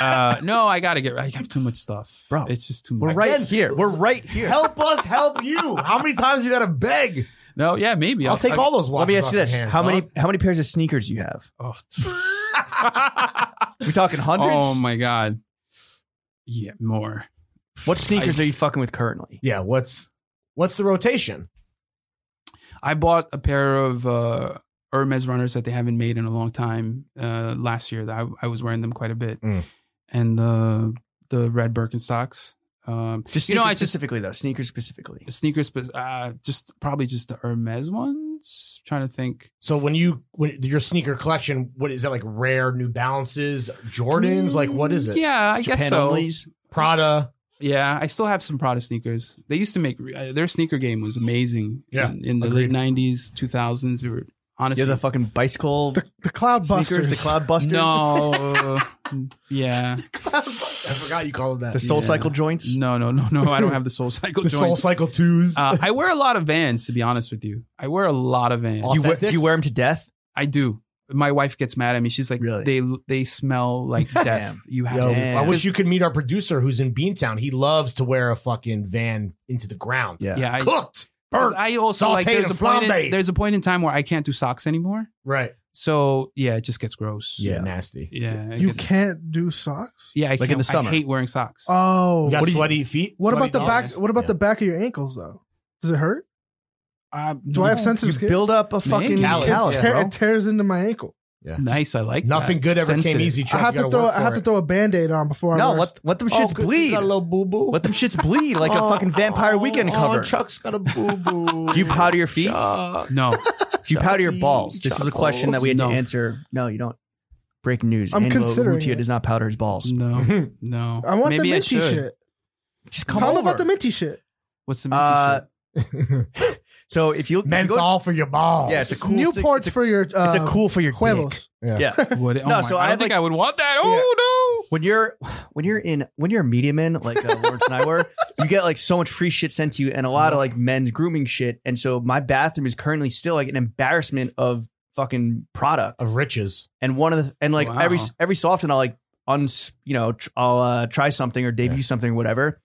Speaker 2: uh, no I gotta get I have too much stuff
Speaker 1: Bro.
Speaker 2: it's just too
Speaker 1: We're
Speaker 2: much
Speaker 1: right
Speaker 3: Again.
Speaker 1: here. We're right here.
Speaker 3: Help us help you. How many times you gotta beg?
Speaker 2: no yeah maybe
Speaker 3: I'll take all those watches.
Speaker 1: Let me ask
Speaker 3: off
Speaker 1: you
Speaker 3: your
Speaker 1: this:
Speaker 3: hands,
Speaker 1: how
Speaker 3: dog.
Speaker 1: many how many pairs of sneakers do you have?
Speaker 2: oh,
Speaker 1: We talking hundreds?
Speaker 2: oh my god yeah more
Speaker 1: what sneakers are you fucking with currently?
Speaker 3: Yeah, what's what's the rotation?
Speaker 2: I bought a pair of uh, Hermes runners that they haven't made in a long time. Uh, last year, I, I was wearing them quite a bit,
Speaker 3: Mm.
Speaker 2: and the the red Birkenstocks. Um,
Speaker 1: Just
Speaker 2: You know,
Speaker 1: sneakers
Speaker 2: I just-
Speaker 1: specifically though. Sneakers specifically.
Speaker 2: sneakers, but uh, just probably just the Hermes ones. trying to think,
Speaker 3: So when you when your sneaker collection, what is that like? Rare New Balances, Jordans, like what is it?
Speaker 2: Mm, Yeah, I guess so.
Speaker 1: onlys?
Speaker 3: Prada.
Speaker 2: Yeah, I still have some Prada sneakers. They used to make uh, their sneaker game was amazing.
Speaker 3: Yeah,
Speaker 2: in, in the late nineties, two thousands, or honestly,
Speaker 1: You're the fucking bicycle
Speaker 4: The, the cloud
Speaker 1: sneakers,
Speaker 4: busters.
Speaker 1: the cloud busters,
Speaker 2: no, yeah,
Speaker 3: I forgot you called them
Speaker 1: the
Speaker 3: that.
Speaker 1: soul cycle joints.
Speaker 2: no, no, no, no. I don't have the Soul Cycle.
Speaker 3: The Soul Cycle Twos.
Speaker 4: Ah,
Speaker 2: uh, I wear a lot of Vans, to be honest with you. I wear a lot of Vans.
Speaker 1: Do you, wear, do
Speaker 3: Authentics?
Speaker 1: you wear them to death?
Speaker 2: I do. My wife gets mad at me. She's like,
Speaker 1: Really?
Speaker 2: they they smell like death.
Speaker 1: Damn.
Speaker 2: You have
Speaker 3: Yo,
Speaker 2: to.
Speaker 1: Damn.
Speaker 3: I wish you could meet our producer who's in Beantown. He loves to wear a fucking van into the ground.
Speaker 1: Yeah.
Speaker 2: Yeah, I, 'cause
Speaker 3: Cooked. Burnt.
Speaker 2: I also like.
Speaker 3: sautéed,
Speaker 2: There's a
Speaker 3: and
Speaker 2: point. In,
Speaker 3: flambéed.
Speaker 2: there's a point in time where I can't do socks anymore.
Speaker 3: right.
Speaker 2: So yeah, it just gets gross.
Speaker 3: Yeah,
Speaker 1: Yeah.
Speaker 3: nasty.
Speaker 2: yeah. it
Speaker 4: You
Speaker 2: gets-
Speaker 4: can't do socks.
Speaker 2: Yeah, I
Speaker 1: in
Speaker 2: can't-
Speaker 1: the summer.
Speaker 2: I hate wearing socks.
Speaker 4: Oh,
Speaker 3: You got
Speaker 4: what, do you-
Speaker 3: sweaty feet?
Speaker 4: what about the
Speaker 3: Sweaty
Speaker 4: back?
Speaker 3: dogs?
Speaker 4: What about
Speaker 3: Yeah.
Speaker 4: the back of your ankles though? Does it hurt?
Speaker 2: Um,
Speaker 4: Do I have sensitive
Speaker 1: You
Speaker 4: skin?
Speaker 1: build up a fucking
Speaker 2: Callus.
Speaker 1: callus,
Speaker 4: it, tear-
Speaker 1: bro.
Speaker 4: it tears into my ankle.
Speaker 2: Nice, I like
Speaker 3: Nothing
Speaker 2: that.
Speaker 3: good ever
Speaker 2: Sensitive.
Speaker 3: came easy. Chuck.
Speaker 4: I have
Speaker 3: You
Speaker 4: to
Speaker 3: gotta
Speaker 4: throw.
Speaker 3: work
Speaker 4: I have
Speaker 3: for
Speaker 4: to
Speaker 3: it.
Speaker 4: throw a band-aid on before
Speaker 1: No,
Speaker 4: I
Speaker 1: let let them
Speaker 3: Oh,
Speaker 1: shits
Speaker 3: good. You
Speaker 1: bleed.
Speaker 3: Got a little boo boo.
Speaker 1: Let them shits bleed like a fucking vampire weekend cover.
Speaker 3: Oh, Chuck's got a boo boo.
Speaker 1: Do you powder your feet?
Speaker 3: Chuck.
Speaker 2: No,
Speaker 1: Do you powder your
Speaker 3: Chucky,
Speaker 1: balls? This is a
Speaker 3: Chucky.
Speaker 1: question that we had
Speaker 2: No.
Speaker 1: to answer. No, you don't. Breaking news.
Speaker 4: I'm
Speaker 1: Angelo
Speaker 4: considering
Speaker 1: Urrutia
Speaker 4: it.
Speaker 1: does not powder his balls.
Speaker 2: no, no.
Speaker 4: I want
Speaker 2: Maybe I
Speaker 4: the minty
Speaker 2: should.
Speaker 4: shit.
Speaker 1: Just come
Speaker 4: Tell
Speaker 1: over.
Speaker 4: them about the minty shit.
Speaker 2: What's the minty
Speaker 1: Uh,
Speaker 2: shit?
Speaker 1: so if you, if you go,
Speaker 3: Menthol for your balls.
Speaker 1: Yeah, it's a cool it's
Speaker 4: Newport's
Speaker 1: a-
Speaker 4: for your. Uh,
Speaker 1: it's a cool for your dick.
Speaker 4: huevos.
Speaker 1: Yeah.
Speaker 2: What, oh
Speaker 1: No,
Speaker 2: my-
Speaker 1: so I
Speaker 2: I don't
Speaker 1: have,
Speaker 2: think
Speaker 1: like-
Speaker 2: I would want that. Oh no.
Speaker 1: When you're when you're in when you're a media man like uh, Lawrence and I were, you get like so much free shit sent to you and a lot of like men's grooming shit. And so my bathroom is currently still like an embarrassment of fucking product.
Speaker 3: Of riches.
Speaker 1: And one of the and like
Speaker 2: Wow.
Speaker 1: every every so often I'll like uns you know tr- I'll uh, try something or debut something or whatever.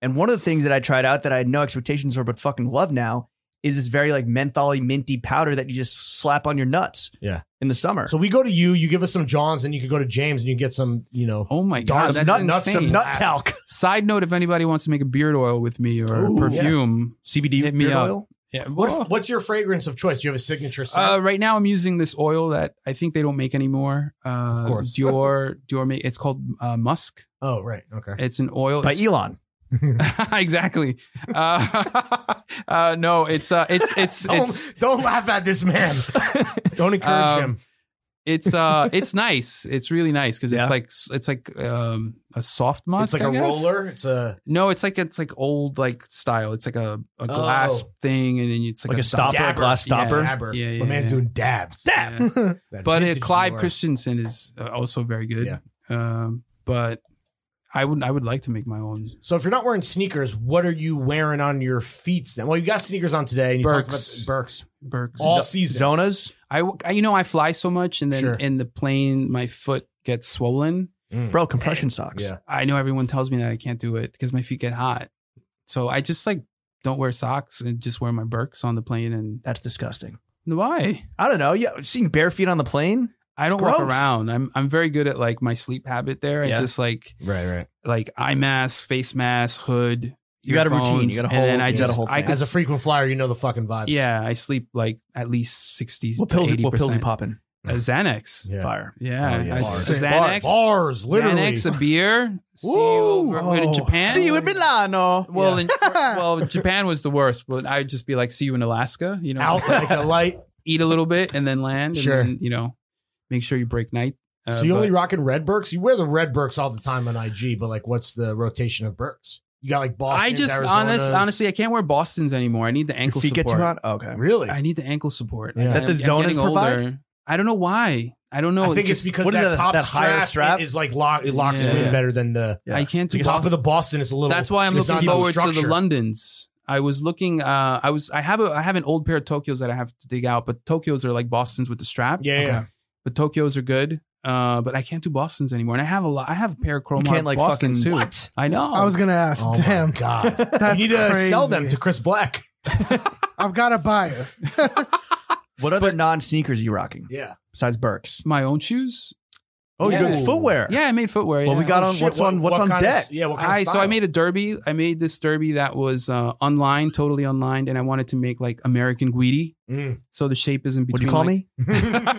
Speaker 1: And one of the things that I tried out that I had no expectations for but fucking love now is this very like mentholy minty powder that you just slap on your nuts.
Speaker 3: Yeah.
Speaker 1: In the summer.
Speaker 3: So we go to you, you give us some Johns, and you could go to James and you get some, you know,
Speaker 2: Oh my
Speaker 3: Darn,
Speaker 2: god,
Speaker 3: some
Speaker 2: that's
Speaker 1: nut nuts,
Speaker 2: insane.
Speaker 1: some nut talc,
Speaker 2: Side note: If anybody wants to make a beard oil with me or
Speaker 3: Ooh.
Speaker 2: perfume,
Speaker 1: CBD
Speaker 2: Hit me
Speaker 1: beard
Speaker 2: up.
Speaker 1: oil.
Speaker 2: yeah.
Speaker 3: What, Oh. what's your fragrance of choice? Do you have a signature
Speaker 2: uh,
Speaker 3: scent?
Speaker 2: right now, I'm using this oil that I think they don't make anymore. Uh, of
Speaker 3: course.
Speaker 2: Dior, Dior. Make, it's called uh, Musk.
Speaker 3: oh, right. Okay.
Speaker 2: It's an oil.
Speaker 1: By
Speaker 2: It's-
Speaker 1: Elon.
Speaker 2: exactly. Uh, uh, no, it's uh, it's it's
Speaker 3: Don't,
Speaker 2: it's.
Speaker 3: don't laugh at this man. don't encourage
Speaker 2: Um,
Speaker 3: him.
Speaker 2: It's uh, it's nice. It's really nice because
Speaker 1: Yeah.
Speaker 2: it's like it's like um a soft mug.
Speaker 3: it's like
Speaker 2: a
Speaker 3: a roller. It's a
Speaker 2: No, it's like it's like old like style. It's like a, a glass
Speaker 3: Oh.
Speaker 2: thing, and then it's like,
Speaker 1: Like a
Speaker 2: stop.
Speaker 1: stopper, a glass stopper.
Speaker 3: dabber.
Speaker 2: Yeah, yeah,
Speaker 3: My man's
Speaker 2: yeah.
Speaker 3: doing dabs.
Speaker 2: Yeah.
Speaker 3: That
Speaker 2: But uh,
Speaker 3: vintage
Speaker 2: Clive
Speaker 3: lore.
Speaker 2: Christensen is uh, also very good.
Speaker 3: Yeah.
Speaker 2: Um, but I would I would like to make my own.
Speaker 3: So if you're not wearing sneakers, what are you wearing on your feet? Then, well, you got sneakers on today. And you talked
Speaker 2: Birks.
Speaker 3: about Burks
Speaker 2: Burks.
Speaker 3: all
Speaker 1: Zo-
Speaker 3: season.
Speaker 1: Zonas,
Speaker 2: I, w- I- you know I fly so much, and then
Speaker 3: Sure.
Speaker 2: in the plane my foot gets swollen.
Speaker 3: Mm.
Speaker 1: bro, compression socks.
Speaker 3: Yeah.
Speaker 2: I know everyone tells me that I can't do it because my feet get hot. So I just like don't wear socks and just wear my Birks on the plane. And
Speaker 1: That's disgusting.
Speaker 2: why?
Speaker 1: I don't know. Yeah, seeing bare feet on the plane.
Speaker 2: I
Speaker 1: It's
Speaker 2: don't walk
Speaker 1: gross.
Speaker 2: around. I'm I'm very good at like my sleep habit there.
Speaker 1: Yeah.
Speaker 2: I just like
Speaker 3: Right, right.
Speaker 2: like eye mask, face mask, hood.
Speaker 1: You got a routine. You
Speaker 2: earphones,
Speaker 1: got a
Speaker 2: and then
Speaker 1: whole-
Speaker 2: I
Speaker 1: you got a
Speaker 2: just
Speaker 1: whole
Speaker 2: I
Speaker 1: thing.
Speaker 2: could
Speaker 3: As a frequent flyer, you know the fucking vibes.
Speaker 2: Yeah, I sleep like at least sixty
Speaker 1: What
Speaker 2: to
Speaker 1: pills?
Speaker 2: eighty
Speaker 1: What pills you
Speaker 2: percent.
Speaker 1: popping?
Speaker 2: Uh, Xanax.
Speaker 3: Yeah.
Speaker 1: Fire.
Speaker 2: Yeah,
Speaker 3: Oh, yeah.
Speaker 2: I-
Speaker 3: Bars.
Speaker 2: Xanax.
Speaker 3: Bars, literally.
Speaker 2: Xanax, a beer. See you over in Japan.
Speaker 1: See you in Milano.
Speaker 2: Well, in, well, Japan was the worst, but I'd just be like, "See you in Alaska." You know,
Speaker 3: Out
Speaker 2: just,
Speaker 3: like a light.
Speaker 2: eat a little bit and then land. And
Speaker 3: Sure.
Speaker 2: then, you know, make sure you break night. Uh,
Speaker 3: so you only
Speaker 2: but
Speaker 3: rocking red Burks? You wear the red Burks all the time on IG, but like, what's the rotation of Burks? You got like Boston.
Speaker 2: I just honest, honestly, I can't wear Boston's anymore. I need the
Speaker 1: Your
Speaker 2: ankle
Speaker 1: feet
Speaker 2: support.
Speaker 1: get too hot. Okay.
Speaker 3: really.
Speaker 2: I need the ankle support.
Speaker 3: Yeah.
Speaker 2: I-
Speaker 1: That the
Speaker 2: I'm- I'm
Speaker 1: Zonas
Speaker 2: getting
Speaker 1: provide?
Speaker 2: older. I don't know why. I don't know.
Speaker 3: I think it's
Speaker 2: just-
Speaker 3: because
Speaker 1: what is
Speaker 3: that,
Speaker 1: that-
Speaker 3: top
Speaker 1: that
Speaker 3: strap,
Speaker 1: higher strap?
Speaker 3: is like lock. It locks
Speaker 2: Yeah.
Speaker 3: you in better than the
Speaker 1: Yeah.
Speaker 2: I can't.
Speaker 3: the
Speaker 2: do-
Speaker 3: top of the Boston. Is a little.
Speaker 2: That's why I'm
Speaker 3: it's
Speaker 2: looking
Speaker 3: not
Speaker 2: forward to the
Speaker 3: structure.
Speaker 2: Londons. I was looking. Uh, I was. I have a. I have an old pair of Tokyos that I have to dig out. But Tokyos are like Boston's with the strap.
Speaker 3: Yeah, yeah.
Speaker 2: But Tokyos are good. Uh, but I can't do Boston's anymore. And I have a lot. I have a pair of
Speaker 1: You
Speaker 2: Chrome
Speaker 1: can't like fucking.
Speaker 2: Boston's too.
Speaker 1: What?
Speaker 2: I know.
Speaker 4: I was gonna ask.
Speaker 3: Oh
Speaker 4: damn,
Speaker 3: my god.
Speaker 4: that's
Speaker 3: you need to
Speaker 4: crazy.
Speaker 3: sell them to Chris Black.
Speaker 4: I've got a buyer.
Speaker 1: What other non sneakers are you rocking
Speaker 3: Yeah.
Speaker 1: besides Burks?
Speaker 2: my own shoes.
Speaker 1: Oh, you're
Speaker 3: Ooh.
Speaker 1: doing footwear.
Speaker 2: Yeah, I made footwear.
Speaker 1: Well,
Speaker 2: yeah.
Speaker 1: we got on.
Speaker 3: Shit,
Speaker 1: what's
Speaker 3: what-
Speaker 1: on? What's
Speaker 3: what
Speaker 1: on
Speaker 3: kind of-
Speaker 1: deck?
Speaker 3: yeah. What kind
Speaker 2: I
Speaker 3: of
Speaker 2: so I
Speaker 3: style?
Speaker 2: made a derby. I made this derby that was uh, online, totally online, and I wanted to make like American Guidi.
Speaker 3: Mm.
Speaker 2: So the shape is in
Speaker 1: Would
Speaker 2: between.
Speaker 1: you call
Speaker 2: like,
Speaker 1: me?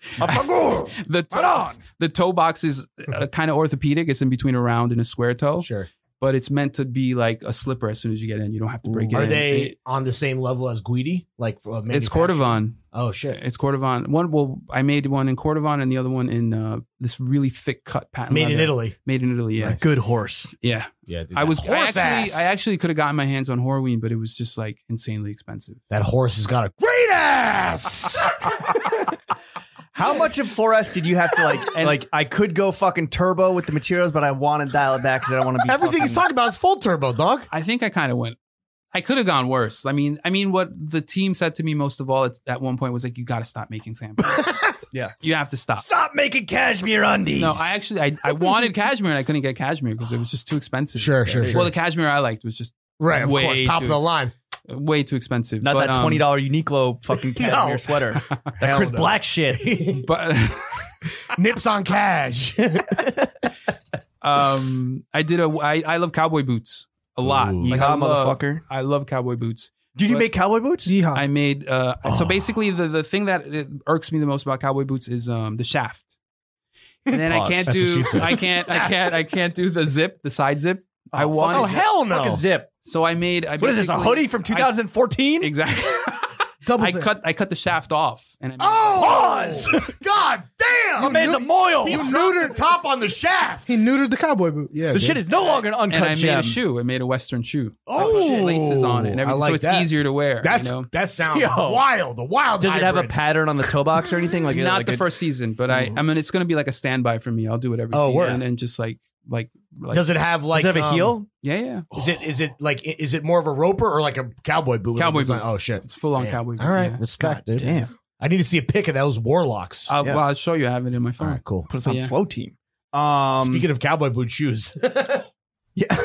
Speaker 2: The toe, the toe box is uh, kind of orthopedic. It's in between a round and a square toe,
Speaker 3: Sure.
Speaker 2: but it's meant to be like a slipper. As soon as you get in, you don't have to break it.
Speaker 3: Are
Speaker 2: in.
Speaker 3: they
Speaker 2: It-
Speaker 3: on the same level as Guidi? Like for a
Speaker 2: It's
Speaker 3: manufacturer?
Speaker 2: Cordovan.
Speaker 3: Oh shit.
Speaker 2: It's Cordovan. One. Well, I made one in Cordovan and the other one in uh, this really thick cut pattern.
Speaker 3: Made in
Speaker 2: leather.
Speaker 3: Italy.
Speaker 2: Made in Italy. Yeah.
Speaker 1: A good horse.
Speaker 2: Yeah.
Speaker 3: Yeah.
Speaker 2: I was I
Speaker 3: horse
Speaker 2: actually,
Speaker 3: ass.
Speaker 2: I actually could have gotten my hands on Horween, but it was just like insanely expensive.
Speaker 3: that horse has got a great ass.
Speaker 1: How much of 4S did you have to like? like, I could go fucking turbo with the materials, but I want to dial it back because I don't want to be.
Speaker 3: Everything he's
Speaker 1: fucking-
Speaker 3: talking about is full turbo, dog.
Speaker 2: I think I kind of went. I could have gone worse. I mean, I mean, what the team said to me most of all at, at one point was like, "You got to stop making samples.
Speaker 1: Yeah.
Speaker 2: you have to stop."
Speaker 1: Stop making cashmere undies.
Speaker 2: No, I actually, I, I wanted cashmere and I couldn't get cashmere because it was just too expensive.
Speaker 3: Sure, sure,
Speaker 2: Well,
Speaker 3: sure.
Speaker 2: the cashmere I liked was just
Speaker 3: Right, of
Speaker 2: Way
Speaker 3: course, top
Speaker 2: too
Speaker 3: of the
Speaker 2: ex-
Speaker 3: line.
Speaker 2: way too expensive.
Speaker 1: Not
Speaker 2: But,
Speaker 1: that
Speaker 2: um,
Speaker 1: twenty dollar Uniqlo fucking cashmere
Speaker 3: No.
Speaker 1: sweater. That
Speaker 3: Hell
Speaker 1: Chris
Speaker 3: no.
Speaker 1: Black shit.
Speaker 2: But
Speaker 3: Nips on cash.
Speaker 2: um, I did a. I, I love cowboy boots a lot.
Speaker 3: Ooh.
Speaker 1: Yeehaw,
Speaker 2: I love,
Speaker 1: motherfucker.
Speaker 2: I love cowboy boots.
Speaker 1: Did you
Speaker 2: But-
Speaker 1: make cowboy boots?
Speaker 4: Yeehaw.
Speaker 2: I made uh, so
Speaker 1: Oh.
Speaker 2: basically the the thing that uh, irks me the most about cowboy boots is um the shaft. And then
Speaker 1: Pause.
Speaker 2: I can't
Speaker 1: That's what
Speaker 2: do
Speaker 1: she said.
Speaker 2: I can't I can't I can't do the zip, the side zip. I
Speaker 1: Oh, fuck
Speaker 2: wanted
Speaker 3: oh hell
Speaker 1: Fuck
Speaker 3: no!
Speaker 1: a zip.
Speaker 2: so I made I
Speaker 1: What is this? A
Speaker 2: basically-
Speaker 1: hoodie from 2014?
Speaker 2: Exactly.
Speaker 4: Double
Speaker 2: I
Speaker 4: zip.
Speaker 2: cut I cut the shaft off and I made,
Speaker 3: Oh, god damn!
Speaker 1: My man's a moil.
Speaker 3: you neutered the top on the shaft.
Speaker 4: He neutered the cowboy boot.
Speaker 3: Yeah,
Speaker 1: The shit is no longer an
Speaker 2: and I
Speaker 1: uncut
Speaker 2: made
Speaker 1: gem.
Speaker 2: a shoe. I made a western shoe.
Speaker 3: Oh.
Speaker 2: Shit, laces on it and
Speaker 3: I
Speaker 2: everything.
Speaker 3: like
Speaker 2: so it's
Speaker 3: that.
Speaker 2: easier to wear.
Speaker 3: That's
Speaker 2: you know?
Speaker 3: that sounds
Speaker 1: Yo.
Speaker 3: wild. A wild.
Speaker 1: Does it have a
Speaker 3: hybrid.
Speaker 1: pattern on the toe box or anything? Like
Speaker 2: not
Speaker 1: like
Speaker 2: the
Speaker 1: a-
Speaker 2: first season, but I I mean it's gonna be like a standby for me. I'll do it every
Speaker 3: Oh, word.
Speaker 2: season and just like like like
Speaker 3: Does it have like?
Speaker 1: Does it have a
Speaker 3: um,
Speaker 1: heel?
Speaker 2: yeah yeah.
Speaker 3: Is it is it like i- is it more of a roper or like a cowboy boot?
Speaker 2: Cowboy
Speaker 3: Like, it's like-
Speaker 2: boot.
Speaker 3: Oh shit!
Speaker 2: It's full on
Speaker 3: Damn.
Speaker 2: cowboy. boot,
Speaker 3: All right,
Speaker 2: yeah. Uh,
Speaker 3: respect, dude.
Speaker 1: Damn.
Speaker 3: I need to see a pic of those warlocks.
Speaker 2: I'll,
Speaker 1: Yeah.
Speaker 2: well, I'll show you. I have it in my
Speaker 3: All
Speaker 2: phone.
Speaker 3: right, cool.
Speaker 1: Put us on
Speaker 2: Yeah.
Speaker 1: flow team. Um,
Speaker 3: Speaking of cowboy boot shoes,
Speaker 1: yeah.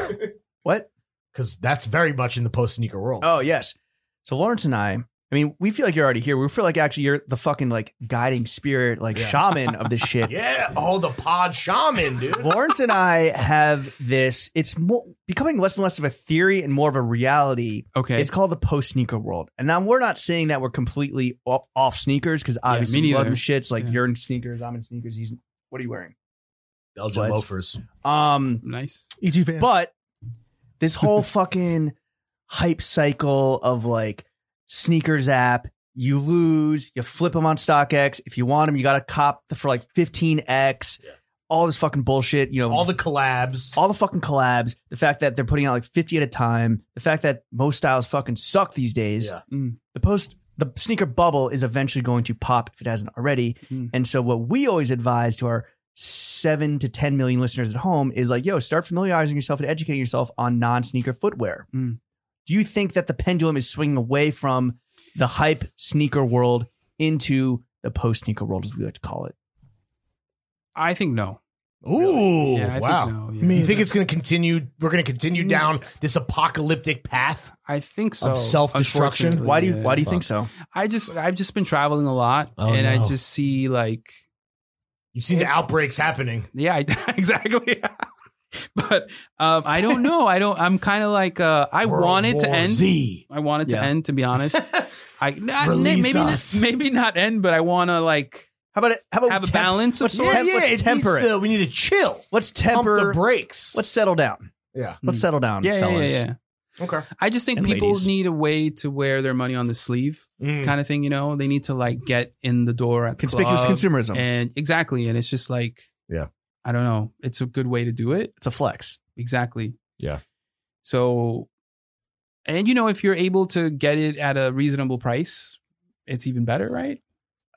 Speaker 1: what?
Speaker 3: because that's very much in the post sneaker world.
Speaker 1: Oh yes. So Lawrence and I. I mean, we feel like you're already here. We feel like actually you're the fucking like guiding spirit, like
Speaker 3: Yeah.
Speaker 1: shaman of this shit.
Speaker 3: Yeah, oh the pod shaman, dude.
Speaker 1: Lawrence and I have this. It's more becoming less and less of a theory and more of a reality.
Speaker 2: Okay.
Speaker 1: It's called the post sneaker world. And now we're not saying that we're completely o- off sneakers because obviously
Speaker 2: me
Speaker 1: we love
Speaker 2: neither.
Speaker 1: them shits. Like
Speaker 2: Yeah.
Speaker 1: you're in sneakers, I'm in sneakers. He's what are you wearing?
Speaker 3: Belgian
Speaker 1: Sleds.
Speaker 3: loafers.
Speaker 1: Um,
Speaker 2: nice.
Speaker 4: E.G. Van.
Speaker 1: but this whole fucking hype cycle of like sneakers app You lose, you flip them on StockX. If you want them, you got to cop for like 15x.
Speaker 3: Yeah.
Speaker 1: All this fucking bullshit, you know,
Speaker 3: all the collabs.
Speaker 1: all the fucking collabs, the fact that they're putting out like 50 at a time, the fact that most styles fucking suck these days.
Speaker 3: Yeah.
Speaker 2: Mm.
Speaker 1: The post the sneaker bubble is eventually going to pop if it hasn't already.
Speaker 2: Mm.
Speaker 1: And so what we always advise to our 7 to 10 million listeners at home is like, yo, start familiarizing yourself and educating yourself on non-sneaker footwear.
Speaker 2: Mm.
Speaker 1: Do you think that the pendulum is swinging away from the hype sneaker world into the post sneaker world as we like to call it?
Speaker 2: I think no.
Speaker 3: Ooh,
Speaker 2: yeah, I
Speaker 3: wow.
Speaker 2: Think no, yeah.
Speaker 3: you think it's going to continue? We're going to continue
Speaker 2: Mm.
Speaker 3: down this apocalyptic path.
Speaker 2: I think so.
Speaker 3: Of self-destruction?
Speaker 2: unfortunately,
Speaker 1: Why do you
Speaker 2: yeah.
Speaker 1: why do you think so?
Speaker 2: I just I've just been traveling a lot,
Speaker 3: Oh,
Speaker 2: and I
Speaker 3: no.
Speaker 2: just see like
Speaker 3: You've seen the outbreaks happening.
Speaker 2: yeah I, exactly. but um, I don't know. I don't. I'm kind of like uh, I
Speaker 3: World
Speaker 2: want it to
Speaker 3: War
Speaker 2: end.
Speaker 3: Z.
Speaker 2: I want it
Speaker 1: Yeah.
Speaker 2: to end. To be honest, I not,
Speaker 3: Release
Speaker 2: maybe
Speaker 3: us. Oh,
Speaker 2: not, maybe not end, but I want to like
Speaker 1: How about it? How about
Speaker 2: have a
Speaker 1: we temp-
Speaker 2: balance of
Speaker 1: what's
Speaker 2: sorts.
Speaker 1: temp- let's
Speaker 3: it needs
Speaker 1: temper it.
Speaker 3: to- we need to chill.
Speaker 1: Let's
Speaker 3: Pump
Speaker 1: temper
Speaker 3: the brakes.
Speaker 1: Let's settle down.
Speaker 3: yeah.
Speaker 1: Let's
Speaker 2: Mm.
Speaker 1: settle down,
Speaker 2: yeah, yeah, yeah,
Speaker 1: fellas.
Speaker 2: yeah.
Speaker 3: Okay.
Speaker 2: I just think
Speaker 1: And
Speaker 2: people
Speaker 1: ladies.
Speaker 2: need a way to wear their money on the sleeve.
Speaker 3: Mm.
Speaker 2: kind of thing. You know, they need to like get in the door at the
Speaker 1: Conspicuous
Speaker 2: club.
Speaker 1: consumerism.
Speaker 2: and exactly. And it's just like,
Speaker 3: Yeah.
Speaker 2: I don't know. It's a good way to do it.
Speaker 1: it's a flex.
Speaker 2: Exactly.
Speaker 3: Yeah.
Speaker 2: So, and you know, if you're able to get it at a reasonable price, it's even better, right?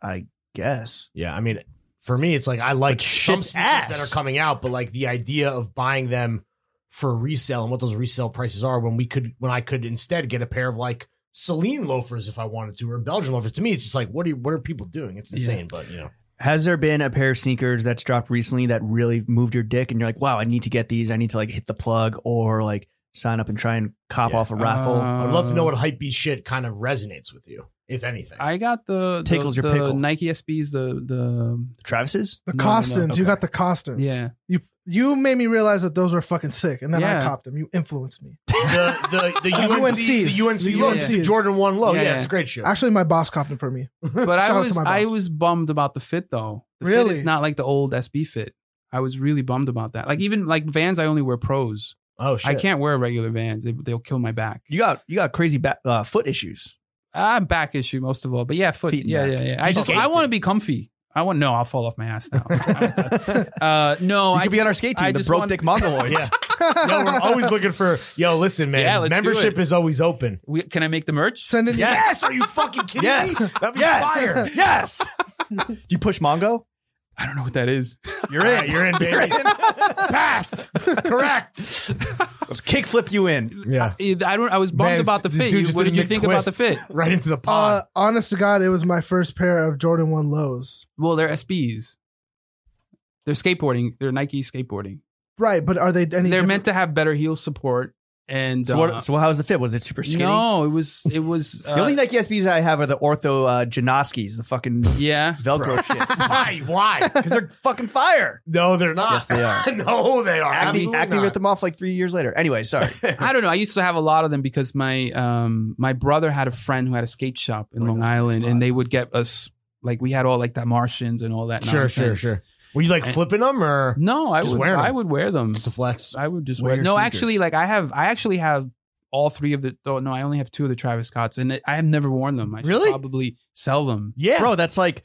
Speaker 1: I guess.
Speaker 3: Yeah, I mean, for me, it's like I like some
Speaker 1: shit's
Speaker 3: sneakers that
Speaker 1: ass.
Speaker 3: are coming out, but like the idea of buying them for resale and what those resale prices are when we could when I could instead get a pair of like Celine loafers if I wanted to or Belgian loafers. To me, it's just like what are what are people doing? It's
Speaker 2: Yeah.
Speaker 3: insane, but you know,
Speaker 1: Has there been a pair of sneakers that's dropped recently that really moved your dick and you're like, wow, I need to get these. I need to like hit the plug or like sign up and try and cop
Speaker 3: Yeah. Uh,
Speaker 1: off a raffle.
Speaker 3: I'd love to know what hypebeast shit kind of resonates with you, if anything.
Speaker 2: Um, I got the
Speaker 1: Tickles
Speaker 2: the,
Speaker 1: your
Speaker 2: the
Speaker 1: pickle.
Speaker 2: Nike SBs. The the
Speaker 1: Travis's?
Speaker 4: The
Speaker 2: No, no, no.
Speaker 4: Costins.
Speaker 1: Okay.
Speaker 4: You got the Costins.
Speaker 2: Yeah.
Speaker 4: You you made me realize that those were fucking sick, and then I
Speaker 2: Yeah.
Speaker 4: copped them. You influenced me.
Speaker 3: the the the UNC the UNC
Speaker 4: The
Speaker 3: low, the
Speaker 4: UNCs.
Speaker 3: Jordan one low.
Speaker 2: Yeah,
Speaker 3: Yeah,
Speaker 2: yeah.
Speaker 3: it's great shit.
Speaker 4: Actually, my boss copped them for me.
Speaker 2: but I
Speaker 4: Shout out to
Speaker 2: was
Speaker 4: my
Speaker 2: I
Speaker 4: boss.
Speaker 2: was bummed about the fit though. The fit is
Speaker 4: Really?
Speaker 2: not like the old SB fit. I was really bummed about that. Like even like Vans, I only wear Pros.
Speaker 3: oh shit,
Speaker 2: I can't wear regular Vans; they, they'll kill my back.
Speaker 1: You got you got crazy ba- uh, foot issues.
Speaker 2: Ah, back issue most of all, but yeah, foot.
Speaker 1: Feet and
Speaker 2: yeah,
Speaker 1: back.
Speaker 2: yeah, yeah. I
Speaker 3: You
Speaker 2: just
Speaker 3: skate
Speaker 2: I want to
Speaker 3: it.
Speaker 2: be comfy. I want no. I'll fall off my ass now.
Speaker 1: you could
Speaker 2: uh, no, I
Speaker 1: be on our skate team,
Speaker 2: I
Speaker 1: the
Speaker 2: just
Speaker 1: broke
Speaker 2: want-
Speaker 1: dick mongoloids.
Speaker 3: yeah. No, we're always looking for yo. Listen, man,
Speaker 2: Yeah, let's do
Speaker 3: membership
Speaker 2: it.
Speaker 3: is always open.
Speaker 2: we, can I make the merch?
Speaker 4: Send it.
Speaker 1: Yes.
Speaker 3: Are you fucking kidding me?
Speaker 1: Yes.
Speaker 3: That'd be
Speaker 1: yes.
Speaker 3: fire.
Speaker 1: Yes. Do you push Mongo?
Speaker 2: I don't know what that is.
Speaker 1: You're in.
Speaker 3: All right, you're in, baby. Passed. Correct.
Speaker 1: Let's kickflip you in.
Speaker 3: Yeah.
Speaker 2: I don't. I was bummed
Speaker 3: Man,
Speaker 2: about the
Speaker 3: this
Speaker 2: fit.
Speaker 3: dude
Speaker 2: You-
Speaker 3: just
Speaker 2: what
Speaker 3: did
Speaker 2: did
Speaker 3: a
Speaker 2: you think about the fit?
Speaker 3: McTwist Right into the
Speaker 4: Uh,
Speaker 3: pod.
Speaker 4: honest to God, it was my first pair of Jordan One lows.
Speaker 2: Well, they're SBs. They're skateboarding. They're Nike skateboarding.
Speaker 4: Right, but are they any?
Speaker 2: they're
Speaker 4: different-
Speaker 2: meant to have better heel support and
Speaker 1: So,
Speaker 2: uh,
Speaker 1: what, so how was the fit? Was it super skinny?
Speaker 2: no it was it was uh,
Speaker 1: the only Nike SBs I have are the ortho uh, Janoskis, the fucking
Speaker 2: yeah
Speaker 1: Velcro shits.
Speaker 3: Uh, Why? Why?
Speaker 1: Because they're fucking fire.
Speaker 3: No, they're not.
Speaker 1: Yes, they are.
Speaker 3: no, they are.
Speaker 1: Acne,
Speaker 3: Absolutely
Speaker 1: acne
Speaker 3: not.
Speaker 1: ripped them off like three years later. Anyway, sorry.
Speaker 2: i don't know i used to have a lot of them because my um my brother had a friend who had a skate shop in
Speaker 1: Boy,
Speaker 2: long
Speaker 1: that's a nice
Speaker 2: island
Speaker 1: spot.
Speaker 2: and they would get us like we had all like the martians and all that
Speaker 3: Sure, sure,
Speaker 2: nonsense.
Speaker 3: sure. Were you like
Speaker 2: And-
Speaker 3: flipping them or
Speaker 2: no i
Speaker 3: Just
Speaker 2: would
Speaker 3: wear 'em.
Speaker 2: i would wear them
Speaker 3: just a flex?
Speaker 2: i would just
Speaker 1: Wear
Speaker 2: wear,
Speaker 1: your
Speaker 2: no
Speaker 1: sneakers.
Speaker 2: actually like i have i actually have all three of the oh no i only have two of the travis scotts and i have never worn them i should
Speaker 3: Really?
Speaker 2: probably sell them
Speaker 3: Yeah.
Speaker 1: Bro, that's like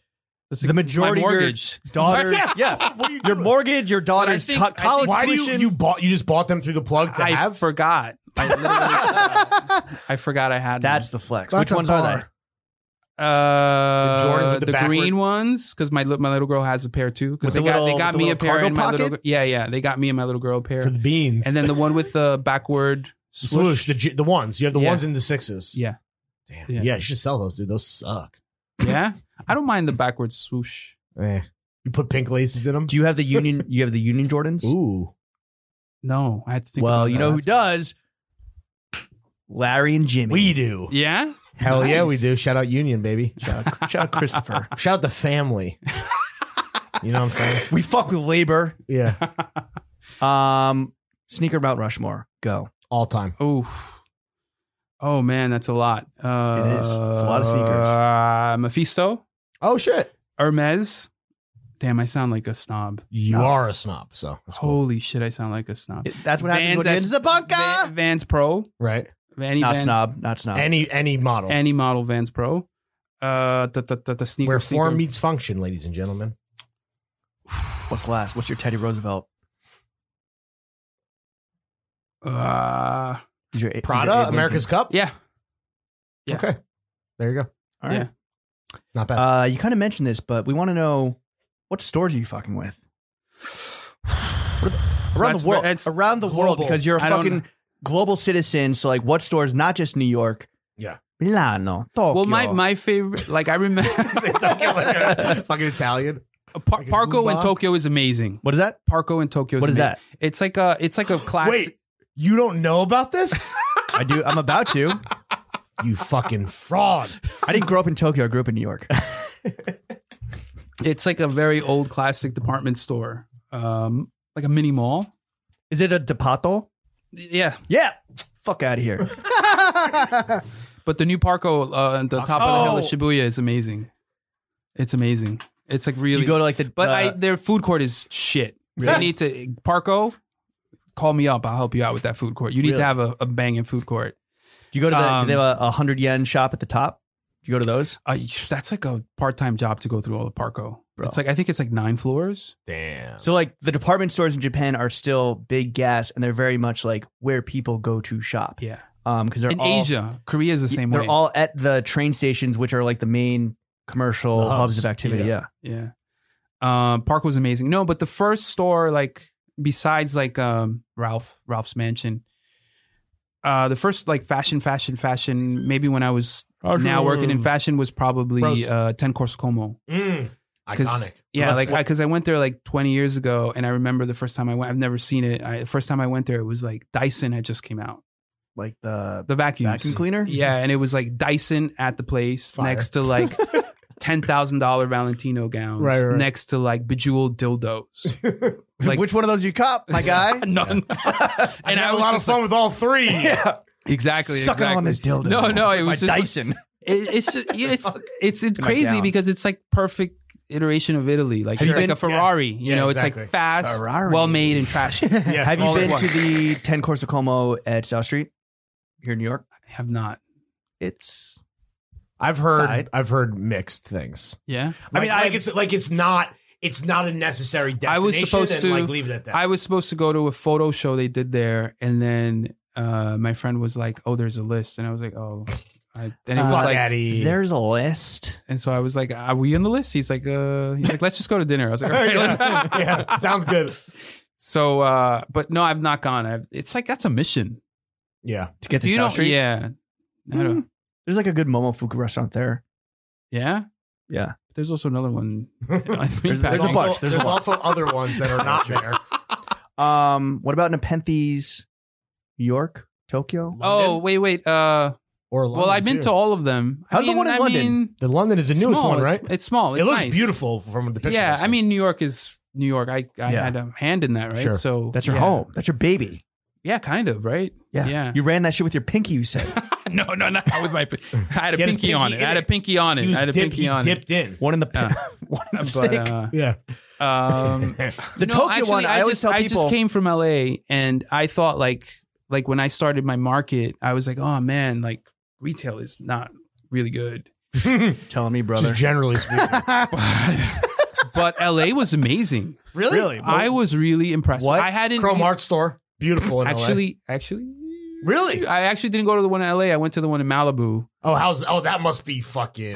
Speaker 2: That's
Speaker 1: The
Speaker 2: like my
Speaker 1: majority of your
Speaker 2: mortgage
Speaker 1: daughter.
Speaker 3: Yeah.
Speaker 1: yeah.
Speaker 3: what are you
Speaker 1: Your
Speaker 3: doing?
Speaker 1: mortgage, your daughter's
Speaker 2: But I
Speaker 1: co-
Speaker 2: think- I
Speaker 1: college
Speaker 3: Why do you
Speaker 1: tuition.
Speaker 3: you bought you just bought them through the plug to
Speaker 2: I
Speaker 3: have?
Speaker 2: forgot. I literally forgot. I forgot I had
Speaker 1: That's the flex.
Speaker 4: That's
Speaker 1: Which
Speaker 4: a
Speaker 1: ones are
Speaker 4: bar.
Speaker 1: they?
Speaker 2: them. uh,
Speaker 3: The
Speaker 2: the,
Speaker 3: Jordans with the backward-
Speaker 2: green ones because my li- my little girl has a pair too
Speaker 1: With
Speaker 2: because they
Speaker 1: the
Speaker 2: got
Speaker 1: little-
Speaker 2: they got
Speaker 1: the
Speaker 2: me a
Speaker 1: little
Speaker 2: pair
Speaker 1: cargo
Speaker 2: and my little
Speaker 1: pocket?
Speaker 2: gir- yeah yeah they got me and my little girl a pair
Speaker 3: for the beans
Speaker 2: and then the one with the backward swoosh,
Speaker 3: swoosh the j- the ones you have the
Speaker 2: Yeah.
Speaker 3: ones and the sixes.
Speaker 2: yeah
Speaker 3: Damn.
Speaker 2: Yeah.
Speaker 3: Yeah. you should sell those, dude. Those suck.
Speaker 2: yeah I don't mind the backward swoosh
Speaker 3: Eh. You put pink laces in them.
Speaker 1: Do you have the union? You have the union Jordans?
Speaker 3: Ooh.
Speaker 2: no I had to think
Speaker 1: well,
Speaker 2: about
Speaker 1: you know who
Speaker 2: that.
Speaker 1: does? Larry and Jimmy.
Speaker 3: We do.
Speaker 2: yeah
Speaker 3: Hell yeah, we
Speaker 2: Nice.
Speaker 3: do. Shout out Union, baby.
Speaker 1: Shout out, shout out Christopher.
Speaker 3: Shout out the family. you know what I'm saying?
Speaker 1: we fuck with labor.
Speaker 3: Yeah.
Speaker 1: Um, sneaker Mount Rushmore. Go.
Speaker 3: All time.
Speaker 2: oh oh man that's a lot uh,
Speaker 1: is. It's a lot of sneakers.
Speaker 2: uh, Mephisto
Speaker 3: Oh shit.
Speaker 2: Hermes damn I sound like a snob
Speaker 3: You
Speaker 1: No.
Speaker 3: are a snob, so that's cool.
Speaker 2: Holy shit, I sound like a snob.
Speaker 1: It- that's what happens when
Speaker 2: Vans
Speaker 1: you
Speaker 2: S-
Speaker 1: enter the bunker.
Speaker 2: Va- Vans Pro,
Speaker 3: right?
Speaker 2: any
Speaker 1: not
Speaker 2: Van-
Speaker 1: snob. Not snob.
Speaker 3: Any any model.
Speaker 2: any model Vans Pro. Uh, the the, the, the sneaker
Speaker 3: Where
Speaker 2: sneaker.
Speaker 3: form meets function, ladies and gentlemen.
Speaker 1: What's the last? What's your Teddy Roosevelt?
Speaker 2: Uh,
Speaker 1: Is your, is your
Speaker 3: Prada,
Speaker 1: Abe
Speaker 3: America's Cup.
Speaker 2: yeah. yeah.
Speaker 3: Okay. There you go.
Speaker 1: All right.
Speaker 3: Not bad.
Speaker 1: Lincoln? Uh, you kind of mentioned this, but we want to know what stores are you fucking with around
Speaker 2: That's
Speaker 1: the world?
Speaker 2: ver- it's
Speaker 1: around the world
Speaker 2: horrible.
Speaker 1: because you're a
Speaker 2: I don't
Speaker 1: fucking global citizen. So like, what stores? Not just New York.
Speaker 3: Yeah.
Speaker 1: Milano, Tokyo.
Speaker 2: Well, my my favorite, like I remember,
Speaker 3: fucking Italian.
Speaker 2: Par-
Speaker 3: Like a
Speaker 2: Parco in
Speaker 3: boomba.
Speaker 2: Tokyo is amazing.
Speaker 1: what is that?
Speaker 2: Parco in Tokyo. Is
Speaker 1: What is
Speaker 2: amazing.
Speaker 1: that?
Speaker 2: It's like a it's like a classic.
Speaker 3: Wait, you don't know about this?
Speaker 1: I do. I'm about to.
Speaker 3: you fucking fraud.
Speaker 1: I didn't grow up in Tokyo. I grew up in New York.
Speaker 2: It's like a very old classic department store, um, like a mini mall.
Speaker 1: Is it a Depato?
Speaker 2: Yeah,
Speaker 1: Yeah. Fuck out of here.
Speaker 2: but the new Parco, uh, the top
Speaker 3: Oh.
Speaker 2: of the hill of Shibuya is amazing. It's amazing. It's like really.
Speaker 1: Do you go to like the?
Speaker 2: but
Speaker 1: uh,
Speaker 2: I their food court is shit. You need to Parco. Call me up. I'll help you out with that food court. You need
Speaker 1: Really?
Speaker 2: to have a, a banging food court.
Speaker 1: do you go to the? do
Speaker 2: um,
Speaker 1: they have a, a hundred yen shop at the top? Do you go to those?
Speaker 2: Uh, that's like a part time job to go through all the Parco.
Speaker 1: Bro.
Speaker 2: It's like I think it's like nine floors.
Speaker 3: Damn.
Speaker 1: So like the department stores in Japan are still big gas, and they're very much like where people go to shop.
Speaker 2: Yeah.
Speaker 1: Um, because they're
Speaker 2: In
Speaker 1: all,
Speaker 2: Asia, Korea is the same
Speaker 1: they're
Speaker 2: way.
Speaker 1: all at the train stations, which are like the main commercial
Speaker 3: The
Speaker 1: hubs.
Speaker 3: hubs.
Speaker 1: of activity. Yeah.
Speaker 3: Yeah.
Speaker 2: yeah. Um, Park was amazing. No, but the first store, like besides like um, Ralph, Ralph's Mansion, uh, the first like fashion, fashion, fashion. Maybe when I was now working in fashion was probably
Speaker 3: Rose.
Speaker 2: uh, Ten Course Como.
Speaker 3: Mm.
Speaker 2: 'Cause-
Speaker 3: Iconic.
Speaker 2: Yeah,
Speaker 3: That's
Speaker 2: like
Speaker 3: what-
Speaker 2: because I, went there like 20 years ago, and I remember the first time I went. I've never seen it. I, the first time I went there, it was like Dyson had just came out.
Speaker 1: Like the
Speaker 2: The vacuums.
Speaker 1: vacuum cleaner.
Speaker 2: Yeah, and it was like Dyson at the place
Speaker 3: Mm-hmm. Fire.
Speaker 2: next to like ten thousand dollar Valentino gowns,
Speaker 3: Right, right, right.
Speaker 2: next to like bejeweled dildos. Like-
Speaker 1: Which one of those you cop, my guy?
Speaker 2: None.
Speaker 3: I
Speaker 2: and
Speaker 3: had
Speaker 2: I
Speaker 3: a
Speaker 2: was
Speaker 3: lot of
Speaker 2: just
Speaker 3: fun with all three.
Speaker 1: yeah.
Speaker 2: like, exactly
Speaker 1: Sucking
Speaker 2: exactly.
Speaker 1: on this dildo.
Speaker 2: No, no, it
Speaker 1: My
Speaker 2: was just like-
Speaker 1: Dyson.
Speaker 2: It- it's just, yeah, it's it's it's
Speaker 1: my
Speaker 2: crazy
Speaker 1: gown.
Speaker 2: because it's like perfect iteration of Italy. Like
Speaker 3: Have
Speaker 2: it's
Speaker 3: you
Speaker 2: like
Speaker 3: been-
Speaker 2: a Ferrari. You
Speaker 3: Yeah,
Speaker 2: know,
Speaker 3: exactly.
Speaker 2: it's like fast,
Speaker 1: Ferrari.
Speaker 2: well made, and trashy. I
Speaker 3: Yeah,
Speaker 1: Have you
Speaker 3: all at
Speaker 1: been
Speaker 3: once.
Speaker 1: to the Ten Corso Como at South Street here in New York?
Speaker 2: have not.
Speaker 1: It's.
Speaker 3: I've heard
Speaker 1: Side.
Speaker 3: I've heard mixed things.
Speaker 2: Yeah,
Speaker 3: I mean, like it's like it's not it's not a necessary destination.
Speaker 2: I was supposed
Speaker 3: and,
Speaker 2: to-
Speaker 3: like leave it at that.
Speaker 2: I was supposed to go to a photo show they did there, and then uh, my friend was like, "Oh, there's a list," and I was like, "Oh." I, and it was
Speaker 3: Fuck
Speaker 2: like
Speaker 3: Eddie.
Speaker 1: There's a list.
Speaker 2: And so I was like, "Are we on the list?" He's like, "Uh, he's like, let's just go to dinner." I was like, "All right,
Speaker 3: yeah.
Speaker 2: let's-"
Speaker 3: yeah, sounds good.
Speaker 2: So, uh, but no, I've not gone. I've, it's like that's a mission.
Speaker 3: Yeah,
Speaker 1: To get to
Speaker 2: Do you
Speaker 1: South
Speaker 2: know?
Speaker 1: Street.
Speaker 2: Yeah, I don't,
Speaker 1: Mm. There's like a good Momofuku restaurant there.
Speaker 2: yeah.
Speaker 1: Yeah.
Speaker 2: There's also another one. on
Speaker 1: There's-
Speaker 2: Meatpacking.
Speaker 1: there's a
Speaker 3: also,
Speaker 1: bunch. There's
Speaker 3: There's,
Speaker 1: a bunch.
Speaker 3: also other ones that are not there.
Speaker 1: Um, what about Nepenthes, New York, Tokyo?
Speaker 2: Oh
Speaker 3: London
Speaker 2: wait, wait. Uh,
Speaker 3: or
Speaker 2: well, I've been to all of them. I
Speaker 1: How's the
Speaker 2: mean-
Speaker 1: one in
Speaker 2: I
Speaker 1: London?
Speaker 2: mean,
Speaker 3: the London is the newest
Speaker 2: small.
Speaker 3: one, right?
Speaker 2: It's, it's small.
Speaker 3: it
Speaker 2: It's
Speaker 3: looks
Speaker 2: nice.
Speaker 3: beautiful from the picture.
Speaker 2: Yeah,
Speaker 3: I've
Speaker 2: I
Speaker 3: seen.
Speaker 2: mean, New York is New York. I I
Speaker 1: Yeah.
Speaker 2: had a hand in that, right?
Speaker 3: Sure.
Speaker 2: So
Speaker 1: That's your
Speaker 2: yeah.
Speaker 1: home. That's your baby.
Speaker 2: Yeah, kind of, right?
Speaker 1: Yeah.
Speaker 2: Yeah.
Speaker 1: You ran that shit with your pinky, you said.
Speaker 2: no, no, not with my. pin- I had a
Speaker 3: He had his
Speaker 2: pinky on
Speaker 3: pinky
Speaker 2: it.
Speaker 3: in
Speaker 2: I had a
Speaker 3: it.
Speaker 2: pinky on
Speaker 3: he
Speaker 2: it. I
Speaker 3: was
Speaker 2: had a
Speaker 3: dipped,
Speaker 2: pinky
Speaker 3: he
Speaker 2: on it.
Speaker 3: dipped in.
Speaker 1: one in the
Speaker 2: Yeah.
Speaker 1: one in the
Speaker 2: But,
Speaker 1: stick.
Speaker 2: uh,
Speaker 3: Yeah,
Speaker 2: um,
Speaker 1: the
Speaker 2: no,
Speaker 1: Tokyo
Speaker 2: actually,
Speaker 1: one, I,
Speaker 2: I,
Speaker 1: always
Speaker 2: just,
Speaker 1: tell
Speaker 2: I
Speaker 1: people
Speaker 2: just came from LA, and I thought like like when I started my market, I was like, oh man, like retail is not really good.
Speaker 1: telling me, brother.
Speaker 3: just generally speaking.
Speaker 2: But, but LA was amazing.
Speaker 3: really,
Speaker 2: I was really impressed.
Speaker 1: What?
Speaker 2: I hadn't e-
Speaker 3: Chrome Art Store, beautiful. In LA.
Speaker 2: actually actually
Speaker 3: really.
Speaker 2: I actually didn't go to the one in LA. I went to the one in Malibu.
Speaker 3: Oh, how's oh that must be fucking.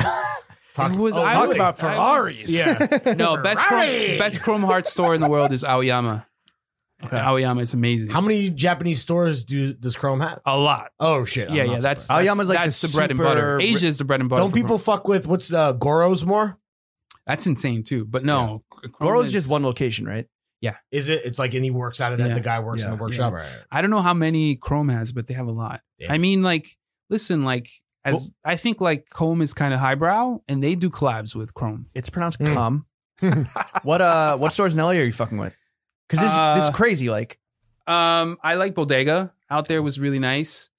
Speaker 3: Talk,
Speaker 2: It was-
Speaker 3: oh,
Speaker 2: I
Speaker 3: talk
Speaker 2: was-
Speaker 3: about
Speaker 2: I was-
Speaker 3: Ferraris. yeah,
Speaker 2: No, best
Speaker 3: Ferrari!
Speaker 2: Chrome, best Chrome Heart store in the world is Aoyama. Aoyama is amazing.
Speaker 3: How many Japanese stores do does Chrome have?
Speaker 2: a lot.
Speaker 3: Oh shit! I'm
Speaker 2: yeah,
Speaker 3: not
Speaker 2: yeah. That's
Speaker 3: surprised.
Speaker 2: that's,
Speaker 1: Aoyama's like
Speaker 2: that's
Speaker 1: the
Speaker 2: the, bread and butter.
Speaker 1: super-
Speaker 2: Asia is the bread and butter.
Speaker 3: don't
Speaker 2: for
Speaker 3: people fuck with what's uh, Goro's more?
Speaker 2: That's insane too. But no, Chrome
Speaker 1: Goro's
Speaker 2: is-
Speaker 1: just one location, right?
Speaker 3: Is it? It's like and he works out of that.
Speaker 2: Yeah.
Speaker 3: The guy works in
Speaker 1: Yeah.
Speaker 3: the workshop.
Speaker 2: I don't know how many Chrome has, but they have a lot.
Speaker 3: Damn.
Speaker 2: I mean, like, listen, like, as
Speaker 1: Well-
Speaker 2: I think, like, Chrome is kind of highbrow, and they do collabs with Chrome.
Speaker 1: It's pronounced
Speaker 3: Mm.
Speaker 1: cum. what uh what stores in LA are you fucking with? Because this this is
Speaker 2: Uh,
Speaker 1: crazy. Like
Speaker 2: Um, I like Bodega. Out there was really nice.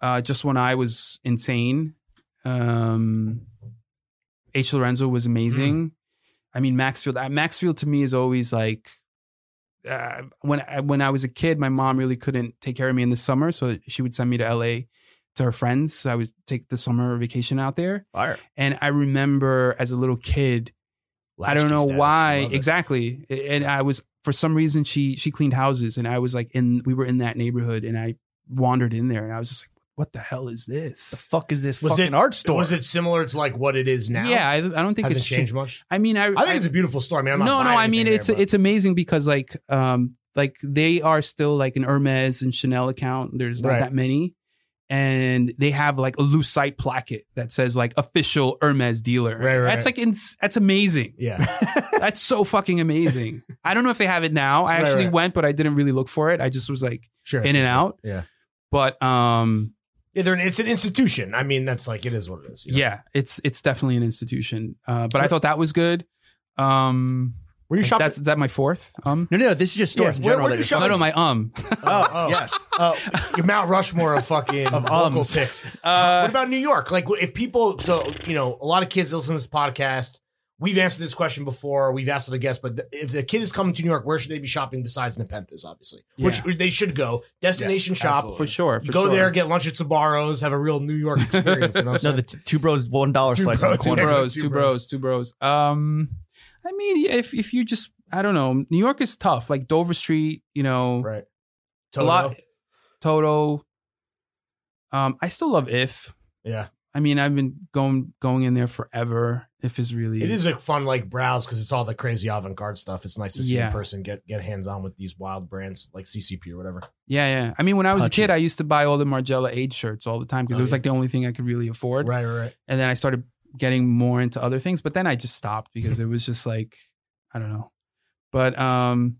Speaker 2: Uh, just when I was insane. Um, H Lorenzo was amazing. I mean, Maxfield. uh, Maxfield to me is always like. Uh, when I, when I was a kid, my mom really couldn't take care of me in the summer, so she would send me to LA to her friends. So I would take the summer vacation out there.
Speaker 1: Fire.
Speaker 2: And I remember as a little kid, I don't know why exactly. And I was for some reason she she cleaned houses and I was like in we were in that neighborhood and I wandered in there and I was just like what the hell is
Speaker 1: The
Speaker 2: this?
Speaker 1: fuck is this
Speaker 3: Was
Speaker 1: fucking
Speaker 3: it-
Speaker 1: art store?
Speaker 3: Was it similar to like what it is now?
Speaker 2: Yeah, I, I don't think
Speaker 3: hasn't
Speaker 2: it's
Speaker 3: changed
Speaker 2: changed.
Speaker 3: much.
Speaker 2: I mean, I,
Speaker 3: I think it's a beautiful story. I mean, I'm not
Speaker 2: no, no.
Speaker 3: buying
Speaker 2: I mean,
Speaker 3: anything
Speaker 2: it's
Speaker 3: there, but-
Speaker 2: it's amazing because like um like they are still like an Hermes and Chanel account. There's not
Speaker 3: Right.
Speaker 2: that many, and they have like a lucite placket that says like official Hermes dealer.
Speaker 3: Right, right,
Speaker 2: That's
Speaker 3: right.
Speaker 2: like ins- that's amazing.
Speaker 3: yeah.
Speaker 2: That's so fucking amazing. I don't know if they have it now. I
Speaker 3: Right,
Speaker 2: actually
Speaker 3: right.
Speaker 2: went, but I didn't really look for it. I just was like
Speaker 3: Sure.
Speaker 2: in and out.
Speaker 3: Yeah.
Speaker 2: But um,
Speaker 3: Yeah, they're an, it's an institution. I mean, that's like it is what it is. you know?
Speaker 2: yeah, it's it's definitely an institution. Uh, but I thought that was good. Um,
Speaker 3: Were you shopping?
Speaker 2: that's is that my fourth. Um,
Speaker 1: no, no, this is just stores
Speaker 3: Yeah,
Speaker 1: in
Speaker 3: where-
Speaker 1: general.
Speaker 3: where
Speaker 1: that
Speaker 3: do
Speaker 1: you're
Speaker 3: shop-
Speaker 2: no,
Speaker 1: fucking-
Speaker 2: no, my um.
Speaker 1: Oh,
Speaker 3: Oh.
Speaker 1: yes.
Speaker 3: Oh, your Mount Rushmore of fucking
Speaker 1: Of
Speaker 3: local
Speaker 1: ums.
Speaker 3: picks. what
Speaker 2: Uh,
Speaker 3: about New York? Like, if people, so you know, a lot of kids listen to this podcast. We've answered this question before. We've asked it to guess, but th- if the kid is coming to New York, where should they be shopping besides Nepenthes? Obviously, which they should go. Destination
Speaker 1: Yes,
Speaker 3: shop.
Speaker 1: absolutely.
Speaker 2: for sure.
Speaker 3: You
Speaker 2: For
Speaker 3: go
Speaker 2: sure.
Speaker 3: there, get lunch at Sabaros, have a real New York experience. You know what
Speaker 1: No,
Speaker 3: I'm
Speaker 1: the t- two bros, one dollar
Speaker 3: Two
Speaker 1: slice in the
Speaker 3: bros,
Speaker 2: Two
Speaker 1: corner.
Speaker 3: yeah.
Speaker 2: bros,
Speaker 3: Two
Speaker 2: two
Speaker 3: bros.
Speaker 2: bros, two bros. Um, I mean, yeah, if if you just, I don't know, New York is tough. Like Dover Street, you know,
Speaker 3: right.
Speaker 2: a lot. Toto. Um, I still love If.
Speaker 3: Yeah.
Speaker 2: I mean, I've been going going in there forever. If is really
Speaker 3: It is a fun like browse because it's all the crazy avant garde stuff. It's nice to see
Speaker 2: Yeah.
Speaker 3: a person get get hands on with these wild brands like CCP or whatever.
Speaker 2: Yeah, yeah. I mean, when I was a
Speaker 1: Touchy.
Speaker 2: kid, I used to buy all the Margiela age shirts all the time because
Speaker 3: Oh,
Speaker 2: it was
Speaker 3: yeah.
Speaker 2: like the only thing I could really afford.
Speaker 3: Right, right, right.
Speaker 2: And then I started getting more into other things, but then I just stopped because it was just like I don't know. But um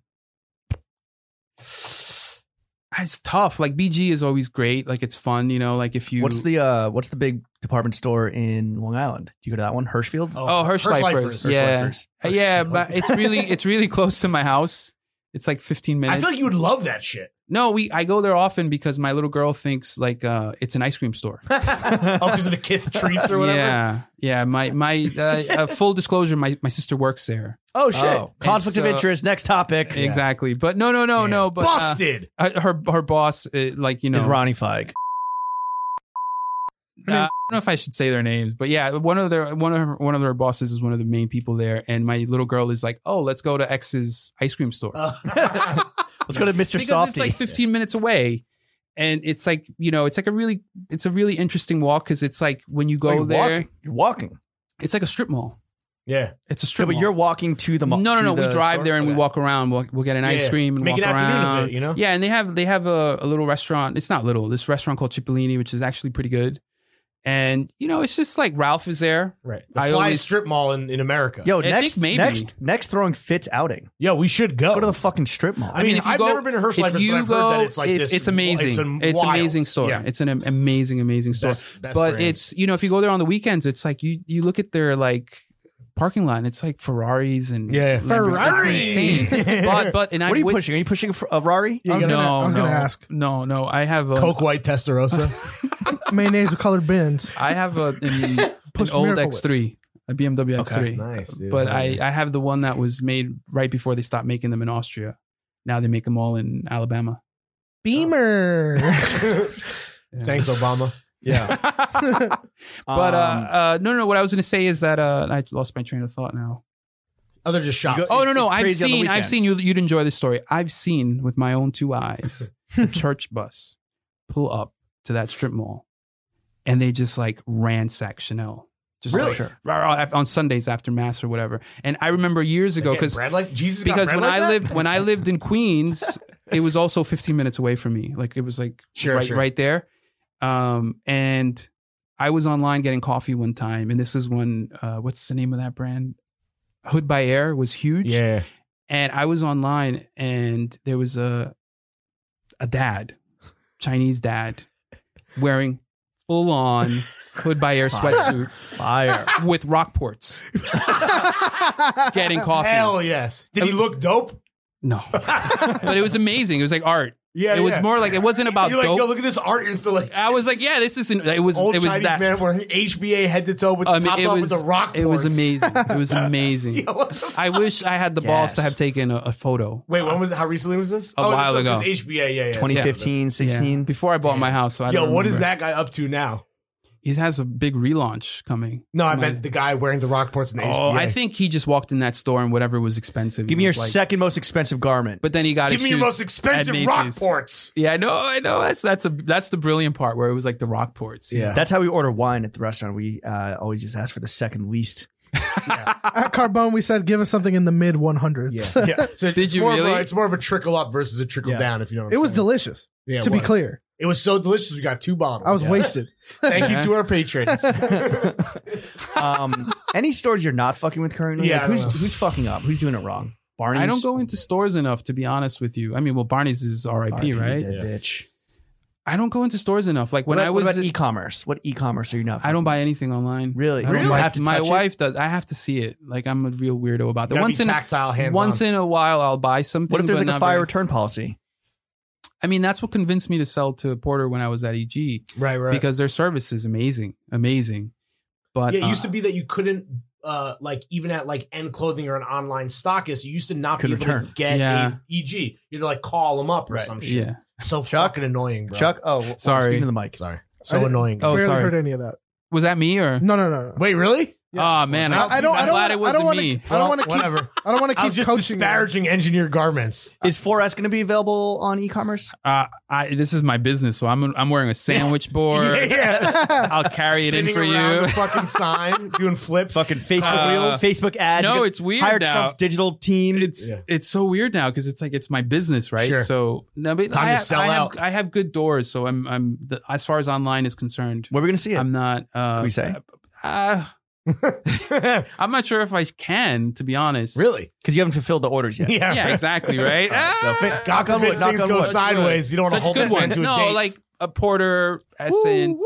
Speaker 2: it's tough. Like BG is always great. Like it's fun, you know, like if you
Speaker 1: What's the uh, what's the big department store in Long Island? Do you go to that one? Hirschfield.
Speaker 2: Oh, Hirschlifers.
Speaker 3: Hirschlifers.
Speaker 2: Yeah.
Speaker 1: Hirschlifers.
Speaker 2: Uh, Yeah, but it's really it's really close to my house. It's like 15 minutes.
Speaker 3: I feel like you would love that shit.
Speaker 2: no, we I go there often because my little girl thinks like uh it's an ice cream store.
Speaker 3: oh, because of the kith treats or whatever.
Speaker 2: Yeah, yeah. My my uh, uh, full disclosure, my, my sister works there.
Speaker 1: Oh shit!
Speaker 2: Oh.
Speaker 1: Conflict of
Speaker 2: It's, uh,
Speaker 1: interest. Next topic
Speaker 3: Yeah.
Speaker 2: Exactly, but no, no, no,
Speaker 3: Damn.
Speaker 2: no. But uh,
Speaker 3: busted.
Speaker 2: uh, her her boss, uh, like you know,
Speaker 1: is Ronnie Feig.
Speaker 2: uh, I don't know if I should say their names, but yeah, one of their one of her, one of their bosses is one of the main people there, and my little girl is like, oh, let's go to X's ice cream store
Speaker 3: Uh,
Speaker 1: Let's go to Mr.
Speaker 2: because
Speaker 1: Softy.
Speaker 2: it's like 15 minutes away. And it's like you know, it's like a really, it's a really interesting walk because it's like when you go
Speaker 1: Oh, you're
Speaker 2: there,
Speaker 1: Walking. You're walking.
Speaker 2: it's like a strip mall.
Speaker 3: yeah,
Speaker 2: It's a
Speaker 1: No,
Speaker 2: strip
Speaker 1: but
Speaker 2: mall.
Speaker 1: you're walking to the mall.
Speaker 2: no, no,
Speaker 1: to
Speaker 2: no. We
Speaker 1: the
Speaker 2: drive
Speaker 1: store?
Speaker 2: there and we
Speaker 1: Okay.
Speaker 2: walk around. We'll, we'll get an ice
Speaker 3: Yeah.
Speaker 2: cream and
Speaker 3: make an
Speaker 2: walk around.
Speaker 3: afternoon of it. You know.
Speaker 2: Yeah, and they have they have a, a little restaurant. It's not little. This restaurant called Cipollini, which is actually pretty good. And you know, it's just like Ralph is there.
Speaker 3: Right. The
Speaker 2: I
Speaker 3: fly
Speaker 2: always-
Speaker 3: strip mall in, in America.
Speaker 1: Yo,
Speaker 2: I think
Speaker 1: next,
Speaker 2: maybe.
Speaker 1: next, next throwing fits outing.
Speaker 3: yeah, we should go.
Speaker 1: Go to the fucking strip mall.
Speaker 3: I mean,
Speaker 2: if you
Speaker 3: I've
Speaker 2: go-
Speaker 3: never been to Hirschlifers,
Speaker 2: if
Speaker 3: but
Speaker 2: you
Speaker 3: I've
Speaker 2: go,
Speaker 3: heard that it's like
Speaker 2: it-
Speaker 3: this.
Speaker 2: it's amazing. It's
Speaker 3: an
Speaker 2: an amazing
Speaker 3: wild-
Speaker 2: store.
Speaker 3: Yeah.
Speaker 2: It's an am- amazing, amazing store.
Speaker 3: Best, best
Speaker 2: but
Speaker 3: brand.
Speaker 2: it's you know, if you go there on the weekends, it's like you you look at their like parking lot and it's like Ferraris and
Speaker 3: Yeah.
Speaker 2: Ferraris. It's insane. but but and I
Speaker 1: what are you
Speaker 2: wit-
Speaker 1: pushing? Are you pushing a, Fer- a Rari?
Speaker 4: Yeah, you gotta-
Speaker 2: no,
Speaker 4: I was
Speaker 2: no,
Speaker 4: gonna ask.
Speaker 2: No, no, I have a
Speaker 3: Coke White Testarossa.
Speaker 4: Mayonnaise with colored beans.
Speaker 2: I have a an, an
Speaker 4: Push
Speaker 2: old
Speaker 4: Miracle
Speaker 2: X3, a BMW X3.
Speaker 3: nice. dude.
Speaker 2: but
Speaker 3: Yeah.
Speaker 2: I, I have the one that was made right before they stopped making them in Austria. Now they make them all in Alabama.
Speaker 4: Beamer.
Speaker 2: Yeah.
Speaker 3: Thanks, Obama.
Speaker 1: Yeah.
Speaker 2: but uh,
Speaker 1: Um,
Speaker 2: uh, no, no, no. What I was going to say is that uh, I lost my train of thought now.
Speaker 3: Other just shop.
Speaker 1: You go-
Speaker 2: Oh no,
Speaker 1: it's
Speaker 2: no. I've
Speaker 1: crazy on the
Speaker 2: seen, I've seen you.
Speaker 1: weekends.
Speaker 2: You'd enjoy this story. I've seen with my own two eyes a church bus pull up to that strip mall, and they just like ransack Chanel. Just
Speaker 3: Really?
Speaker 2: like, rah, rah, on Sundays after mass or whatever. And I remember years ago
Speaker 3: Again,
Speaker 2: because
Speaker 3: bread like Jesus. got
Speaker 2: because
Speaker 3: bread
Speaker 2: when
Speaker 3: like
Speaker 2: I
Speaker 3: that?
Speaker 2: lived when I lived in Queens, it was also 15 minutes away from me. Like it was like
Speaker 3: Sure,
Speaker 2: right
Speaker 3: sure.
Speaker 2: right there. Um, and I was online getting coffee one time, and this is when uh, what's the name of that brand? Hood by Air was huge.
Speaker 3: yeah,
Speaker 2: And I was online, and there was a a dad, Chinese dad, wearing full on Hood by Air sweatsuit
Speaker 1: fire.
Speaker 2: with Rockports getting coffee.
Speaker 3: hell yes. Did he look dope?
Speaker 2: No. but it was amazing. It was like art.
Speaker 3: Yeah,
Speaker 2: it was
Speaker 3: yeah.
Speaker 2: more like it wasn't about
Speaker 3: You're like,
Speaker 2: dope.
Speaker 3: yo, look at this art installation.
Speaker 2: I was like, yeah, this isn't. It was.
Speaker 3: Old
Speaker 2: it was
Speaker 3: Chinese
Speaker 2: that.
Speaker 3: man wearing HBA head to toe with
Speaker 2: I mean,
Speaker 3: top
Speaker 2: it
Speaker 3: off
Speaker 2: was-
Speaker 3: with the rock.
Speaker 2: It was
Speaker 3: boards.
Speaker 2: amazing. It was amazing.
Speaker 3: Yo, what the
Speaker 2: I wish I had the balls to
Speaker 1: Yes.
Speaker 2: have taken a, a photo.
Speaker 3: Wait, when was how recently was this?
Speaker 2: A while
Speaker 3: this-
Speaker 2: ago.
Speaker 3: This HBA, yeah, yeah.
Speaker 1: 2015,
Speaker 2: Yeah.
Speaker 1: 16.
Speaker 2: before I bought my house. So I
Speaker 3: Yo,
Speaker 2: don't
Speaker 3: what is
Speaker 2: remember.
Speaker 3: that guy up to now?
Speaker 2: He has a big relaunch coming.
Speaker 3: No, I
Speaker 2: My-
Speaker 3: meant the guy wearing the Rockports and the
Speaker 2: Oh,
Speaker 3: HBA.
Speaker 2: I think he just walked in that store and whatever was expensive.
Speaker 1: Give
Speaker 2: he
Speaker 1: me your
Speaker 2: was like-
Speaker 1: second most expensive garment.
Speaker 2: But then he got
Speaker 3: Give
Speaker 2: his
Speaker 3: me your
Speaker 2: shoes
Speaker 3: most expensive
Speaker 2: at Macy's.
Speaker 3: Rockports.
Speaker 2: Yeah, I know, I know. That's that's a that's the brilliant part where it was like the Rockports.
Speaker 3: Yeah.
Speaker 1: That's how we order wine at the restaurant. We uh, always just ask for the second least.
Speaker 4: At Carbone, we said give us something in the mid 100s.
Speaker 3: Yeah. So
Speaker 2: Did
Speaker 3: it's
Speaker 2: you
Speaker 3: more of a-
Speaker 2: really?
Speaker 3: it's more of a trickle up versus a trickle
Speaker 1: Yeah.
Speaker 3: down. If you know, what
Speaker 4: it
Speaker 3: I'm
Speaker 4: was
Speaker 3: saying.
Speaker 4: delicious.
Speaker 3: Yeah, it
Speaker 4: to be
Speaker 3: was.
Speaker 4: clear,
Speaker 3: It was so delicious. We got two bottles.
Speaker 4: I was
Speaker 3: Yeah.
Speaker 4: wasted.
Speaker 3: Thank you to our patrons.
Speaker 1: Um, any stores you're not fucking with currently?
Speaker 3: Yeah,
Speaker 1: Like,
Speaker 3: I don't
Speaker 1: who's
Speaker 3: know.
Speaker 1: who's fucking up? Who's doing it wrong? Barney's.
Speaker 2: I don't go into stores enough to be honest with you. I mean, well, Barney's is R.I.P.
Speaker 1: RIP,
Speaker 2: right?
Speaker 1: dead
Speaker 3: Yeah.
Speaker 1: Bitch.
Speaker 2: I don't go into stores enough. Like when
Speaker 1: what,
Speaker 2: I
Speaker 1: what
Speaker 2: was,
Speaker 1: about e-commerce? What e-commerce are you not?
Speaker 2: I don't buy anything online.
Speaker 1: Really?
Speaker 2: I don't
Speaker 1: Really?
Speaker 2: like-
Speaker 1: Have to
Speaker 2: my
Speaker 1: touch it?
Speaker 2: wife does. I have to see it. Like I'm a real weirdo about that.
Speaker 3: Gotta
Speaker 2: Once
Speaker 3: be
Speaker 2: in a,
Speaker 3: tactile hands.
Speaker 2: once in a while, I'll buy something.
Speaker 1: What if there's
Speaker 2: but
Speaker 1: like a
Speaker 2: not
Speaker 1: fire
Speaker 2: very-
Speaker 1: return policy?
Speaker 2: I mean, that's what convinced me to sell to Porter when I was at EG
Speaker 3: right, right.
Speaker 2: because their service is amazing, amazing. But
Speaker 3: yeah, it
Speaker 2: uh,
Speaker 3: used to be that you couldn't uh like even at like end clothing or an online stockist, you used to not be
Speaker 1: Couldn't
Speaker 3: able to
Speaker 1: return.
Speaker 3: get
Speaker 2: Yeah.
Speaker 3: a EG. You had to like call them up or
Speaker 1: Right.
Speaker 3: some shit.
Speaker 2: yeah.
Speaker 3: So
Speaker 1: Chuck?
Speaker 3: fucking annoying, bro.
Speaker 1: Chuck, oh, well,
Speaker 2: Sorry.
Speaker 1: speaking to the mic.
Speaker 3: sorry,
Speaker 4: I
Speaker 3: so
Speaker 4: didn't-
Speaker 3: annoying.
Speaker 2: Oh,
Speaker 4: Barely
Speaker 2: sorry.
Speaker 4: heard any of that.
Speaker 2: Was that me or?
Speaker 4: No, no, no, no.
Speaker 3: Wait, really?
Speaker 2: Ah man,
Speaker 3: Well,
Speaker 2: I,
Speaker 4: I don't.
Speaker 2: am
Speaker 4: I
Speaker 2: glad
Speaker 4: don't.
Speaker 2: it
Speaker 4: wanna- I don't
Speaker 2: wasn't
Speaker 4: want
Speaker 2: me.
Speaker 4: to. I don't want to keep.
Speaker 3: whatever.
Speaker 4: I don't want to
Speaker 3: I'm
Speaker 4: keep
Speaker 3: just
Speaker 4: coaching. you.
Speaker 3: disparaging engineer garments.
Speaker 1: Is 4S going to be available on e-commerce?
Speaker 2: Uh, I this is my business, so I'm I'm wearing a sandwich board.
Speaker 3: yeah,
Speaker 2: I'll carry it in
Speaker 3: Spinning
Speaker 2: for
Speaker 3: around
Speaker 2: you.
Speaker 3: The fucking sign, doing flips.
Speaker 1: Fucking Facebook
Speaker 2: Uh,
Speaker 1: wheels, Facebook ads.
Speaker 2: no,
Speaker 1: You
Speaker 2: it's weird
Speaker 1: Hire
Speaker 2: now.
Speaker 1: Trump's digital team.
Speaker 2: It's
Speaker 3: Yeah.
Speaker 2: it's so weird now because it's like it's my business, right?
Speaker 3: Sure.
Speaker 2: So no, but
Speaker 3: Time
Speaker 2: I
Speaker 3: to
Speaker 2: have,
Speaker 3: sell
Speaker 2: I have,
Speaker 3: out.
Speaker 2: I have good doors, so I'm I'm the, as far as online is concerned,
Speaker 1: Where are we going to see it?
Speaker 2: I'm not. Uh,
Speaker 1: we say?
Speaker 2: Uh, I'm not sure if I can, to be honest.
Speaker 3: really?
Speaker 1: Because you haven't fulfilled the orders yet.
Speaker 3: Yeah.
Speaker 2: Yeah, exactly. Right.
Speaker 1: So,
Speaker 2: Ah!
Speaker 1: fi-
Speaker 3: God
Speaker 1: knock on
Speaker 3: forbid
Speaker 1: wood, knock
Speaker 3: things
Speaker 1: on
Speaker 3: go
Speaker 1: wood.
Speaker 3: sideways. You don't want to
Speaker 2: Such
Speaker 3: hold
Speaker 2: good
Speaker 3: this man
Speaker 2: ones.
Speaker 3: to a
Speaker 2: No,
Speaker 3: date.
Speaker 2: like a porter essence,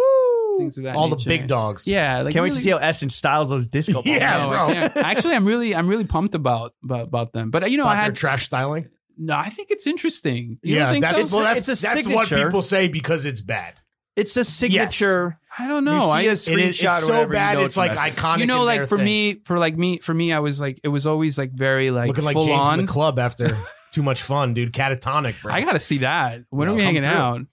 Speaker 2: things of that.
Speaker 3: all the
Speaker 2: nature.
Speaker 3: big dogs.
Speaker 2: Yeah, like
Speaker 1: Can't wait to
Speaker 2: really-
Speaker 1: see how Essence styles those disco balls.
Speaker 3: Yeah,
Speaker 2: No, I
Speaker 3: bro.
Speaker 2: can't. Actually, I'm really, I'm really pumped about about, about them. But uh, you know,
Speaker 3: About
Speaker 2: I
Speaker 3: their
Speaker 2: had
Speaker 3: trash styling.
Speaker 2: no. I think it's interesting. You
Speaker 3: yeah,
Speaker 2: don't think
Speaker 3: that's,
Speaker 2: so?
Speaker 3: well, that's,
Speaker 1: It's a
Speaker 3: that's what
Speaker 1: signature.
Speaker 3: people say because it's bad.
Speaker 1: It's a signature.
Speaker 2: I don't know.
Speaker 1: you see
Speaker 2: I,
Speaker 1: a
Speaker 3: It is,
Speaker 1: screenshot
Speaker 3: it's
Speaker 1: or
Speaker 3: so
Speaker 1: whatever, you
Speaker 3: bad.
Speaker 1: know
Speaker 3: it's like
Speaker 1: Essence.
Speaker 3: iconic.
Speaker 2: you know,
Speaker 3: in
Speaker 2: like
Speaker 3: their
Speaker 2: for
Speaker 3: thing.
Speaker 2: me, for like me, for me, I was like, it was always like very like
Speaker 3: looking like
Speaker 2: full
Speaker 3: James in
Speaker 2: on.
Speaker 3: the club after too much fun, dude. Catatonic, bro.
Speaker 2: I gotta see that. When
Speaker 3: Bro,
Speaker 2: are we
Speaker 3: come
Speaker 2: hanging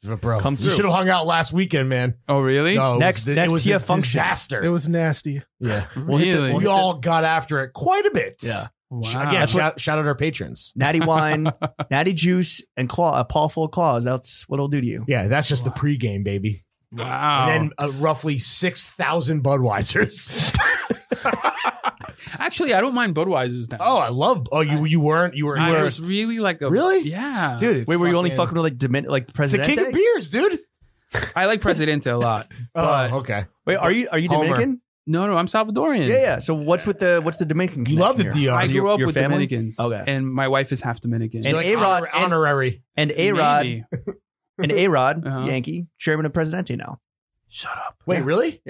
Speaker 3: through.
Speaker 2: out?
Speaker 3: bro.
Speaker 1: Come
Speaker 3: you
Speaker 1: through.
Speaker 3: should have hung out last weekend, man.
Speaker 2: Oh, really?
Speaker 3: No, it
Speaker 1: Next-
Speaker 3: was,
Speaker 1: next
Speaker 3: it was
Speaker 1: year
Speaker 3: a
Speaker 1: function.
Speaker 3: disaster.
Speaker 4: It was nasty.
Speaker 3: yeah,
Speaker 1: We'll hit the-
Speaker 2: Really?
Speaker 1: we'll
Speaker 3: we
Speaker 1: hit the-
Speaker 3: all got after it quite a bit.
Speaker 1: Yeah.
Speaker 2: Wow.
Speaker 3: Again, shout, shout out our patrons.
Speaker 1: Natty wine, natty juice, and claw, a paw full of claws. That's what it'll do to you.
Speaker 3: Yeah, that's just the pregame, baby.
Speaker 2: wow.
Speaker 3: And then uh, roughly 6,000 Budweisers.
Speaker 2: Actually, I don't mind Budweiser's now.
Speaker 3: oh, I love. Oh, you you weren't? You were.
Speaker 2: I
Speaker 3: you were-
Speaker 2: was really like a
Speaker 3: really?
Speaker 2: Yeah,
Speaker 3: Dude, it's
Speaker 1: Wait, were you only
Speaker 3: fucking-
Speaker 1: fucking with like Domin- like
Speaker 3: It's the
Speaker 1: Presidente?
Speaker 3: king of beers, dude.
Speaker 2: I like Presidente a lot. But-
Speaker 3: oh, okay.
Speaker 1: Wait, are you are you
Speaker 3: Homer.
Speaker 1: Dominican?
Speaker 2: No, no, I'm Salvadorian.
Speaker 1: Yeah, yeah. So what's with the what's the Dominican?
Speaker 3: You love the
Speaker 1: connection here?
Speaker 3: DR.
Speaker 2: I
Speaker 1: Is it your-
Speaker 2: grew up
Speaker 1: your
Speaker 2: with
Speaker 1: family?
Speaker 2: Dominicans.
Speaker 1: Okay.
Speaker 2: And my wife is half Dominican.
Speaker 1: And
Speaker 3: You're like
Speaker 1: A-Rod-
Speaker 3: honor- honorary.
Speaker 1: and A Rod
Speaker 2: Maybe.
Speaker 1: and A Rod
Speaker 2: Uh-huh.
Speaker 1: Yankee chairman of Presidente now.
Speaker 2: Shut up.
Speaker 3: Wait, really?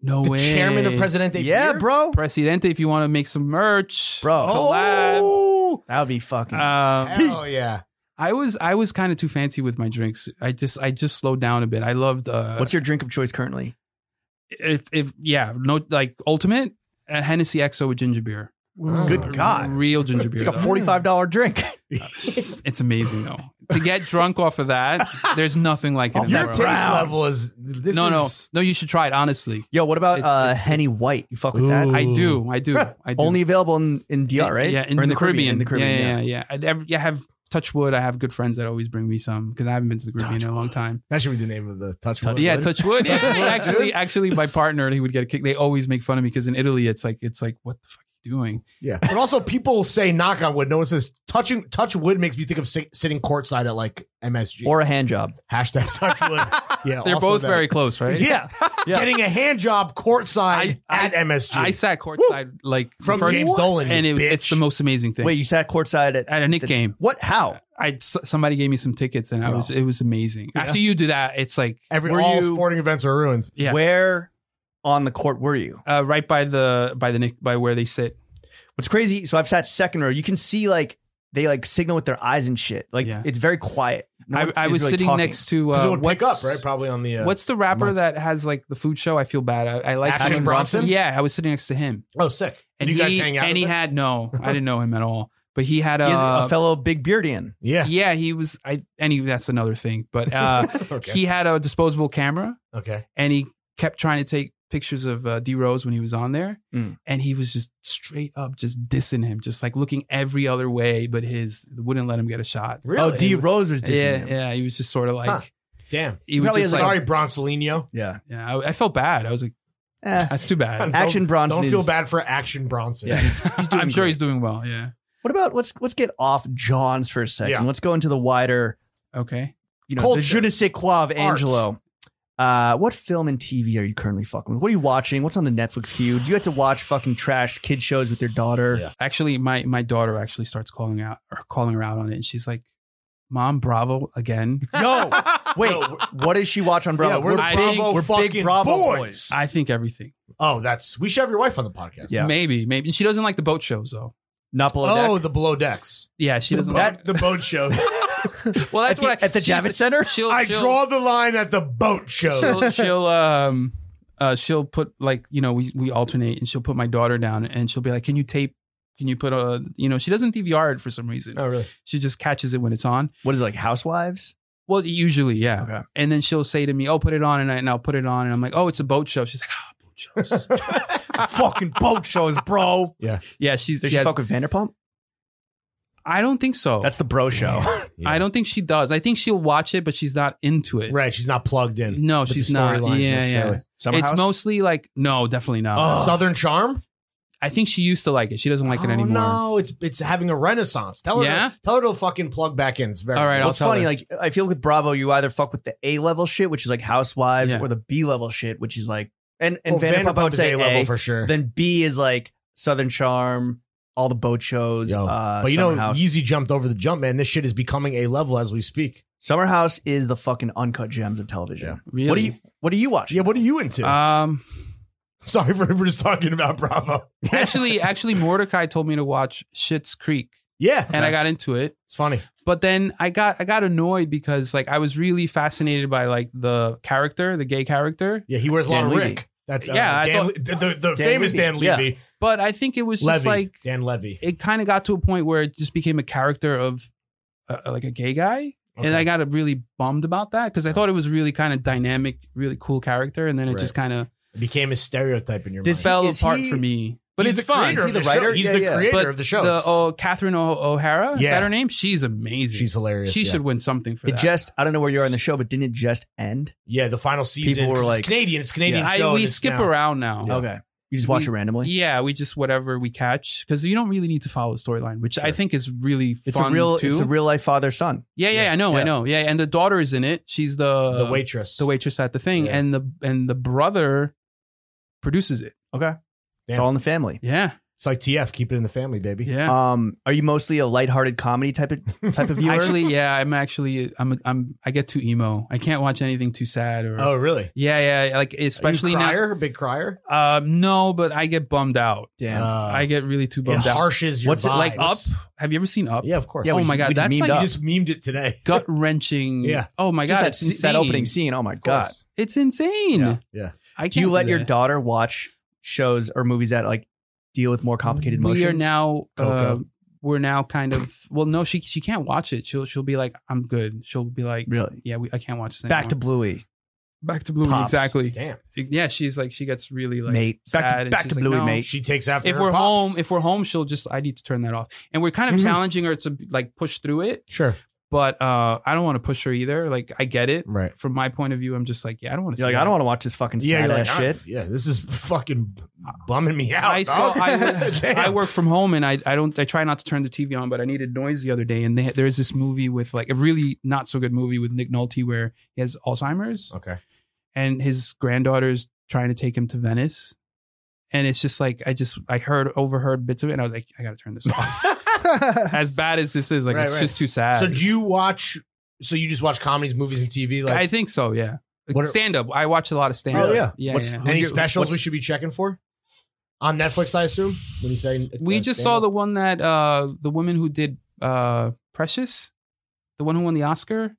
Speaker 2: No
Speaker 3: the
Speaker 2: way.
Speaker 3: chairman of Presidente.
Speaker 1: yeah,
Speaker 3: Beer?
Speaker 1: bro,
Speaker 2: Presidente, if you want to make some merch,
Speaker 1: bro,
Speaker 2: collab.
Speaker 3: Oh,
Speaker 1: that would be fucking.
Speaker 2: Um,
Speaker 3: hell yeah!
Speaker 2: I was I was kind of too fancy with my drinks. I just I just slowed down a bit. I loved uh,
Speaker 1: what's your drink of choice currently?
Speaker 2: if if yeah no like ultimate uh, Hennessy XO with ginger beer.
Speaker 1: Oh. Good God.
Speaker 2: real ginger
Speaker 1: It's
Speaker 2: beer.
Speaker 1: like a
Speaker 2: though.
Speaker 1: forty five dollar drink.
Speaker 2: It's amazing though. to get drunk off of that, there's nothing like it. in the
Speaker 3: Your
Speaker 2: world.
Speaker 3: taste level is this.
Speaker 2: no, no,
Speaker 3: is,
Speaker 2: no. You should try it. Honestly,
Speaker 1: Yo, what about
Speaker 2: It's-
Speaker 1: uh,
Speaker 2: it's-
Speaker 1: Henny White? You fuck with that?
Speaker 3: Ooh.
Speaker 2: I do, I do, I do.
Speaker 1: Only available in, in DR, right?
Speaker 2: Yeah, in,
Speaker 1: Or
Speaker 2: the, Caribbean.
Speaker 1: In the Caribbean, yeah.
Speaker 2: yeah, yeah, yeah. I, every- I have touch wood. I have good friends that always bring me some because I haven't been to the Caribbean in a long time.
Speaker 3: That should be the name of the touch.
Speaker 1: Touch
Speaker 3: wood.
Speaker 2: Yeah,
Speaker 1: wood?
Speaker 2: touch wood. Yeah,
Speaker 3: Touch wood,
Speaker 2: actually,
Speaker 3: dude.
Speaker 2: actually, my partner he would get a kick. They always make fun of me because in Italy, it's like it's like what the fuck are you doing?
Speaker 3: yeah. But also, people say knock on wood. No one says touching touch wood makes me think of si- sitting courtside at like MSG
Speaker 1: Or a hand job.
Speaker 3: hashtag touch wood. Yeah,
Speaker 2: They're
Speaker 3: also
Speaker 2: both
Speaker 3: that.
Speaker 2: very close, right?
Speaker 3: yeah.
Speaker 1: Yeah.
Speaker 3: Getting a hand job courtside
Speaker 2: I-
Speaker 3: at MSG
Speaker 2: I sat courtside like the
Speaker 3: from
Speaker 2: first,
Speaker 3: James Dolan.
Speaker 2: and
Speaker 3: you
Speaker 2: it,
Speaker 3: bitch.
Speaker 2: it's the most amazing thing.
Speaker 1: Wait, you sat courtside at,
Speaker 2: at a Nick
Speaker 1: the-
Speaker 2: game, Uh,
Speaker 1: what? How?
Speaker 2: I s- somebody gave me some tickets, and I was it was amazing. After you do that, it's like
Speaker 3: every
Speaker 1: were
Speaker 3: all
Speaker 1: you-
Speaker 3: sporting events are ruined.
Speaker 2: yeah,
Speaker 1: Where on the court were you?
Speaker 2: uh, right by the by the Nick by where they sit.
Speaker 1: What's crazy? So I've sat second row. You can see like they like signal with their eyes and shit. Like
Speaker 2: Yeah.
Speaker 1: it's very quiet. No
Speaker 2: I,
Speaker 1: one
Speaker 2: I
Speaker 1: is
Speaker 2: was
Speaker 1: really
Speaker 2: sitting
Speaker 1: talking.
Speaker 2: next to
Speaker 3: Because
Speaker 2: uh,
Speaker 3: it would pick up,
Speaker 2: what's
Speaker 3: right? Probably on the uh,
Speaker 2: what's the rapper
Speaker 3: amongst-
Speaker 2: that has like the food show? I feel bad. I, I like
Speaker 3: Action
Speaker 2: him.
Speaker 3: Bronson?
Speaker 2: Yeah, I was sitting next to him,
Speaker 3: Oh, sick.
Speaker 2: and
Speaker 3: Did you
Speaker 2: he,
Speaker 3: guys hang out?
Speaker 2: And
Speaker 3: with
Speaker 2: he
Speaker 3: him?
Speaker 2: had no, I didn't know him at all. But he had
Speaker 1: He is
Speaker 2: uh,
Speaker 1: a fellow Big Beardian.
Speaker 3: yeah.
Speaker 2: yeah, he was. I any that's another thing. But uh,
Speaker 3: okay.
Speaker 2: he had a disposable camera,
Speaker 3: okay.
Speaker 2: and he kept trying to take pictures of uh, D Rose when he was on there,
Speaker 1: Mm.
Speaker 2: and he was just straight up just dissing him, just like looking every other way but his. Wouldn't let him get a shot.
Speaker 3: Really?
Speaker 1: Oh, D Rose was dissing
Speaker 2: Yeah,
Speaker 1: him.
Speaker 2: yeah. He was just sort of like
Speaker 3: Huh. Damn.
Speaker 2: he was
Speaker 1: Probably
Speaker 2: just
Speaker 1: has a-
Speaker 2: like,
Speaker 3: Sorry, Bronsolino.
Speaker 1: Yeah.
Speaker 2: yeah. I, I felt bad. I was like,
Speaker 1: Eh,
Speaker 2: that's too bad.
Speaker 1: Action Bronson.
Speaker 3: Don't feel
Speaker 1: is-
Speaker 3: bad for Action Bronson.
Speaker 1: Yeah. He's doing
Speaker 2: I'm sure
Speaker 1: great.
Speaker 2: he's doing well. Yeah.
Speaker 1: What about let's let's get off Johns for a second.
Speaker 3: Yeah.
Speaker 1: Let's go into the wider,
Speaker 2: Okay.
Speaker 1: you know,
Speaker 3: Culture.
Speaker 1: the je ne sais quoi of
Speaker 3: Art.
Speaker 1: Angelo. Uh, what film and TV are you currently fucking with? What are you watching? What's on the Netflix queue? Do you have to watch fucking trash kid shows with your daughter?
Speaker 3: Yeah.
Speaker 2: Actually, my my daughter actually starts calling out or calling her out on it, and she's like, "Mom, Bravo again."
Speaker 1: Yo, wait,
Speaker 3: No, we're-
Speaker 1: what does she watch on Bravo?
Speaker 3: yeah, we're,
Speaker 2: I
Speaker 3: Bravo
Speaker 2: think
Speaker 1: we're
Speaker 3: fucking
Speaker 1: big Bravo
Speaker 3: boys.
Speaker 1: boys.
Speaker 2: I think everything.
Speaker 3: Oh, that's we should have your wife on the podcast.
Speaker 1: Yeah.
Speaker 2: Maybe, maybe she doesn't like the boat shows though.
Speaker 1: not below
Speaker 3: Oh,
Speaker 1: deck.
Speaker 3: the below decks.
Speaker 2: Yeah, she doesn't.
Speaker 1: That-
Speaker 2: like
Speaker 3: The boat show.
Speaker 2: Well, that's
Speaker 1: at the,
Speaker 2: what I,
Speaker 1: at the
Speaker 2: she's-
Speaker 1: Javits Center.
Speaker 2: She'll,
Speaker 3: I
Speaker 2: she'll-
Speaker 3: draw the line at the boat show.
Speaker 2: She'll, she'll um, uh, she'll put like you know we we alternate, and she'll put my daughter down, and she'll be like, "Can you tape? Can you put a you know?" She doesn't DVR it for some reason.
Speaker 3: oh, really?
Speaker 2: She just catches it when it's on.
Speaker 1: What is it, like Housewives?
Speaker 2: Well, usually, yeah.
Speaker 1: Okay.
Speaker 2: And then she'll say to me, "Oh, put it on," and, I, and I'll put it on, and I'm like, "Oh, it's a boat show." She's like, "Ah, boat shows."
Speaker 1: fucking boat shows, bro.
Speaker 2: yeah, she's.
Speaker 1: Does
Speaker 2: she
Speaker 1: she
Speaker 2: has-
Speaker 1: fuck with Vanderpump?
Speaker 2: I don't think so.
Speaker 1: That's the bro show.
Speaker 3: Yeah.
Speaker 2: I don't think she does. I think she'll watch it, but she's not into it.
Speaker 3: Right, she's not plugged in.
Speaker 2: No,
Speaker 3: with the
Speaker 2: she's not.
Speaker 3: storylines
Speaker 2: Yeah,
Speaker 3: necessarily.
Speaker 2: yeah.
Speaker 1: Summer
Speaker 2: it's
Speaker 1: House?
Speaker 2: mostly like no, definitely not.
Speaker 1: Oh.
Speaker 3: Southern Charm.
Speaker 2: I think she used to like it. She doesn't like it
Speaker 3: Oh,
Speaker 2: anymore.
Speaker 3: No, it's it's having a renaissance. Tell her,
Speaker 2: Yeah?
Speaker 3: to, tell her to fucking plug back in. It's very
Speaker 2: All right, I'll
Speaker 1: What's
Speaker 2: tell
Speaker 1: funny,
Speaker 2: her.
Speaker 1: like I feel with Bravo, you either fuck with the A level shit, which is like Housewives,
Speaker 2: Yeah.
Speaker 1: or the B level shit, which is like and and
Speaker 3: Well,
Speaker 1: Vanderpump, I would
Speaker 3: is
Speaker 1: say
Speaker 3: A-level
Speaker 1: A,
Speaker 3: for sure.
Speaker 1: then B is like Southern Charm, all the boat shows.
Speaker 3: Yo,
Speaker 1: Uh,
Speaker 3: but you
Speaker 1: Summer
Speaker 3: know,
Speaker 1: House.
Speaker 3: Yeezy jumped over the jump, man. This shit is becoming A level as we speak.
Speaker 1: Summer House is the fucking uncut gems of television.
Speaker 3: Yeah.
Speaker 2: Really?
Speaker 1: What do you What do you watch?
Speaker 3: Yeah, what are you into?
Speaker 2: Um,
Speaker 3: Uh, Sorry for we're just talking about Bravo.
Speaker 2: actually, actually, Mordecai told me to watch Shit's Creek,
Speaker 3: Yeah,
Speaker 2: and I got into it.
Speaker 3: it's funny.
Speaker 2: But then I got I got annoyed because like I was really fascinated by like the character, the gay character.
Speaker 3: Yeah, he wears a lot
Speaker 1: Dan
Speaker 3: of
Speaker 1: Levy.
Speaker 3: Rick. That's uh,
Speaker 2: Yeah, I
Speaker 3: Dan,
Speaker 2: thought-
Speaker 3: Le- the the, the
Speaker 1: Dan
Speaker 3: famous
Speaker 1: Levy.
Speaker 3: Dan Levy.
Speaker 2: But I think it was just
Speaker 3: Levy.
Speaker 2: like
Speaker 3: Dan Levy.
Speaker 2: it kind of got to a point where it just became a character of uh, like a gay guy. And I got really bummed about that because I thought it was really kind of dynamic, really cool character, and then it
Speaker 3: Right.
Speaker 2: just kind of
Speaker 3: It became a stereotype in your
Speaker 1: Does
Speaker 3: mind.
Speaker 2: fell
Speaker 1: is
Speaker 2: apart
Speaker 1: he-
Speaker 2: for me. But
Speaker 3: He's
Speaker 2: it's
Speaker 3: the
Speaker 2: fun.
Speaker 3: creator
Speaker 1: Is he
Speaker 3: of
Speaker 1: the writer?
Speaker 3: Show. He's
Speaker 1: Yeah,
Speaker 3: the
Speaker 1: yeah.
Speaker 3: creator
Speaker 2: But
Speaker 3: of the show.
Speaker 2: The
Speaker 3: It's-
Speaker 2: oh, Catherine o- O'Hara, is
Speaker 3: Yeah.
Speaker 2: that her name? She's amazing.
Speaker 3: she's hilarious.
Speaker 2: she
Speaker 3: yeah.
Speaker 2: should win something for
Speaker 1: It
Speaker 2: that.
Speaker 1: just I don't know where you are in the show, but didn't it just end?
Speaker 3: Yeah, the final season.
Speaker 1: People were
Speaker 3: 'cause
Speaker 1: like-
Speaker 3: it's Canadian. It's Canadian.
Speaker 2: I-
Speaker 3: show,
Speaker 2: we
Speaker 3: and it's
Speaker 2: skip
Speaker 3: now-
Speaker 2: around now.
Speaker 3: Yeah.
Speaker 1: Okay, you just watch
Speaker 2: We-
Speaker 1: it randomly.
Speaker 2: Yeah, we just whatever we catch because you don't really need to follow the storyline, which I think is really
Speaker 1: It's
Speaker 2: fun
Speaker 1: a real
Speaker 2: too.
Speaker 1: It's a real life father son.
Speaker 2: yeah, yeah, I know,
Speaker 1: Yeah.
Speaker 2: I know. Yeah, and the daughter is in it. She's the
Speaker 3: the waitress.
Speaker 2: uh, the waitress at the thing,
Speaker 3: Yeah.
Speaker 2: and the and the brother produces it.
Speaker 1: It's
Speaker 3: Yeah.
Speaker 1: all in the family.
Speaker 2: Yeah,
Speaker 3: It's like TF. Keep it in the family, baby.
Speaker 2: yeah.
Speaker 1: Um, are you mostly a lighthearted comedy type of type of viewer?
Speaker 2: actually, yeah, I'm actually I'm I'm I get too emo. I can't watch anything too sad or.
Speaker 3: Oh, really?
Speaker 2: Yeah, yeah, like
Speaker 3: Especially
Speaker 2: especially
Speaker 3: you a
Speaker 2: now.
Speaker 3: crier, big crier.
Speaker 2: Um, no, but I get bummed out.
Speaker 1: damn.
Speaker 3: Uh,
Speaker 2: I get really too
Speaker 3: it
Speaker 2: bummed out.
Speaker 3: harshes your
Speaker 1: What's it
Speaker 2: like up?
Speaker 3: vibes.
Speaker 2: Have you ever seen Up?
Speaker 3: Yeah, of course.
Speaker 1: Yeah,
Speaker 2: oh
Speaker 1: we-
Speaker 2: my
Speaker 1: we
Speaker 2: god,
Speaker 1: just
Speaker 2: that's
Speaker 1: memed
Speaker 2: like
Speaker 1: up.
Speaker 3: I just memed it today.
Speaker 2: gut wrenching.
Speaker 3: Yeah.
Speaker 2: Oh my god,
Speaker 1: just that,
Speaker 2: it's
Speaker 1: se- that
Speaker 2: insane.
Speaker 1: opening scene. Oh my god!
Speaker 2: It's insane.
Speaker 1: Yeah.
Speaker 3: Yeah.
Speaker 2: I can't
Speaker 1: Do you let your
Speaker 2: that.
Speaker 1: daughter watch shows or movies that like deal with more complicated
Speaker 2: We
Speaker 1: emotions?
Speaker 2: are now. Uh,
Speaker 3: Coco.
Speaker 2: we're now kind of. Well, no, she she can't watch it. She'll she'll be like, I'm good. She'll be like,
Speaker 1: really
Speaker 2: Yeah, we, I can't watch this.
Speaker 1: back to
Speaker 2: anymore.
Speaker 1: Bluey,
Speaker 2: back to blue.
Speaker 1: Pops.
Speaker 2: Exactly.
Speaker 3: Damn.
Speaker 2: Yeah, she's like she gets really like
Speaker 1: mate.
Speaker 2: sad.
Speaker 1: Back to,
Speaker 2: and
Speaker 1: back
Speaker 2: she's
Speaker 1: to
Speaker 2: like,
Speaker 1: Bluey,
Speaker 2: no.
Speaker 1: mate.
Speaker 3: She takes after
Speaker 2: If
Speaker 3: her
Speaker 2: we're
Speaker 3: pops.
Speaker 2: home, if we're home, she'll just. I need to turn that off. And we're kind of
Speaker 1: Mhm.
Speaker 2: challenging her to like push through it,
Speaker 3: sure.
Speaker 2: but uh I don't want to push her either. Like I get it
Speaker 3: Right.
Speaker 2: from my point of view. I'm just like, yeah, I don't want to.
Speaker 1: You're like, I don't want to watch this fucking
Speaker 3: Yeah,
Speaker 1: sad
Speaker 3: you're
Speaker 1: ass
Speaker 3: like,
Speaker 1: shit.
Speaker 3: "Ah, Yeah, this is fucking bumming me out.
Speaker 2: I saw.
Speaker 3: dog."
Speaker 2: I, was,
Speaker 3: Damn.
Speaker 2: I work from home, and I, I don't. I try not to turn the TV on, but I needed noise the other day, and they, there's this movie with like a really not so good movie with Nick Nolte where he has Alzheimer's,
Speaker 3: Okay.
Speaker 2: and his granddaughter's trying to take him to Venice, and it's just like I just I heard overheard bits of it, and I was like, I gotta turn this off. as bad as this is, like
Speaker 3: Right,
Speaker 2: it's
Speaker 3: right.
Speaker 2: just too sad.
Speaker 3: So do you watch? So you just watch comedies, movies, and TV?
Speaker 2: I
Speaker 3: Like
Speaker 2: think so, yeah.
Speaker 3: What are-
Speaker 2: stand up. I watch a lot of stand up.
Speaker 3: Oh, yeah.
Speaker 2: yeah.
Speaker 1: What's-
Speaker 2: yeah.
Speaker 1: who's
Speaker 3: any
Speaker 1: your-
Speaker 3: specials
Speaker 1: what's-
Speaker 3: we should be checking for on Netflix? I assume when you say
Speaker 2: We
Speaker 3: uh,
Speaker 2: just saw
Speaker 3: stand-up?
Speaker 2: the one that uh the woman who did uh Precious, the one who won the Oscar.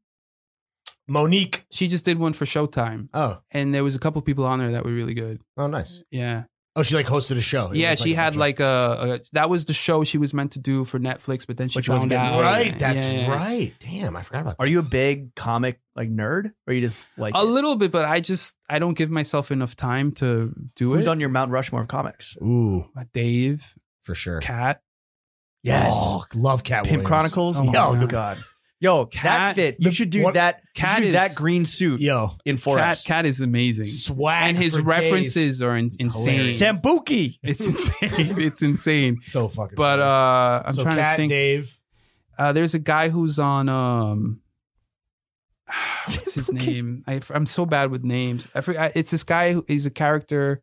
Speaker 3: Monique.
Speaker 2: She just did one for Showtime,
Speaker 3: Oh,
Speaker 2: and there was a couple people on there that were really good.
Speaker 3: oh, nice.
Speaker 2: Yeah,
Speaker 3: Oh, she like hosted a show. It
Speaker 2: yeah.
Speaker 3: was,
Speaker 2: She
Speaker 3: a
Speaker 2: had
Speaker 3: show.
Speaker 2: like a, a that was the show she was meant to do for Netflix, but then she
Speaker 1: Which wasn't
Speaker 2: found
Speaker 1: getting
Speaker 2: out.
Speaker 3: right. That's
Speaker 2: Yeah, yeah.
Speaker 3: right. Damn, I forgot about that.
Speaker 1: Are you a big comic like nerd? Or are you just like
Speaker 2: A little bit, but I just I don't give myself enough time to do
Speaker 1: who's
Speaker 2: it. Uh,
Speaker 1: on your Mount Rushmore of comics?
Speaker 2: Oh,
Speaker 3: Ooh,
Speaker 2: Dave,
Speaker 3: for sure.
Speaker 2: Cat,
Speaker 1: Yes.
Speaker 3: Oh, love Cat.
Speaker 1: Pimp
Speaker 3: Williams.
Speaker 1: Chronicles.
Speaker 2: Oh my
Speaker 1: Yo,
Speaker 2: God.
Speaker 1: god. Yo, that
Speaker 2: Cat-
Speaker 1: fit. You
Speaker 3: the-
Speaker 1: should do
Speaker 3: what-
Speaker 1: that. you
Speaker 2: Cat
Speaker 1: should do
Speaker 2: is-
Speaker 1: that green suit
Speaker 3: Yo,
Speaker 1: in 4X.
Speaker 2: Cat, Cat is amazing,
Speaker 3: swag.
Speaker 2: and his
Speaker 3: for days.
Speaker 2: references are in, insane.
Speaker 3: Hilarious.
Speaker 1: Sambuki.
Speaker 2: It's insane. it's insane.
Speaker 3: so fucking.
Speaker 2: But
Speaker 3: funny.
Speaker 2: uh, I'm
Speaker 3: so
Speaker 2: trying
Speaker 3: Cat,
Speaker 2: to think.
Speaker 3: Dave.
Speaker 2: Uh, there's a guy who's on. Um, what's his
Speaker 1: Okay.
Speaker 2: name? I, I'm so bad with names. I forget, it's this guy who is a character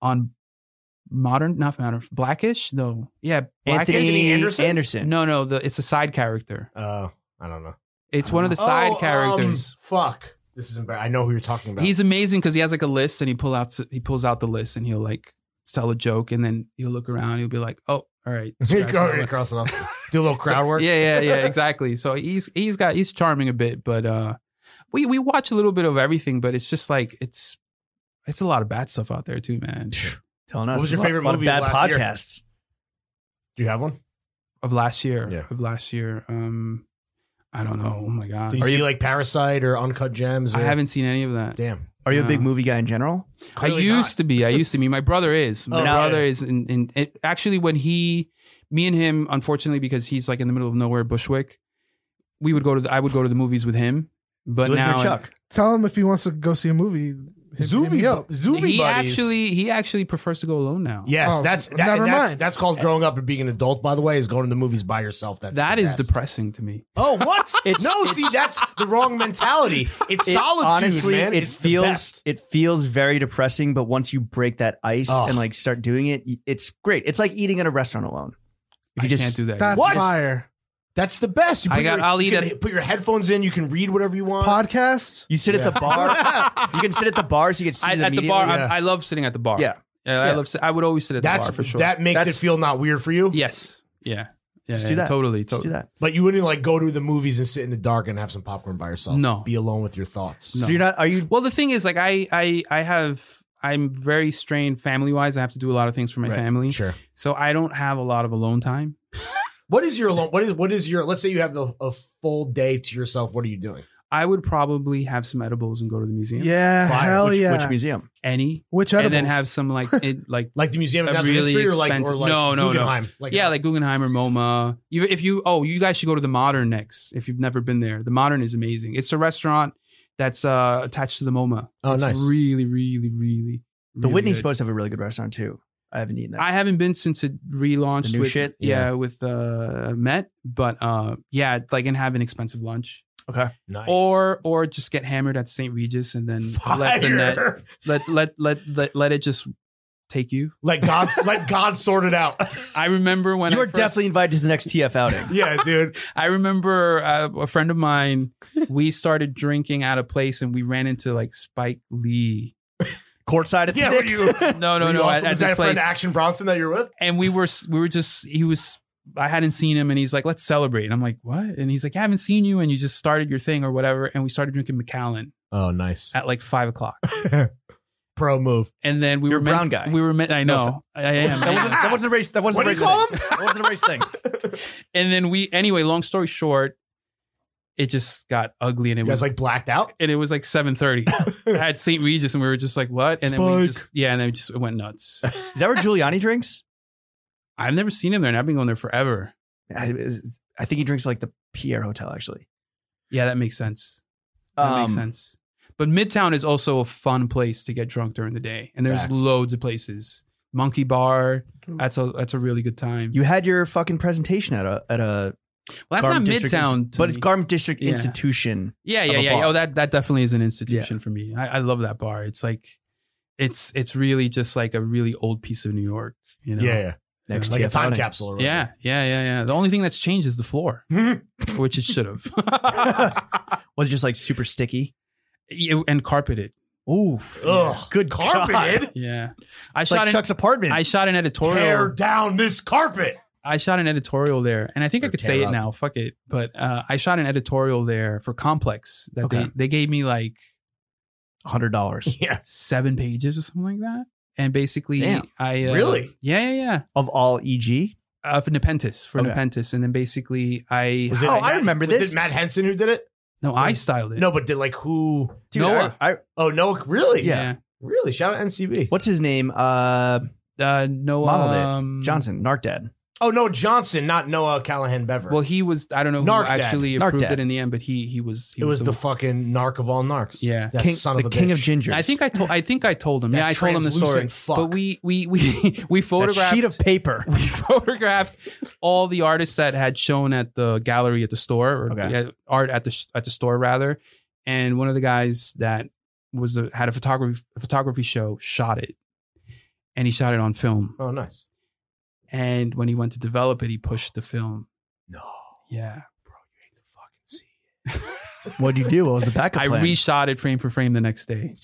Speaker 2: on modern, not modern, Blackish. No, yeah, Blackish.
Speaker 1: Anthony
Speaker 3: Anthony
Speaker 1: Anderson.
Speaker 3: Anderson?
Speaker 2: No, no, the, it's a side character.
Speaker 3: Uh, I don't know.
Speaker 2: It's one of the side
Speaker 3: Oh, um,
Speaker 2: characters.
Speaker 3: fuck. This is embarrassing. I know who you're talking about.
Speaker 2: He's amazing because he has like a list and he pull out he pulls out the list and he'll like tell a joke and then he'll look around and he'll be like, oh, all right,
Speaker 3: Go
Speaker 2: scratch that one.
Speaker 3: across it off. Do a little crowd
Speaker 2: So-
Speaker 3: work.
Speaker 2: Yeah, yeah, yeah, exactly. So he's he's got he's charming a bit, but uh we we watch a little bit of everything, but it's just like it's it's a lot of bad stuff out there too, man.
Speaker 1: Telling us
Speaker 3: What was your
Speaker 1: a lot-
Speaker 3: favorite
Speaker 1: lot of
Speaker 3: movie
Speaker 1: bad
Speaker 3: of last year?
Speaker 1: podcasts.
Speaker 3: Do you have one?
Speaker 2: Of last year.
Speaker 3: Yeah.
Speaker 2: Of last year. Um I don't know. Oh my
Speaker 3: Do
Speaker 2: god.
Speaker 3: you
Speaker 1: Are
Speaker 3: see
Speaker 1: you-
Speaker 3: like Parasite or Uncut Gems? Or,
Speaker 2: I haven't seen any of that.
Speaker 3: Damn.
Speaker 1: Are you a big
Speaker 2: No.
Speaker 1: movie guy in general?
Speaker 2: I
Speaker 3: Clearly
Speaker 2: used to be. I used to be. My brother is. My
Speaker 3: Oh, yeah.
Speaker 2: brother is in, in it, actually when he me and him, unfortunately, because he's like in the middle of nowhere, Bushwick, we would go to the, I would go to the movies with him. But
Speaker 1: You listen to
Speaker 2: now
Speaker 1: Chuck.
Speaker 4: Tell him if he wants to go see a movie. hit- hit me
Speaker 3: Zuby up. Zuby
Speaker 2: he
Speaker 3: buddies.
Speaker 2: actually he actually prefers to go alone now.
Speaker 3: Yes,
Speaker 4: Oh,
Speaker 3: that's that,
Speaker 4: never
Speaker 3: that's,
Speaker 4: mind.
Speaker 3: That's called growing up and being an adult. By the way, is going to the movies by yourself. That's
Speaker 2: that
Speaker 3: the
Speaker 2: is
Speaker 3: best.
Speaker 2: depressing to me.
Speaker 3: Oh, what?
Speaker 1: It's-
Speaker 3: no,
Speaker 1: it's-
Speaker 3: see, that's the wrong mentality. It's
Speaker 1: It-
Speaker 3: solitude,
Speaker 1: honestly,
Speaker 3: man.
Speaker 1: it
Speaker 3: It's the
Speaker 1: feels
Speaker 3: best.
Speaker 1: it feels very depressing. But once you break that ice
Speaker 3: Oh.
Speaker 1: and like start doing it, y- it's great. It's like eating at a restaurant alone. If
Speaker 2: I
Speaker 1: you just
Speaker 2: can't do that.
Speaker 4: That's
Speaker 3: What?
Speaker 4: fire.
Speaker 3: That's the best. You
Speaker 2: I
Speaker 3: put
Speaker 2: got-
Speaker 3: your,
Speaker 2: I'll
Speaker 3: you
Speaker 2: eat
Speaker 3: can
Speaker 2: it.
Speaker 3: Put your headphones in. You can read whatever you want.
Speaker 4: Podcast.
Speaker 1: You sit at the bar. you can sit at the bar, so you can see
Speaker 2: I,
Speaker 1: them
Speaker 2: at the bar,
Speaker 1: immediately.
Speaker 2: I, I love sitting at the bar.
Speaker 1: Yeah.
Speaker 2: I
Speaker 1: Yeah.
Speaker 2: love. si- I would always sit at the
Speaker 3: that's
Speaker 2: bar for sure.
Speaker 3: That makes
Speaker 1: That's-
Speaker 3: it feel not weird for you.
Speaker 2: yes. Yeah. Yeah.
Speaker 1: Just
Speaker 2: yeah,
Speaker 1: do that.
Speaker 2: Totally.
Speaker 1: Just do
Speaker 2: Totally.
Speaker 1: that.
Speaker 3: But you wouldn't like go to the movies and sit in the dark and have some popcorn by yourself.
Speaker 2: No.
Speaker 3: be alone with your thoughts.
Speaker 2: No.
Speaker 1: So you're not. Are you?
Speaker 2: Well, the thing is, like, I, I, I have. I'm very strained family wise. I have to do a lot of things for my
Speaker 1: Right.
Speaker 2: family,
Speaker 3: Sure.
Speaker 2: so I don't have a lot of alone time.
Speaker 3: What is your alone? What is what is your? Let's say you have the, a full day to yourself. What are you doing?
Speaker 2: I would probably have some edibles and go to the museum.
Speaker 4: Yeah,
Speaker 3: Fire.
Speaker 4: hell
Speaker 1: which,
Speaker 4: yeah.
Speaker 1: which museum?
Speaker 2: Any,
Speaker 4: Which
Speaker 2: and
Speaker 4: edibles?
Speaker 2: then have some like, it, like,
Speaker 3: Like the Museum of
Speaker 2: A
Speaker 3: Natural
Speaker 2: really
Speaker 3: History, or like or
Speaker 2: expensive-
Speaker 3: like
Speaker 2: No, no, no.
Speaker 3: Guggenheim? Like
Speaker 2: yeah, like Guggenheim or MoMA. You, if you, oh, you guys should go to the Modern next. If you've never been there, the Modern is amazing. It's a restaurant that's uh, attached to the MoMA.
Speaker 3: Oh,
Speaker 2: it's
Speaker 3: nice.
Speaker 2: Really, really, really.
Speaker 1: The
Speaker 2: really
Speaker 1: Whitney's
Speaker 2: good.
Speaker 1: supposed to have a really good restaurant too. I haven't eaten that.
Speaker 2: I haven't been since it relaunched
Speaker 1: The new
Speaker 2: with
Speaker 1: shit?
Speaker 2: Yeah, with uh, Met, but uh, yeah, like and have an expensive lunch
Speaker 1: okay.
Speaker 3: nice.
Speaker 2: or or just get hammered at St. Regis and then let the net
Speaker 3: Fire.
Speaker 2: let let let let let it just take you.
Speaker 3: Let God let God sort it out.
Speaker 2: I remember when
Speaker 1: you
Speaker 2: I
Speaker 1: are
Speaker 2: first-
Speaker 1: definitely invited to the next TF outing.
Speaker 3: yeah, dude.
Speaker 2: I remember uh, a friend of mine. We started drinking at a place, and we ran into like Spike Lee.
Speaker 1: Courtside at the
Speaker 3: Yeah, were you-
Speaker 1: Knicks.
Speaker 2: No,
Speaker 3: Were
Speaker 2: no,
Speaker 3: you
Speaker 2: no.
Speaker 3: also-
Speaker 2: At, at
Speaker 3: was
Speaker 2: this
Speaker 3: that a friend
Speaker 2: place,
Speaker 3: Action Bronson that you're with?
Speaker 2: and we were we were just he was. I hadn't seen him, and he's like, "Let's celebrate." And I'm like, "What?" And he's like, "I haven't seen you, and you just started your thing or whatever." And we started drinking Macallan
Speaker 3: Oh, nice.
Speaker 2: at like five o'clock,
Speaker 3: Pro move.
Speaker 2: and then we
Speaker 1: You're
Speaker 2: were
Speaker 1: a
Speaker 2: meant,
Speaker 1: brown guy.
Speaker 2: We were meant. I
Speaker 1: No
Speaker 2: know. I am.
Speaker 1: That
Speaker 2: I
Speaker 1: wasn't,
Speaker 2: am.
Speaker 1: that wasn't a race. That wasn't
Speaker 3: What
Speaker 1: a
Speaker 3: do
Speaker 1: race
Speaker 3: you call
Speaker 1: thing. That wasn't a race thing.
Speaker 2: and then we anyway. Long story short, it just got ugly, and it
Speaker 3: You
Speaker 2: was
Speaker 3: guys like blacked out.
Speaker 2: and it was like 7.30 I had st regis and we were just like what and then we just yeah and then we just it went nuts
Speaker 1: Is that where Giuliani drinks?
Speaker 2: i've never seen him there and i've been going there forever
Speaker 1: I, I think he drinks like the Pierre Hotel actually.
Speaker 2: yeah that makes sense that makes
Speaker 1: Um,
Speaker 2: sense but midtown is also a fun place to get drunk during the day and there's
Speaker 3: Facts.
Speaker 2: loads of places monkey bar that's a that's a really good time
Speaker 1: You had your fucking presentation at a at a
Speaker 2: well that's
Speaker 1: garment
Speaker 2: not
Speaker 1: district
Speaker 2: midtown
Speaker 1: ins-
Speaker 2: to
Speaker 1: but
Speaker 2: me.
Speaker 1: it's garment district
Speaker 2: Yeah.
Speaker 1: institution.
Speaker 2: yeah
Speaker 1: of
Speaker 2: yeah
Speaker 1: a
Speaker 2: yeah
Speaker 1: bar.
Speaker 2: oh that that definitely is an institution for me I, I love that bar it's like it's it's really just like a really old piece of new york you know
Speaker 3: Yeah, yeah.
Speaker 1: Next
Speaker 3: Like a
Speaker 1: TF
Speaker 3: time
Speaker 1: outing.
Speaker 3: capsule. Or whatever.
Speaker 2: Yeah, yeah, yeah, yeah. The only thing that's changed is the floor, which it should have,
Speaker 1: Was it just like super sticky?
Speaker 2: You- and carpeted.
Speaker 1: Oof.
Speaker 3: Ugh.
Speaker 1: Good God.
Speaker 3: Carpeted.
Speaker 2: Yeah, I
Speaker 1: It's
Speaker 2: shot.
Speaker 1: like
Speaker 2: an,
Speaker 1: Chuck's apartment.
Speaker 2: I shot an editorial.
Speaker 3: Tear down this carpet.
Speaker 2: I shot an editorial there, and I think
Speaker 3: Or
Speaker 2: I could
Speaker 3: tear
Speaker 2: say
Speaker 3: up.
Speaker 2: it now. Fuck it, but uh, I shot an editorial there for Complex that
Speaker 1: Okay.
Speaker 2: they they gave me like
Speaker 1: hundred dollars
Speaker 3: Yeah.
Speaker 2: seven pages or something like that, and basically
Speaker 1: Damn.
Speaker 2: I uh,
Speaker 3: Really?
Speaker 2: yeah yeah yeah
Speaker 1: of all E EG.
Speaker 2: uh, for Nepentis for
Speaker 1: Okay.
Speaker 2: Nepentis, and then basically I
Speaker 3: Was
Speaker 1: Oh, I remember
Speaker 3: was
Speaker 1: this.
Speaker 3: it Matt Henson who did it?
Speaker 2: no I styled it
Speaker 3: No, but did like who?
Speaker 1: Dude,
Speaker 2: Noah.
Speaker 1: I, I,
Speaker 3: Oh, Noah. Really?
Speaker 2: yeah,
Speaker 3: Really? Shout out NCB.
Speaker 1: what's his name? Uh,
Speaker 2: Uh, no
Speaker 1: Modeled it.
Speaker 2: um,
Speaker 1: Johnson, Narc Dad.
Speaker 3: Oh, Noah Johnson, not Noah Callahan Bever.
Speaker 2: Well, he was I don't know who
Speaker 3: Narc Dad.
Speaker 2: actually
Speaker 1: Narc
Speaker 2: approved
Speaker 1: Dad.
Speaker 2: it in the end, but he he was he
Speaker 3: it was the,
Speaker 2: one-
Speaker 3: fucking narc of all narcs.
Speaker 2: Yeah.
Speaker 3: That
Speaker 1: King,
Speaker 3: son
Speaker 1: the
Speaker 3: of a
Speaker 1: King
Speaker 3: bitch.
Speaker 1: of Gingers.
Speaker 2: I think I told. I think I told him.
Speaker 3: That
Speaker 2: yeah, I told him the
Speaker 3: translucent fuck.
Speaker 2: story. But we we we we
Speaker 1: that
Speaker 2: photographed
Speaker 1: sheet of paper.
Speaker 2: we photographed all the artists that had shown at the gallery at the store or
Speaker 1: Okay.
Speaker 2: yeah, art at the sh- at the store rather. And one of the guys that was a, had a photography photography show shot it, and he shot it on film.
Speaker 3: Oh, nice.
Speaker 2: And when he went to develop it, he pushed the film.
Speaker 3: No.
Speaker 2: Yeah,
Speaker 1: What'd you do? What was the backup
Speaker 2: I
Speaker 1: plan?
Speaker 2: reshot it frame for frame the next day.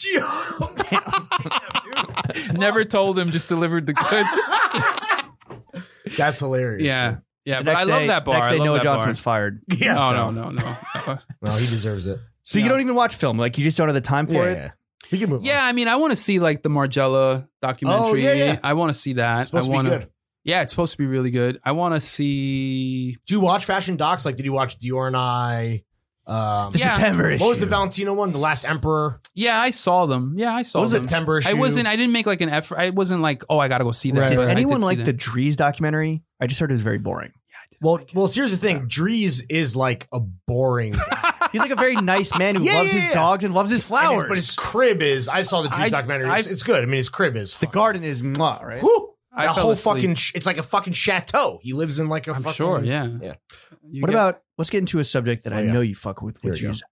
Speaker 2: Never told him, just delivered the goods.
Speaker 3: That's hilarious.
Speaker 2: yeah, yeah.
Speaker 1: The
Speaker 2: But
Speaker 1: next
Speaker 2: I love
Speaker 1: day-
Speaker 2: that bar.
Speaker 1: Next
Speaker 2: I
Speaker 1: day,
Speaker 2: love
Speaker 1: Noah
Speaker 2: that
Speaker 1: Johnson
Speaker 2: bar.
Speaker 1: was fired.
Speaker 3: Yeah.
Speaker 2: no,
Speaker 3: so-
Speaker 2: no, no, no.
Speaker 3: No, he deserves it.
Speaker 1: So you
Speaker 2: Yeah.
Speaker 1: don't even watch film. Like you just don't have the time for
Speaker 3: yeah,
Speaker 1: it.
Speaker 3: yeah. He can move. on.
Speaker 2: yeah, I mean, I want to see like the Margella documentary.
Speaker 3: Oh, yeah, yeah.
Speaker 2: I want to see that.
Speaker 3: Supposed
Speaker 2: I
Speaker 3: to be
Speaker 2: want
Speaker 3: good.
Speaker 2: Yeah, it's supposed to be really good. I want to see.
Speaker 3: Do you watch fashion docs? Like, did you watch Dior and I? Um,
Speaker 1: The
Speaker 2: Yeah.
Speaker 1: September issue.
Speaker 3: What was the Valentino one? The Last Emperor.
Speaker 2: Yeah, I saw them. Yeah, I saw
Speaker 3: What was the
Speaker 2: them.
Speaker 3: September issue?
Speaker 2: I wasn't. I didn't make like an effort. I wasn't like, oh, I gotta go see that.
Speaker 3: Right.
Speaker 1: Did
Speaker 2: but I
Speaker 1: anyone
Speaker 2: did
Speaker 1: like
Speaker 2: see
Speaker 1: the
Speaker 2: them.
Speaker 1: Drees documentary? I just heard it was very boring.
Speaker 3: Well, well. Here's the thing. Dries is like a boring.
Speaker 1: He's like a very nice man who
Speaker 3: Yeah,
Speaker 1: loves
Speaker 3: yeah,
Speaker 1: his
Speaker 3: yeah.
Speaker 1: dogs and loves his flowers.
Speaker 3: But his crib is. I saw the Dries
Speaker 2: I-
Speaker 3: documentary. It's,
Speaker 2: I-
Speaker 3: it's good. I mean, his crib is
Speaker 1: the
Speaker 3: fun.
Speaker 1: garden is mwah, right?
Speaker 3: Whew,
Speaker 2: I
Speaker 3: the
Speaker 2: fell
Speaker 3: whole
Speaker 2: asleep.
Speaker 3: fucking. ch- It's like a fucking chateau. He lives in like a.
Speaker 2: I'm
Speaker 3: fucking,
Speaker 2: sure. Yeah.
Speaker 3: Yeah.
Speaker 2: You
Speaker 1: what
Speaker 2: get-
Speaker 1: about let's get into a subject that I
Speaker 3: Oh, yeah.
Speaker 1: know you fuck with,
Speaker 3: Here
Speaker 1: which
Speaker 3: we go.
Speaker 1: is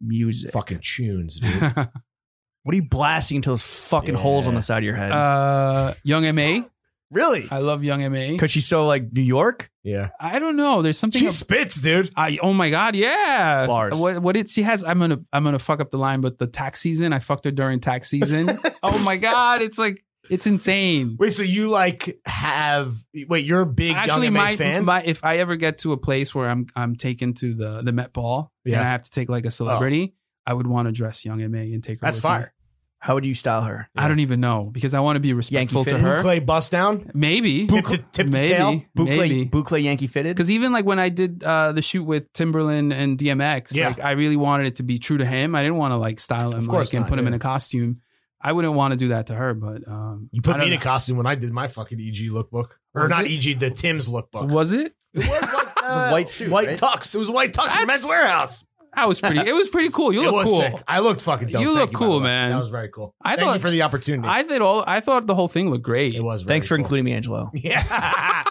Speaker 1: music.
Speaker 3: Fucking tunes, dude.
Speaker 1: What are you blasting until those fucking
Speaker 3: Yeah.
Speaker 1: holes on the side of your head?
Speaker 2: uh, Young Ma?
Speaker 1: really?
Speaker 2: I love Young Ma.
Speaker 1: Because she's so like New York.
Speaker 3: yeah.
Speaker 2: I don't know. There's something.
Speaker 3: She
Speaker 2: ab-
Speaker 3: spits, dude.
Speaker 2: I oh my god, yeah.
Speaker 1: Bars.
Speaker 2: What what it she has I'm gonna I'm gonna fuck up the line, but the tax season, I fucked her during tax season. oh my god, it's like it's insane.
Speaker 3: Wait, so you like have? Wait, you're a big
Speaker 2: Actually,
Speaker 3: Young
Speaker 2: my,
Speaker 3: M.A. fan.
Speaker 2: my if I ever get to a place where I'm I'm taken to the the Met Ball
Speaker 3: Yeah. Oh.
Speaker 2: and I have to take like a celebrity, I would want to dress Young Ma and take her.
Speaker 3: That's
Speaker 2: with
Speaker 3: fire.
Speaker 2: me.
Speaker 1: How would you style her?
Speaker 2: I don't even know because I want to be respectful to
Speaker 1: fitted?
Speaker 2: her.
Speaker 3: Clay bust down.
Speaker 2: Maybe,
Speaker 3: Tip to, tip to tail.
Speaker 2: maybe,
Speaker 1: Boucle,
Speaker 2: maybe.
Speaker 1: boucle Yankee fitted.
Speaker 2: Because even like when I did uh, the shoot with Timberland and DMX,
Speaker 3: Yeah.
Speaker 2: like I really wanted it to be true to him. I didn't want to like style him
Speaker 3: Of course
Speaker 2: like, and
Speaker 3: not,
Speaker 2: put him
Speaker 3: yeah.
Speaker 2: in a costume. I wouldn't want to do that to her, but um,
Speaker 3: You
Speaker 2: I
Speaker 3: put me
Speaker 2: don't
Speaker 3: in a costume when I did my fucking EG lookbook, or
Speaker 2: Was
Speaker 3: not
Speaker 2: it?
Speaker 3: EG, the Tim's lookbook.
Speaker 2: know. Was it?
Speaker 3: It was like
Speaker 1: a Uh, white suit,
Speaker 3: white
Speaker 1: right?
Speaker 3: tux. It was a white tux
Speaker 2: Uh, That's-
Speaker 3: from Men's Warehouse.
Speaker 2: I was pretty. It was pretty cool. You
Speaker 3: it
Speaker 2: look
Speaker 3: was
Speaker 2: cool.
Speaker 3: sick. I looked fucking. Dope.
Speaker 2: You
Speaker 3: Thank
Speaker 2: look
Speaker 3: by
Speaker 2: cool,
Speaker 3: the way.
Speaker 2: man.
Speaker 3: That was very cool.
Speaker 2: I
Speaker 3: Thank
Speaker 2: thought-
Speaker 3: you for the opportunity.
Speaker 2: I thought all. I thought the whole thing looked great.
Speaker 3: it was. Very
Speaker 1: Thanks for
Speaker 3: cool.
Speaker 1: including me, Angelo.
Speaker 3: Yeah,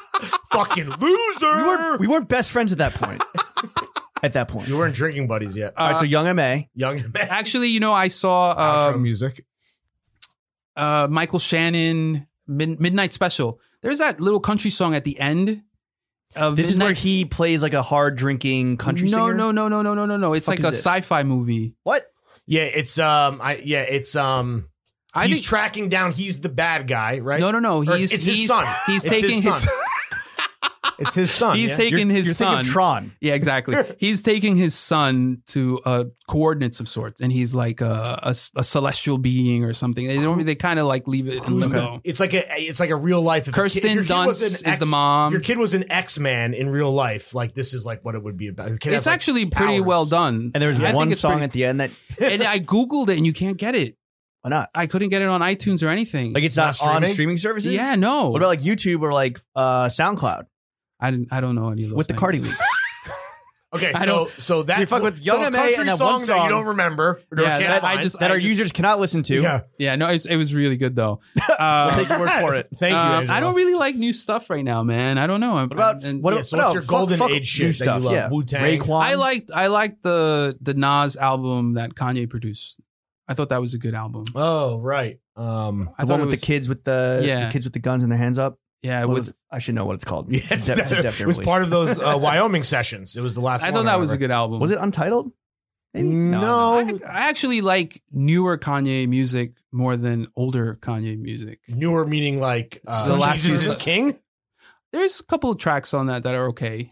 Speaker 3: fucking loser.
Speaker 1: We weren't, we weren't best friends at that point. at that point.
Speaker 3: You weren't drinking buddies yet.
Speaker 1: All right, so Young MA.
Speaker 3: Young man.
Speaker 2: Uh, Actually, you know, I saw
Speaker 3: Outro
Speaker 2: um,
Speaker 3: music.
Speaker 2: uh, Michael Shannon Mid- Midnight Special. There's that little country song at the end of
Speaker 1: This is
Speaker 2: Midnight-
Speaker 1: where he plays like a hard drinking country
Speaker 2: no,
Speaker 1: singer.
Speaker 2: No, no, no, no, no, no, no. It's
Speaker 1: Fuck
Speaker 2: like
Speaker 1: is
Speaker 2: a
Speaker 1: this?
Speaker 2: sci-fi movie.
Speaker 1: What?
Speaker 3: Yeah, it's um. I yeah, it's um.
Speaker 2: I
Speaker 3: he's
Speaker 2: think-
Speaker 3: tracking down. He's the bad guy, right?
Speaker 2: No, no, no.
Speaker 3: Or
Speaker 2: He's
Speaker 3: it's his
Speaker 2: he's
Speaker 3: son.
Speaker 2: he's
Speaker 3: It's his
Speaker 2: taking his,
Speaker 3: son. It's his son.
Speaker 2: he's
Speaker 3: yeah?
Speaker 2: taking
Speaker 1: you're,
Speaker 2: his
Speaker 1: you're
Speaker 2: son.
Speaker 1: Thinking of Tron.
Speaker 2: yeah, exactly. he's taking his son to a coordinates of sorts, and he's like a, a, a celestial being or something. They don't. They kind of like leave it in
Speaker 3: Who's
Speaker 2: limbo.
Speaker 3: It's like a it's like a real life. If a kid-
Speaker 2: Kirsten
Speaker 3: if your kid was
Speaker 2: Dunst
Speaker 3: an
Speaker 2: is
Speaker 3: X-
Speaker 2: the
Speaker 3: If
Speaker 2: mom.
Speaker 3: your kid was an X Man in real life, like this is like what it would be about. The kid
Speaker 2: It's
Speaker 3: has, like,
Speaker 2: actually pretty
Speaker 3: powers.
Speaker 2: well done.
Speaker 1: And there was
Speaker 2: I think
Speaker 1: one
Speaker 2: it's
Speaker 1: song
Speaker 2: pretty-
Speaker 1: at the end that
Speaker 2: and I googled it, and you can't get it.
Speaker 1: why not?
Speaker 2: I couldn't get it on iTunes or anything.
Speaker 1: Like it's
Speaker 3: Not
Speaker 1: not, on
Speaker 3: streaming?
Speaker 1: streaming services?
Speaker 2: yeah, no.
Speaker 1: What about like YouTube or like uh, SoundCloud
Speaker 2: I didn't. I don't know any of those
Speaker 1: with the
Speaker 2: things.
Speaker 1: Cardi Weeks?
Speaker 3: Okay,
Speaker 2: I
Speaker 3: so
Speaker 2: don't-
Speaker 3: so that
Speaker 1: you fuck with Young
Speaker 3: so a
Speaker 1: MA
Speaker 3: country
Speaker 1: and that
Speaker 3: song
Speaker 1: one
Speaker 3: that
Speaker 1: song.
Speaker 3: you don't remember. Or
Speaker 2: Yeah,
Speaker 3: can't
Speaker 2: that- I
Speaker 3: find.
Speaker 2: just-
Speaker 1: that our
Speaker 2: just-
Speaker 1: users cannot listen to.
Speaker 3: yeah.
Speaker 2: Yeah, no. It's, it was really good though. Uh,
Speaker 1: I'll take your word for it.
Speaker 3: Thank you.
Speaker 2: Um,
Speaker 3: Angelo.
Speaker 2: I don't really like new stuff right now, man. I don't know. I'm,
Speaker 1: What about
Speaker 2: I'm- and-
Speaker 1: what,
Speaker 3: Yeah, so
Speaker 1: what
Speaker 3: what's
Speaker 1: else?
Speaker 3: your
Speaker 1: Fuck-
Speaker 3: golden
Speaker 1: fuck
Speaker 3: age
Speaker 1: new
Speaker 3: shit that you love?
Speaker 1: Yeah.
Speaker 3: Wu-Tang?
Speaker 1: Raekwon.
Speaker 2: I liked I liked the the Nas album that Kanye produced. I thought that was a good album.
Speaker 3: Oh right. Um.
Speaker 2: I
Speaker 1: the
Speaker 2: thought
Speaker 1: one
Speaker 2: it
Speaker 1: with
Speaker 2: was,
Speaker 1: the kids with the,
Speaker 2: Yeah.
Speaker 1: the kids with the guns and their hands up.
Speaker 2: Yeah,
Speaker 1: What
Speaker 2: with
Speaker 1: was- I should know what it's called.
Speaker 3: Yeah,
Speaker 1: It's a def- it's a def-
Speaker 3: it was
Speaker 1: release.
Speaker 3: part of those uh, Wyoming sessions. It was the last.
Speaker 2: I
Speaker 3: one
Speaker 2: thought that was a
Speaker 3: remember.
Speaker 2: good album.
Speaker 1: Was it untitled? Maybe?
Speaker 3: No.
Speaker 2: I, I actually like newer Kanye music more than older Kanye music.
Speaker 3: Newer meaning like uh,
Speaker 2: The last
Speaker 3: Jesus
Speaker 2: one
Speaker 3: is
Speaker 2: was-
Speaker 3: King.
Speaker 2: There's a couple of tracks on that that are okay.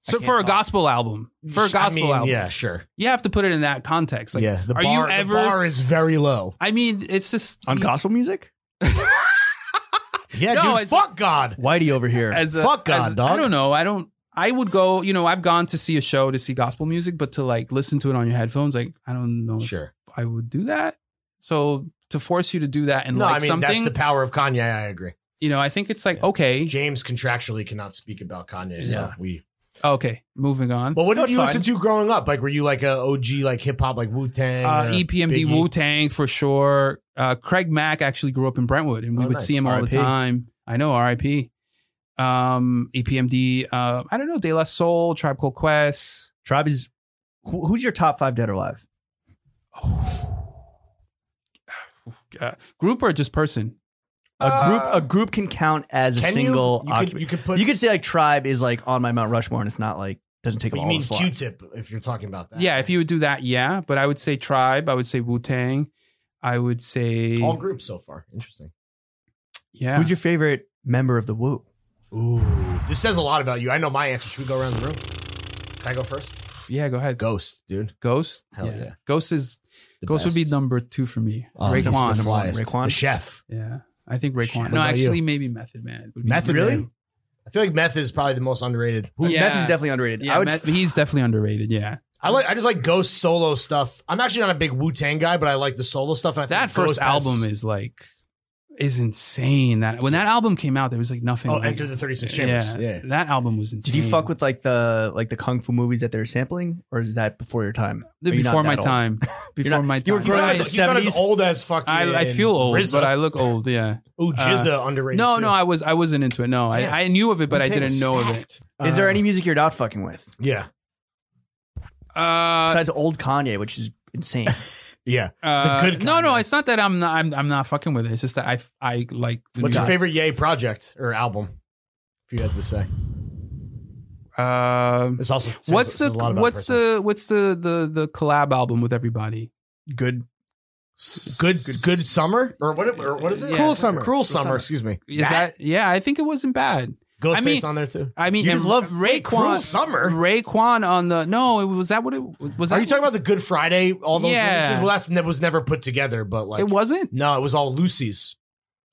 Speaker 2: So
Speaker 1: can't
Speaker 2: for a
Speaker 1: talk.
Speaker 2: gospel album, for a gospel
Speaker 3: I mean,
Speaker 2: album,
Speaker 3: Yeah, sure.
Speaker 2: you have to put it in that context. Like,
Speaker 3: yeah, the
Speaker 2: are
Speaker 3: bar,
Speaker 2: you ever?
Speaker 3: the bar is very low.
Speaker 2: I mean, it's just
Speaker 1: on gospel music.
Speaker 3: Yeah,
Speaker 2: No,
Speaker 3: dude,
Speaker 2: it's-
Speaker 3: fuck God.
Speaker 1: Whitey over here.
Speaker 2: as a,
Speaker 3: Fuck God,
Speaker 2: as a-
Speaker 3: dog.
Speaker 2: I don't know. I don't. I would go. You know, I've gone to see a show to see gospel music, but to like listen to it on your headphones, like I don't know. if
Speaker 3: Sure.
Speaker 2: I would do that. So to force you to do that and
Speaker 3: No,
Speaker 2: like
Speaker 3: I mean that's
Speaker 2: something,
Speaker 3: the power of Kanye. I agree.
Speaker 2: you know, I think it's like okay,
Speaker 3: James contractually cannot speak about Kanye, so
Speaker 1: Yeah.
Speaker 3: we.
Speaker 2: okay, moving on.
Speaker 3: But what
Speaker 1: No,
Speaker 3: did
Speaker 1: it's
Speaker 3: you
Speaker 1: fine.
Speaker 3: listen to growing up? Like, were you like a OG like hip hop like Wu Tang?
Speaker 2: Uh,
Speaker 1: E
Speaker 2: EPMD
Speaker 3: Biggie.
Speaker 2: Wu Tang for sure. Uh, Craig Mack actually grew up in Brentwood, and we
Speaker 3: Oh,
Speaker 2: would
Speaker 3: nice.
Speaker 2: see him all the
Speaker 1: R.I.P..
Speaker 2: time. I know R.I.P. Um, EPMD. Uh, I don't know De La Soul, Tribe Called Quest.
Speaker 1: Tribe is. Who, who's your top five dead or alive?
Speaker 2: Uh, group or just person?
Speaker 1: A group.
Speaker 3: Uh,
Speaker 1: A group can count as a
Speaker 3: Can you?
Speaker 1: single.
Speaker 3: You,
Speaker 1: occup-
Speaker 3: could, you could put.
Speaker 1: you could say like Tribe is like on my Mount Rushmore, and it's not like doesn't take up
Speaker 3: Well,
Speaker 1: all
Speaker 3: you mean
Speaker 1: the
Speaker 3: Q
Speaker 1: slots.
Speaker 3: Tip if you're talking about that?
Speaker 2: Yeah, if you would do that, yeah. But I would say Tribe. I would say Wu Tang. I would say
Speaker 3: all groups so far, interesting.
Speaker 2: yeah.
Speaker 1: Who's your favorite member of the Woo?
Speaker 3: Ooh, this says a lot about you. I know my answer. Should we go around the room? Can I go first?
Speaker 2: yeah, go ahead.
Speaker 3: Ghost, dude.
Speaker 2: Ghost.
Speaker 3: Hell yeah.
Speaker 2: Ghost is
Speaker 3: The
Speaker 2: Ghost would be
Speaker 3: best.
Speaker 2: number two for me.
Speaker 3: Oh, he's the
Speaker 2: Raekwon.
Speaker 1: number one.
Speaker 3: flyest.
Speaker 1: Raekwon?
Speaker 3: the chef.
Speaker 2: Yeah, I think
Speaker 3: What
Speaker 2: Raekwon. No,
Speaker 3: about
Speaker 2: actually,
Speaker 3: you?
Speaker 2: maybe Method Man. would be-
Speaker 3: Method
Speaker 1: Really?
Speaker 3: Man. I feel like Meth is probably the most underrated.
Speaker 1: Who,
Speaker 2: Yeah.
Speaker 1: Meth is definitely underrated.
Speaker 2: Yeah,
Speaker 1: I would.
Speaker 2: Meth- he's definitely underrated. Yeah,
Speaker 3: I like. I just like Ghost solo stuff. I'm actually not a big Wu Tang guy, but I like the solo stuff. And I think
Speaker 2: that
Speaker 3: Ghost
Speaker 2: first
Speaker 3: has-
Speaker 2: album is like is insane. That when that album came out, there was like nothing.
Speaker 3: Oh,
Speaker 2: like,
Speaker 3: Enter the 36 Chambers. Yeah.
Speaker 2: that album was insane.
Speaker 1: did you fuck with like the like the kung fu movies that they were sampling, or is that before your time?
Speaker 2: The-
Speaker 1: Are you not
Speaker 2: before my
Speaker 1: that old?
Speaker 2: time? Before
Speaker 1: not-
Speaker 2: my time.
Speaker 1: you were
Speaker 3: He's not,
Speaker 1: Right,
Speaker 3: as,
Speaker 1: the
Speaker 3: he's not as
Speaker 1: 70s.
Speaker 3: old as fucking.
Speaker 2: I, I feel old,
Speaker 3: RZA.
Speaker 2: but I look old. Yeah.
Speaker 3: Ooh, Jizza underrated.
Speaker 2: No,
Speaker 3: too.
Speaker 2: no, I was I wasn't into it. No,
Speaker 3: Damn.
Speaker 2: I, I knew of it, but I
Speaker 3: Okay,
Speaker 2: didn't know of it.
Speaker 3: stacked.
Speaker 1: Is there
Speaker 3: Uh,
Speaker 1: any music you're not fucking with
Speaker 3: Yeah,
Speaker 2: Uh,
Speaker 3: uh,
Speaker 1: besides old Kanye, which is insane?
Speaker 3: yeah.
Speaker 2: uh,
Speaker 3: good
Speaker 2: no, no,
Speaker 3: Kanye.
Speaker 2: it's not that I'm not I'm, I'm not fucking with it. It's just that I I like. the
Speaker 3: What's your
Speaker 2: music.
Speaker 3: favorite Yay project or album? If you had to say,
Speaker 2: Um,
Speaker 3: it's also says-
Speaker 2: what's
Speaker 3: says a
Speaker 2: the
Speaker 3: lot about
Speaker 2: what's
Speaker 3: person.
Speaker 2: the what's the the the collab album with everybody?
Speaker 1: Good.
Speaker 3: good good summer or what or what is it?
Speaker 2: Yeah.
Speaker 3: Cruel
Speaker 2: Cruel
Speaker 3: summer.
Speaker 2: Summer.
Speaker 3: Cruel summer. Excuse me.
Speaker 2: Is that, yeah? I think it wasn't bad.
Speaker 3: Ghostface
Speaker 2: I mean-
Speaker 3: on there too.
Speaker 2: I mean,
Speaker 3: You
Speaker 2: and
Speaker 3: just love- wait,
Speaker 2: Raekwon.
Speaker 3: Cruel Summer?
Speaker 2: Raekwon on the no. It was that what it was. That
Speaker 3: Are you talking about the Good Friday? All those
Speaker 2: Yeah.
Speaker 3: releases. Well, that's that was never put together, but like
Speaker 2: it wasn't.
Speaker 3: no, it was all Lucy's.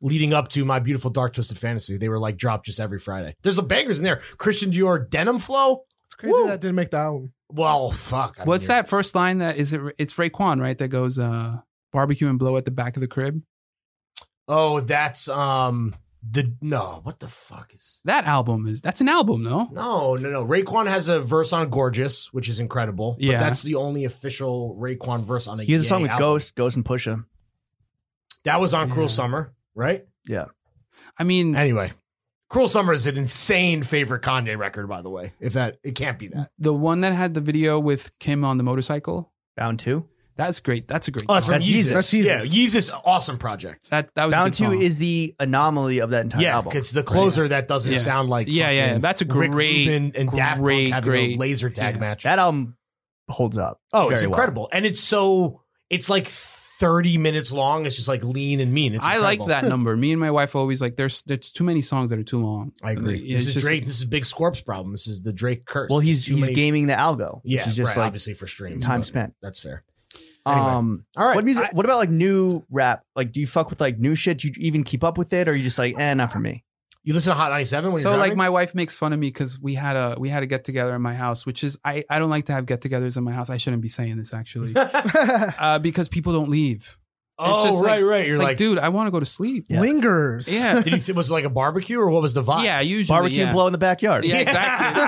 Speaker 3: Leading up to my beautiful dark twisted fantasy, they were like dropped just every Friday. There's a bangers in there. Christian Dior denim flow.
Speaker 4: It's crazy
Speaker 3: Woo.
Speaker 4: that didn't make the album.
Speaker 3: Well, fuck. I mean,
Speaker 2: What's
Speaker 3: you're-
Speaker 2: that first line? That is it. It's Raekwon, right? That goes uh, barbecue and blow at the back of the crib.
Speaker 3: Oh, that's um the no. What the fuck is?
Speaker 2: That album is that's an album, no?
Speaker 3: No, no, no. Raekwon has a verse on "Gorgeous," which is incredible.
Speaker 2: Yeah.
Speaker 3: but that's the only official Raekwon verse on a.
Speaker 1: He has a
Speaker 3: Ye
Speaker 1: song with
Speaker 3: album.
Speaker 1: Ghost, Ghost and Pusha.
Speaker 3: That was on
Speaker 2: Yeah.
Speaker 3: Cruel Summer, right?
Speaker 2: I mean,
Speaker 3: Anyway, Cruel Summer is an insane favorite Kanye record, by the way. If that it can't be that.
Speaker 2: the one that had the video with Kim on the motorcycle.
Speaker 1: Bound two.
Speaker 2: That's great. That's a great.
Speaker 3: Oh, that's from
Speaker 2: song.
Speaker 1: That's Yeezus.
Speaker 3: Yeezus.
Speaker 4: That's Yeezus.
Speaker 3: Yeah, Yeezus, awesome project.
Speaker 2: that that was a
Speaker 1: Bound
Speaker 2: good
Speaker 1: two
Speaker 2: song.
Speaker 1: is the anomaly of that entire
Speaker 3: yeah,
Speaker 1: album.
Speaker 3: it's the closer that doesn't
Speaker 2: Yeah.
Speaker 3: sound like
Speaker 2: Yeah, yeah,
Speaker 3: fucking
Speaker 2: that's a
Speaker 3: Rick
Speaker 2: great-
Speaker 3: Rubin and Daft Punk
Speaker 2: great,
Speaker 3: having a
Speaker 2: great-
Speaker 3: laser tag
Speaker 2: yeah.
Speaker 3: match.
Speaker 1: That album holds up.
Speaker 3: oh, it's
Speaker 1: very well.
Speaker 3: incredible, and it's so it's like thirty minutes long. It's just like lean and mean. It's
Speaker 2: I like
Speaker 3: incredible.
Speaker 2: that number. Me and my wife always like there's there's too many songs that are too long.
Speaker 3: I agree.
Speaker 2: Yeah,
Speaker 3: this
Speaker 2: it's
Speaker 3: is
Speaker 2: just-
Speaker 3: Drake. This is Big Scorp's problem. This is the Drake curse.
Speaker 1: Well, he's
Speaker 3: Too
Speaker 1: he's
Speaker 3: many-
Speaker 1: gaming the algo,
Speaker 3: Yeah,
Speaker 1: which is just
Speaker 3: right,
Speaker 1: like
Speaker 3: obviously for streams.
Speaker 1: time
Speaker 3: but
Speaker 1: spent.
Speaker 3: That's fair. Anyway.
Speaker 1: Um,
Speaker 3: All right.
Speaker 1: what music? what about like new rap? Like, do you fuck with like new shit? Do you even keep up with it, or are you just like, eh, not for me?
Speaker 3: You listen to Hot 97 when
Speaker 2: So
Speaker 3: you're
Speaker 2: like
Speaker 3: driving?
Speaker 2: my wife makes fun of me because we had a we had a get together in my house, which is I I don't like to have get togethers in my house. I shouldn't be saying this actually, uh, because people don't leave.
Speaker 3: oh,
Speaker 2: just
Speaker 3: right,
Speaker 2: like-
Speaker 3: right. You're
Speaker 2: like,
Speaker 3: like,
Speaker 2: dude, I want to go to sleep.
Speaker 1: Yeah.
Speaker 4: Lingers.
Speaker 2: Yeah,
Speaker 3: did you th- was it like a barbecue or what was the vibe?
Speaker 2: yeah, usually
Speaker 1: Barbecue
Speaker 2: yeah.
Speaker 1: and blow in the backyard.
Speaker 2: Yeah, exactly.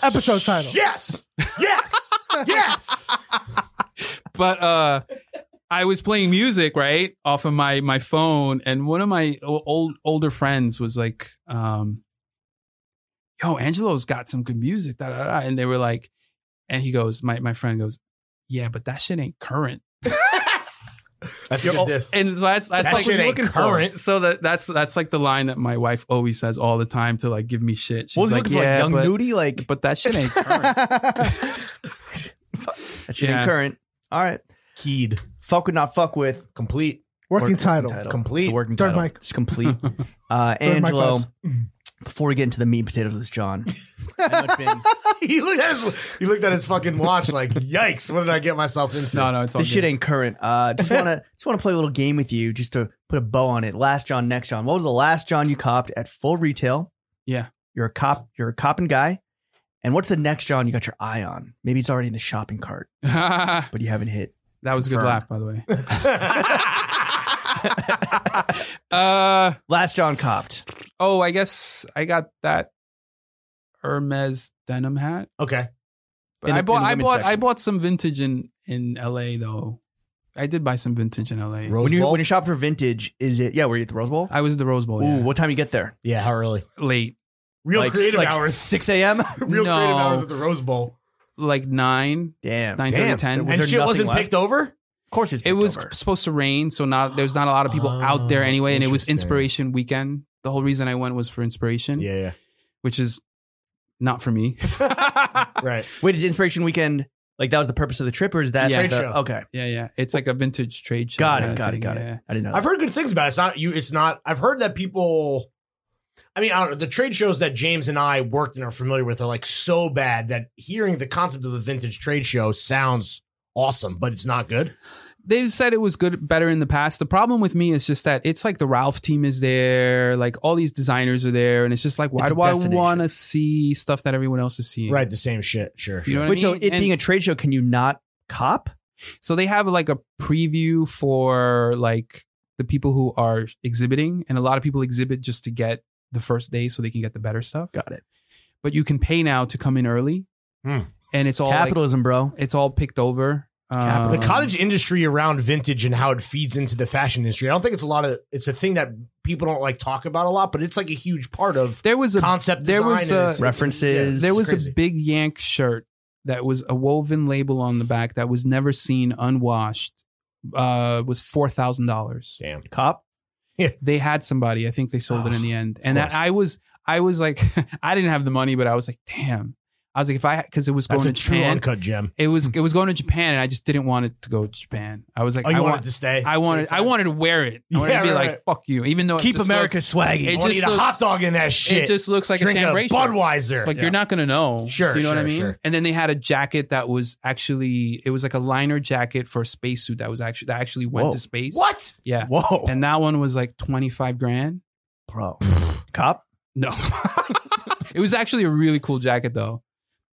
Speaker 4: Episode title.
Speaker 3: Yes. Yes. yes.
Speaker 2: but uh I was playing music right off of my my phone, and one of my o- old older friends was like, um, "Yo, Angelo's got some good music." Da, da, da. And they were like, and he goes, my my friend goes, "Yeah, but that shit ain't current."
Speaker 3: That's
Speaker 1: Your old-
Speaker 3: this.
Speaker 2: And so that's that's
Speaker 3: That
Speaker 2: like
Speaker 3: shit ain't
Speaker 2: looking
Speaker 3: current.
Speaker 2: for. So that that's that's like the line that my wife always says all the time to like give me shit. She's
Speaker 1: What was he
Speaker 2: like,
Speaker 1: looking for?
Speaker 2: "Yeah,
Speaker 1: Young
Speaker 2: but,
Speaker 1: Nudie? Like,
Speaker 2: but that shit ain't current."
Speaker 1: that shit ain't
Speaker 2: Yeah.
Speaker 1: current. All right.
Speaker 3: Keyed.
Speaker 1: Fuck with not fuck with.
Speaker 3: Complete.
Speaker 4: Working title.
Speaker 1: It's
Speaker 3: Complete.
Speaker 1: a working
Speaker 4: Third
Speaker 1: title.
Speaker 4: mic.
Speaker 1: It's complete. Uh,
Speaker 4: Third mic
Speaker 1: Angelo,
Speaker 4: vibes.
Speaker 1: Before we get into the meat and potatoes of this, John, how much been-
Speaker 3: he looked at his he looked at his fucking watch like, yikes, what did I get myself into?
Speaker 2: No, no, it's all
Speaker 1: this
Speaker 2: good.
Speaker 1: shit ain't current. Uh, just wanna just wanna play a little game with you, just to put a bow on it. Last John, next John. What was the last John you copped at full retail?
Speaker 2: Yeah.
Speaker 1: you're a cop. You're a copping guy. And what's the next John you got your eye on? Maybe it's already in the shopping cart,
Speaker 2: that
Speaker 1: but you haven't hit.
Speaker 2: was a good
Speaker 1: Confirmed.
Speaker 2: laugh, by the way. Uh
Speaker 1: Last John copped.
Speaker 2: oh, I guess I got that Hermes denim hat.
Speaker 3: okay.
Speaker 2: But
Speaker 1: In the-
Speaker 2: I bought
Speaker 1: in the
Speaker 2: I
Speaker 1: women's
Speaker 2: bought I
Speaker 1: section.
Speaker 2: bought some vintage in in LA though. I did buy some vintage in LA.
Speaker 3: Rose
Speaker 1: When you
Speaker 3: Bowl?
Speaker 1: when you shop for vintage, is it? Yeah, were you at the Rose Bowl?
Speaker 2: I was at the Rose Bowl.
Speaker 1: Ooh,
Speaker 2: yeah.
Speaker 1: what time you get there?
Speaker 3: yeah, how early?
Speaker 2: Late,
Speaker 3: Real
Speaker 1: like,
Speaker 3: creative
Speaker 1: like
Speaker 3: hours.
Speaker 1: six a.m.
Speaker 3: Real creative
Speaker 2: No.
Speaker 3: hours at the Rose Bowl.
Speaker 2: like nine,
Speaker 1: Damn.
Speaker 2: nine
Speaker 3: Damn.
Speaker 2: thirty,
Speaker 1: Was
Speaker 2: ten.
Speaker 1: there
Speaker 3: and shit
Speaker 1: nothing
Speaker 3: wasn't
Speaker 1: left?
Speaker 3: picked over?
Speaker 1: Of course, it's
Speaker 2: It was
Speaker 1: Over.
Speaker 2: supposed to rain, so not there's not a lot of people out there
Speaker 3: Oh,
Speaker 2: anyway, and it was
Speaker 3: interesting.
Speaker 2: inspiration weekend. The whole reason I went was for inspiration,
Speaker 3: Yeah,
Speaker 2: which is not for me.
Speaker 3: yeah. right.
Speaker 1: Wait, is Inspiration Weekend like that was the purpose of the trip, or is that
Speaker 2: Yeah.
Speaker 1: the-
Speaker 3: Trade show.
Speaker 1: okay?
Speaker 2: Yeah, yeah. It's like a vintage trade show.
Speaker 1: Got
Speaker 2: kinda
Speaker 1: it, got it,
Speaker 2: thing,
Speaker 1: got
Speaker 2: yeah.
Speaker 1: it. uh, I didn't know.
Speaker 3: I've heard good things about it. It's not you. It's not. I've heard that people. I mean, I don't know. The trade shows that James and I worked and are familiar with are like so bad that hearing the concept of a vintage trade show sounds awesome, but it's not good.
Speaker 5: They've
Speaker 2: They've said it was good, better in the past. The problem with me is just that it's like the Ralph team is there, like all these designers are there, and it's just like, why
Speaker 1: It's a
Speaker 2: do I
Speaker 1: destination.
Speaker 2: want to see stuff that everyone else is seeing?
Speaker 3: Right. The same shit. Sure.
Speaker 2: Do you know
Speaker 1: Wait,
Speaker 2: what I
Speaker 1: so
Speaker 2: mean?
Speaker 1: it
Speaker 2: And-
Speaker 1: being a trade show, can you not cop?
Speaker 2: So they have like a preview for like the people who are exhibiting, and a lot of people exhibit just to get the first day so they can get the better stuff.
Speaker 1: Got it.
Speaker 2: But you can pay now to come in early,
Speaker 3: Hmm.
Speaker 2: and it's all like,
Speaker 1: Capitalism, bro.
Speaker 2: it's all picked over.
Speaker 1: Capital-
Speaker 3: the
Speaker 2: Um,
Speaker 3: cottage industry around vintage and how it feeds into the fashion industry. I don't think it's a lot of. It's a thing that people don't like talk about a lot, but it's like a huge part of
Speaker 2: There was a
Speaker 3: concept
Speaker 2: there
Speaker 3: design and
Speaker 2: was a-
Speaker 3: it's- it's-
Speaker 1: References.
Speaker 3: yeah, it's
Speaker 2: there was
Speaker 3: crazy.
Speaker 2: a big Yank shirt that was a woven label on the back that was never seen unwashed. Uh, was four thousand dollars.
Speaker 3: damn.
Speaker 1: Cop.
Speaker 2: They had somebody. I think they sold it in the end. And
Speaker 3: course.
Speaker 2: that I was, I was like, I didn't have the money, but I was like, damn. I was like, if I because it was going
Speaker 3: That's
Speaker 2: to
Speaker 3: a true
Speaker 2: Japan.
Speaker 3: uncut gem.
Speaker 2: It was it was going to Japan, and I just didn't want it to go to Japan. I was like,
Speaker 3: Oh, you
Speaker 2: I
Speaker 3: wanted
Speaker 2: want,
Speaker 3: to stay?
Speaker 2: I wanted,
Speaker 3: stay
Speaker 2: I wanted to wear it. I wanted
Speaker 3: Yeah,
Speaker 2: to be
Speaker 3: right,
Speaker 2: like,
Speaker 3: right.
Speaker 2: fuck you, even though it
Speaker 1: Keep
Speaker 2: Oh, just
Speaker 1: America
Speaker 2: looks-
Speaker 1: swaggy.
Speaker 2: it
Speaker 3: I want to
Speaker 2: just
Speaker 3: eat Oh, a hot
Speaker 2: looks-
Speaker 3: dog in that shit.
Speaker 2: It just looks like
Speaker 3: Drink
Speaker 2: a chambray shirt.
Speaker 3: Budweiser.
Speaker 2: Like you're not gonna know.
Speaker 3: Sure,
Speaker 2: Do you know what I
Speaker 3: sure,
Speaker 2: mean?
Speaker 3: sure.
Speaker 2: And then they had a jacket that was actually it was like a liner jacket for a spacesuit that was actually that actually went
Speaker 1: Whoa.
Speaker 2: to space.
Speaker 3: what?
Speaker 2: Yeah.
Speaker 1: Whoa,
Speaker 2: And that one was like twenty five grand.
Speaker 1: bro. Cop.
Speaker 2: No. it was actually a really cool jacket though.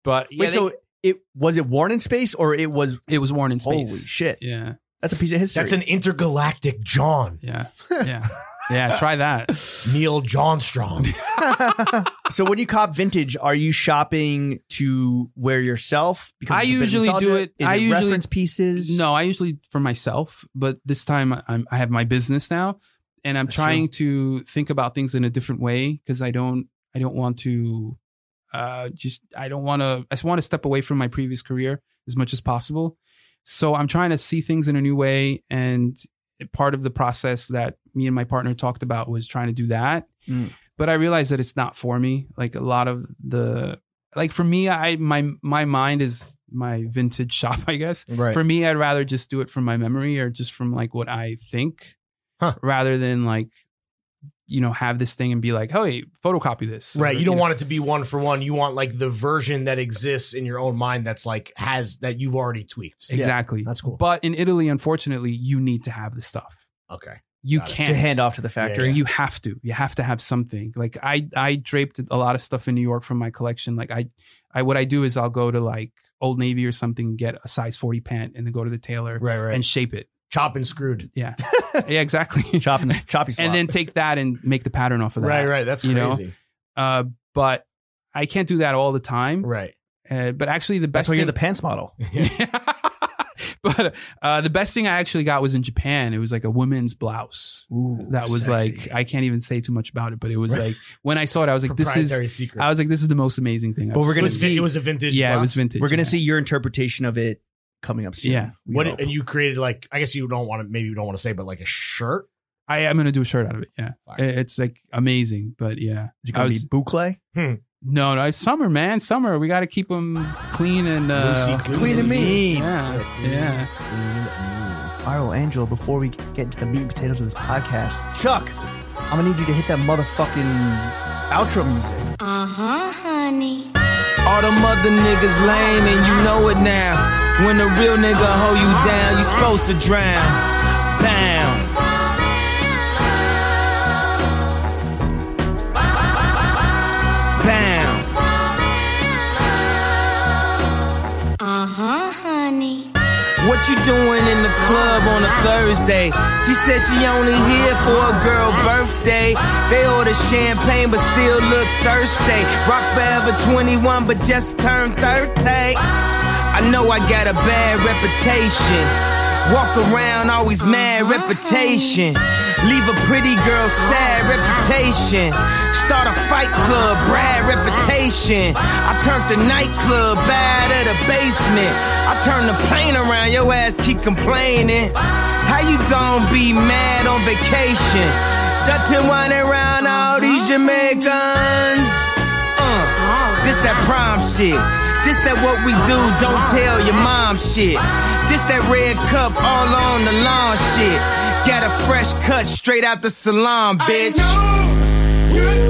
Speaker 2: But yeah,
Speaker 1: Wait,
Speaker 2: they-
Speaker 1: so it was it worn in space or it was?
Speaker 2: it was worn in
Speaker 1: Holy
Speaker 2: space.
Speaker 1: shit!
Speaker 2: Yeah.
Speaker 1: That's a piece of history.
Speaker 3: That's an intergalactic John.
Speaker 2: Yeah. Yeah. yeah. Try that.
Speaker 3: Neil Johnstrom.
Speaker 1: so when you cop vintage, are you shopping to wear yourself?
Speaker 2: I
Speaker 1: it's a bit
Speaker 2: usually do
Speaker 1: nostalgia?
Speaker 2: it-
Speaker 1: Is
Speaker 2: I
Speaker 1: it
Speaker 2: usually-
Speaker 1: reference pieces.
Speaker 2: No, I usually for myself, but this time I- I'm, I have my business now, and I'm
Speaker 1: That's
Speaker 2: trying to think about things in a different way because I don't I don't want to uh, just I don't want to I just want to step away from my previous career as much as possible. So I'm trying to see things in a new way, and part of the process that me and my partner talked about was trying to do that.
Speaker 1: Mm.
Speaker 2: But I realized that it's not for me. Like a lot of the like for me, I my my mind is my vintage shop, I guess
Speaker 3: right.
Speaker 2: for me, I'd rather just do it from my memory or just from like what I think,
Speaker 3: Huh.
Speaker 2: rather than like, you know, have this thing and be like, "Oh, hey, photocopy this. Or,
Speaker 3: right. You don't
Speaker 2: know,
Speaker 3: want it to be one for one. You want like the version that exists in your own mind that's like has that you've already tweaked.
Speaker 2: exactly.
Speaker 3: That's cool.
Speaker 2: But in Italy, unfortunately, you need to have the stuff.
Speaker 3: Okay.
Speaker 2: You
Speaker 3: Got it.
Speaker 2: can't
Speaker 1: to hand off to the factory.
Speaker 3: Yeah.
Speaker 2: You have to. You have to have something. Like I, I draped a lot of stuff in New York from my collection. Like I, I what I do is I'll go to like Old Navy or something, and get a size forty pant, and then go to the tailor
Speaker 3: Right, right.
Speaker 2: and shape it.
Speaker 3: Chop and screwed.
Speaker 2: Yeah, yeah, exactly.
Speaker 1: Chopping, choppy slop.
Speaker 2: and then take that and make the pattern off of that.
Speaker 3: Right, right. That's
Speaker 2: You know?
Speaker 3: crazy.
Speaker 2: Uh, but I can't do that all the time.
Speaker 3: Right.
Speaker 2: Uh, but actually, the
Speaker 1: that's
Speaker 2: best
Speaker 1: why you're
Speaker 2: thing.
Speaker 1: the pants model.
Speaker 2: but uh, the best thing I actually got was in Japan. It was like a women's blouse.
Speaker 1: Ooh,
Speaker 2: That was
Speaker 3: sexy.
Speaker 2: like I can't even say too much about it, but it was
Speaker 3: Right.
Speaker 2: like when I saw it, I was like, this is.
Speaker 3: Proprietary secret.
Speaker 2: I was like, this is the most amazing thing.
Speaker 1: But
Speaker 2: I've
Speaker 1: we're
Speaker 3: it
Speaker 1: gonna
Speaker 3: was,
Speaker 2: seen.
Speaker 1: see-
Speaker 3: it was a vintage.
Speaker 2: Yeah, it
Speaker 3: box?
Speaker 2: was vintage.
Speaker 1: We're gonna
Speaker 2: yeah.
Speaker 1: see your interpretation of it coming up soon.
Speaker 2: Yeah.
Speaker 1: We hope.
Speaker 3: What and you created like I guess you don't want to maybe you don't want to say but like a shirt.
Speaker 2: I am gonna do a shirt out of it. Yeah,
Speaker 3: Fire.
Speaker 2: It- it's like amazing. But yeah,
Speaker 1: Is it
Speaker 2: I
Speaker 1: gonna
Speaker 2: was-
Speaker 1: be boucle?
Speaker 2: no, no, it's summer, man, summer. We got to keep them clean and uh,
Speaker 3: Lucy,
Speaker 1: Clean and mean.
Speaker 2: yeah, yeah.
Speaker 1: All right, well, Angel, before we get into the meat and potatoes of this podcast, Chuck, I'm gonna need you to hit that motherfucking Outro music.
Speaker 6: Uh-huh, honey.
Speaker 7: All them other niggas lame and you know it now. When a real nigga hold you down, you supposed to drown. Bam. Bam.
Speaker 6: Uh-huh, honey.
Speaker 7: What you doing in the club on a Thursday? She said she only here for a girl birthday. They order champagne but still look thirsty. Rock forever 21 but just turned 30. I know I got a bad reputation. Walk around always mad reputation. Leave a pretty girl sad reputation. Start a fight club, Brad reputation. I turned the nightclub bad at a basement. I turned the plane around, your ass keep complaining. How you gonna be mad on vacation? Dutton winding around all these Jamaicans. Uh, this that prom shit. This that what we do, don't tell your mom shit. This that red cup all on the lawn shit. Got a fresh cut straight out the salon, bitch.
Speaker 8: I know you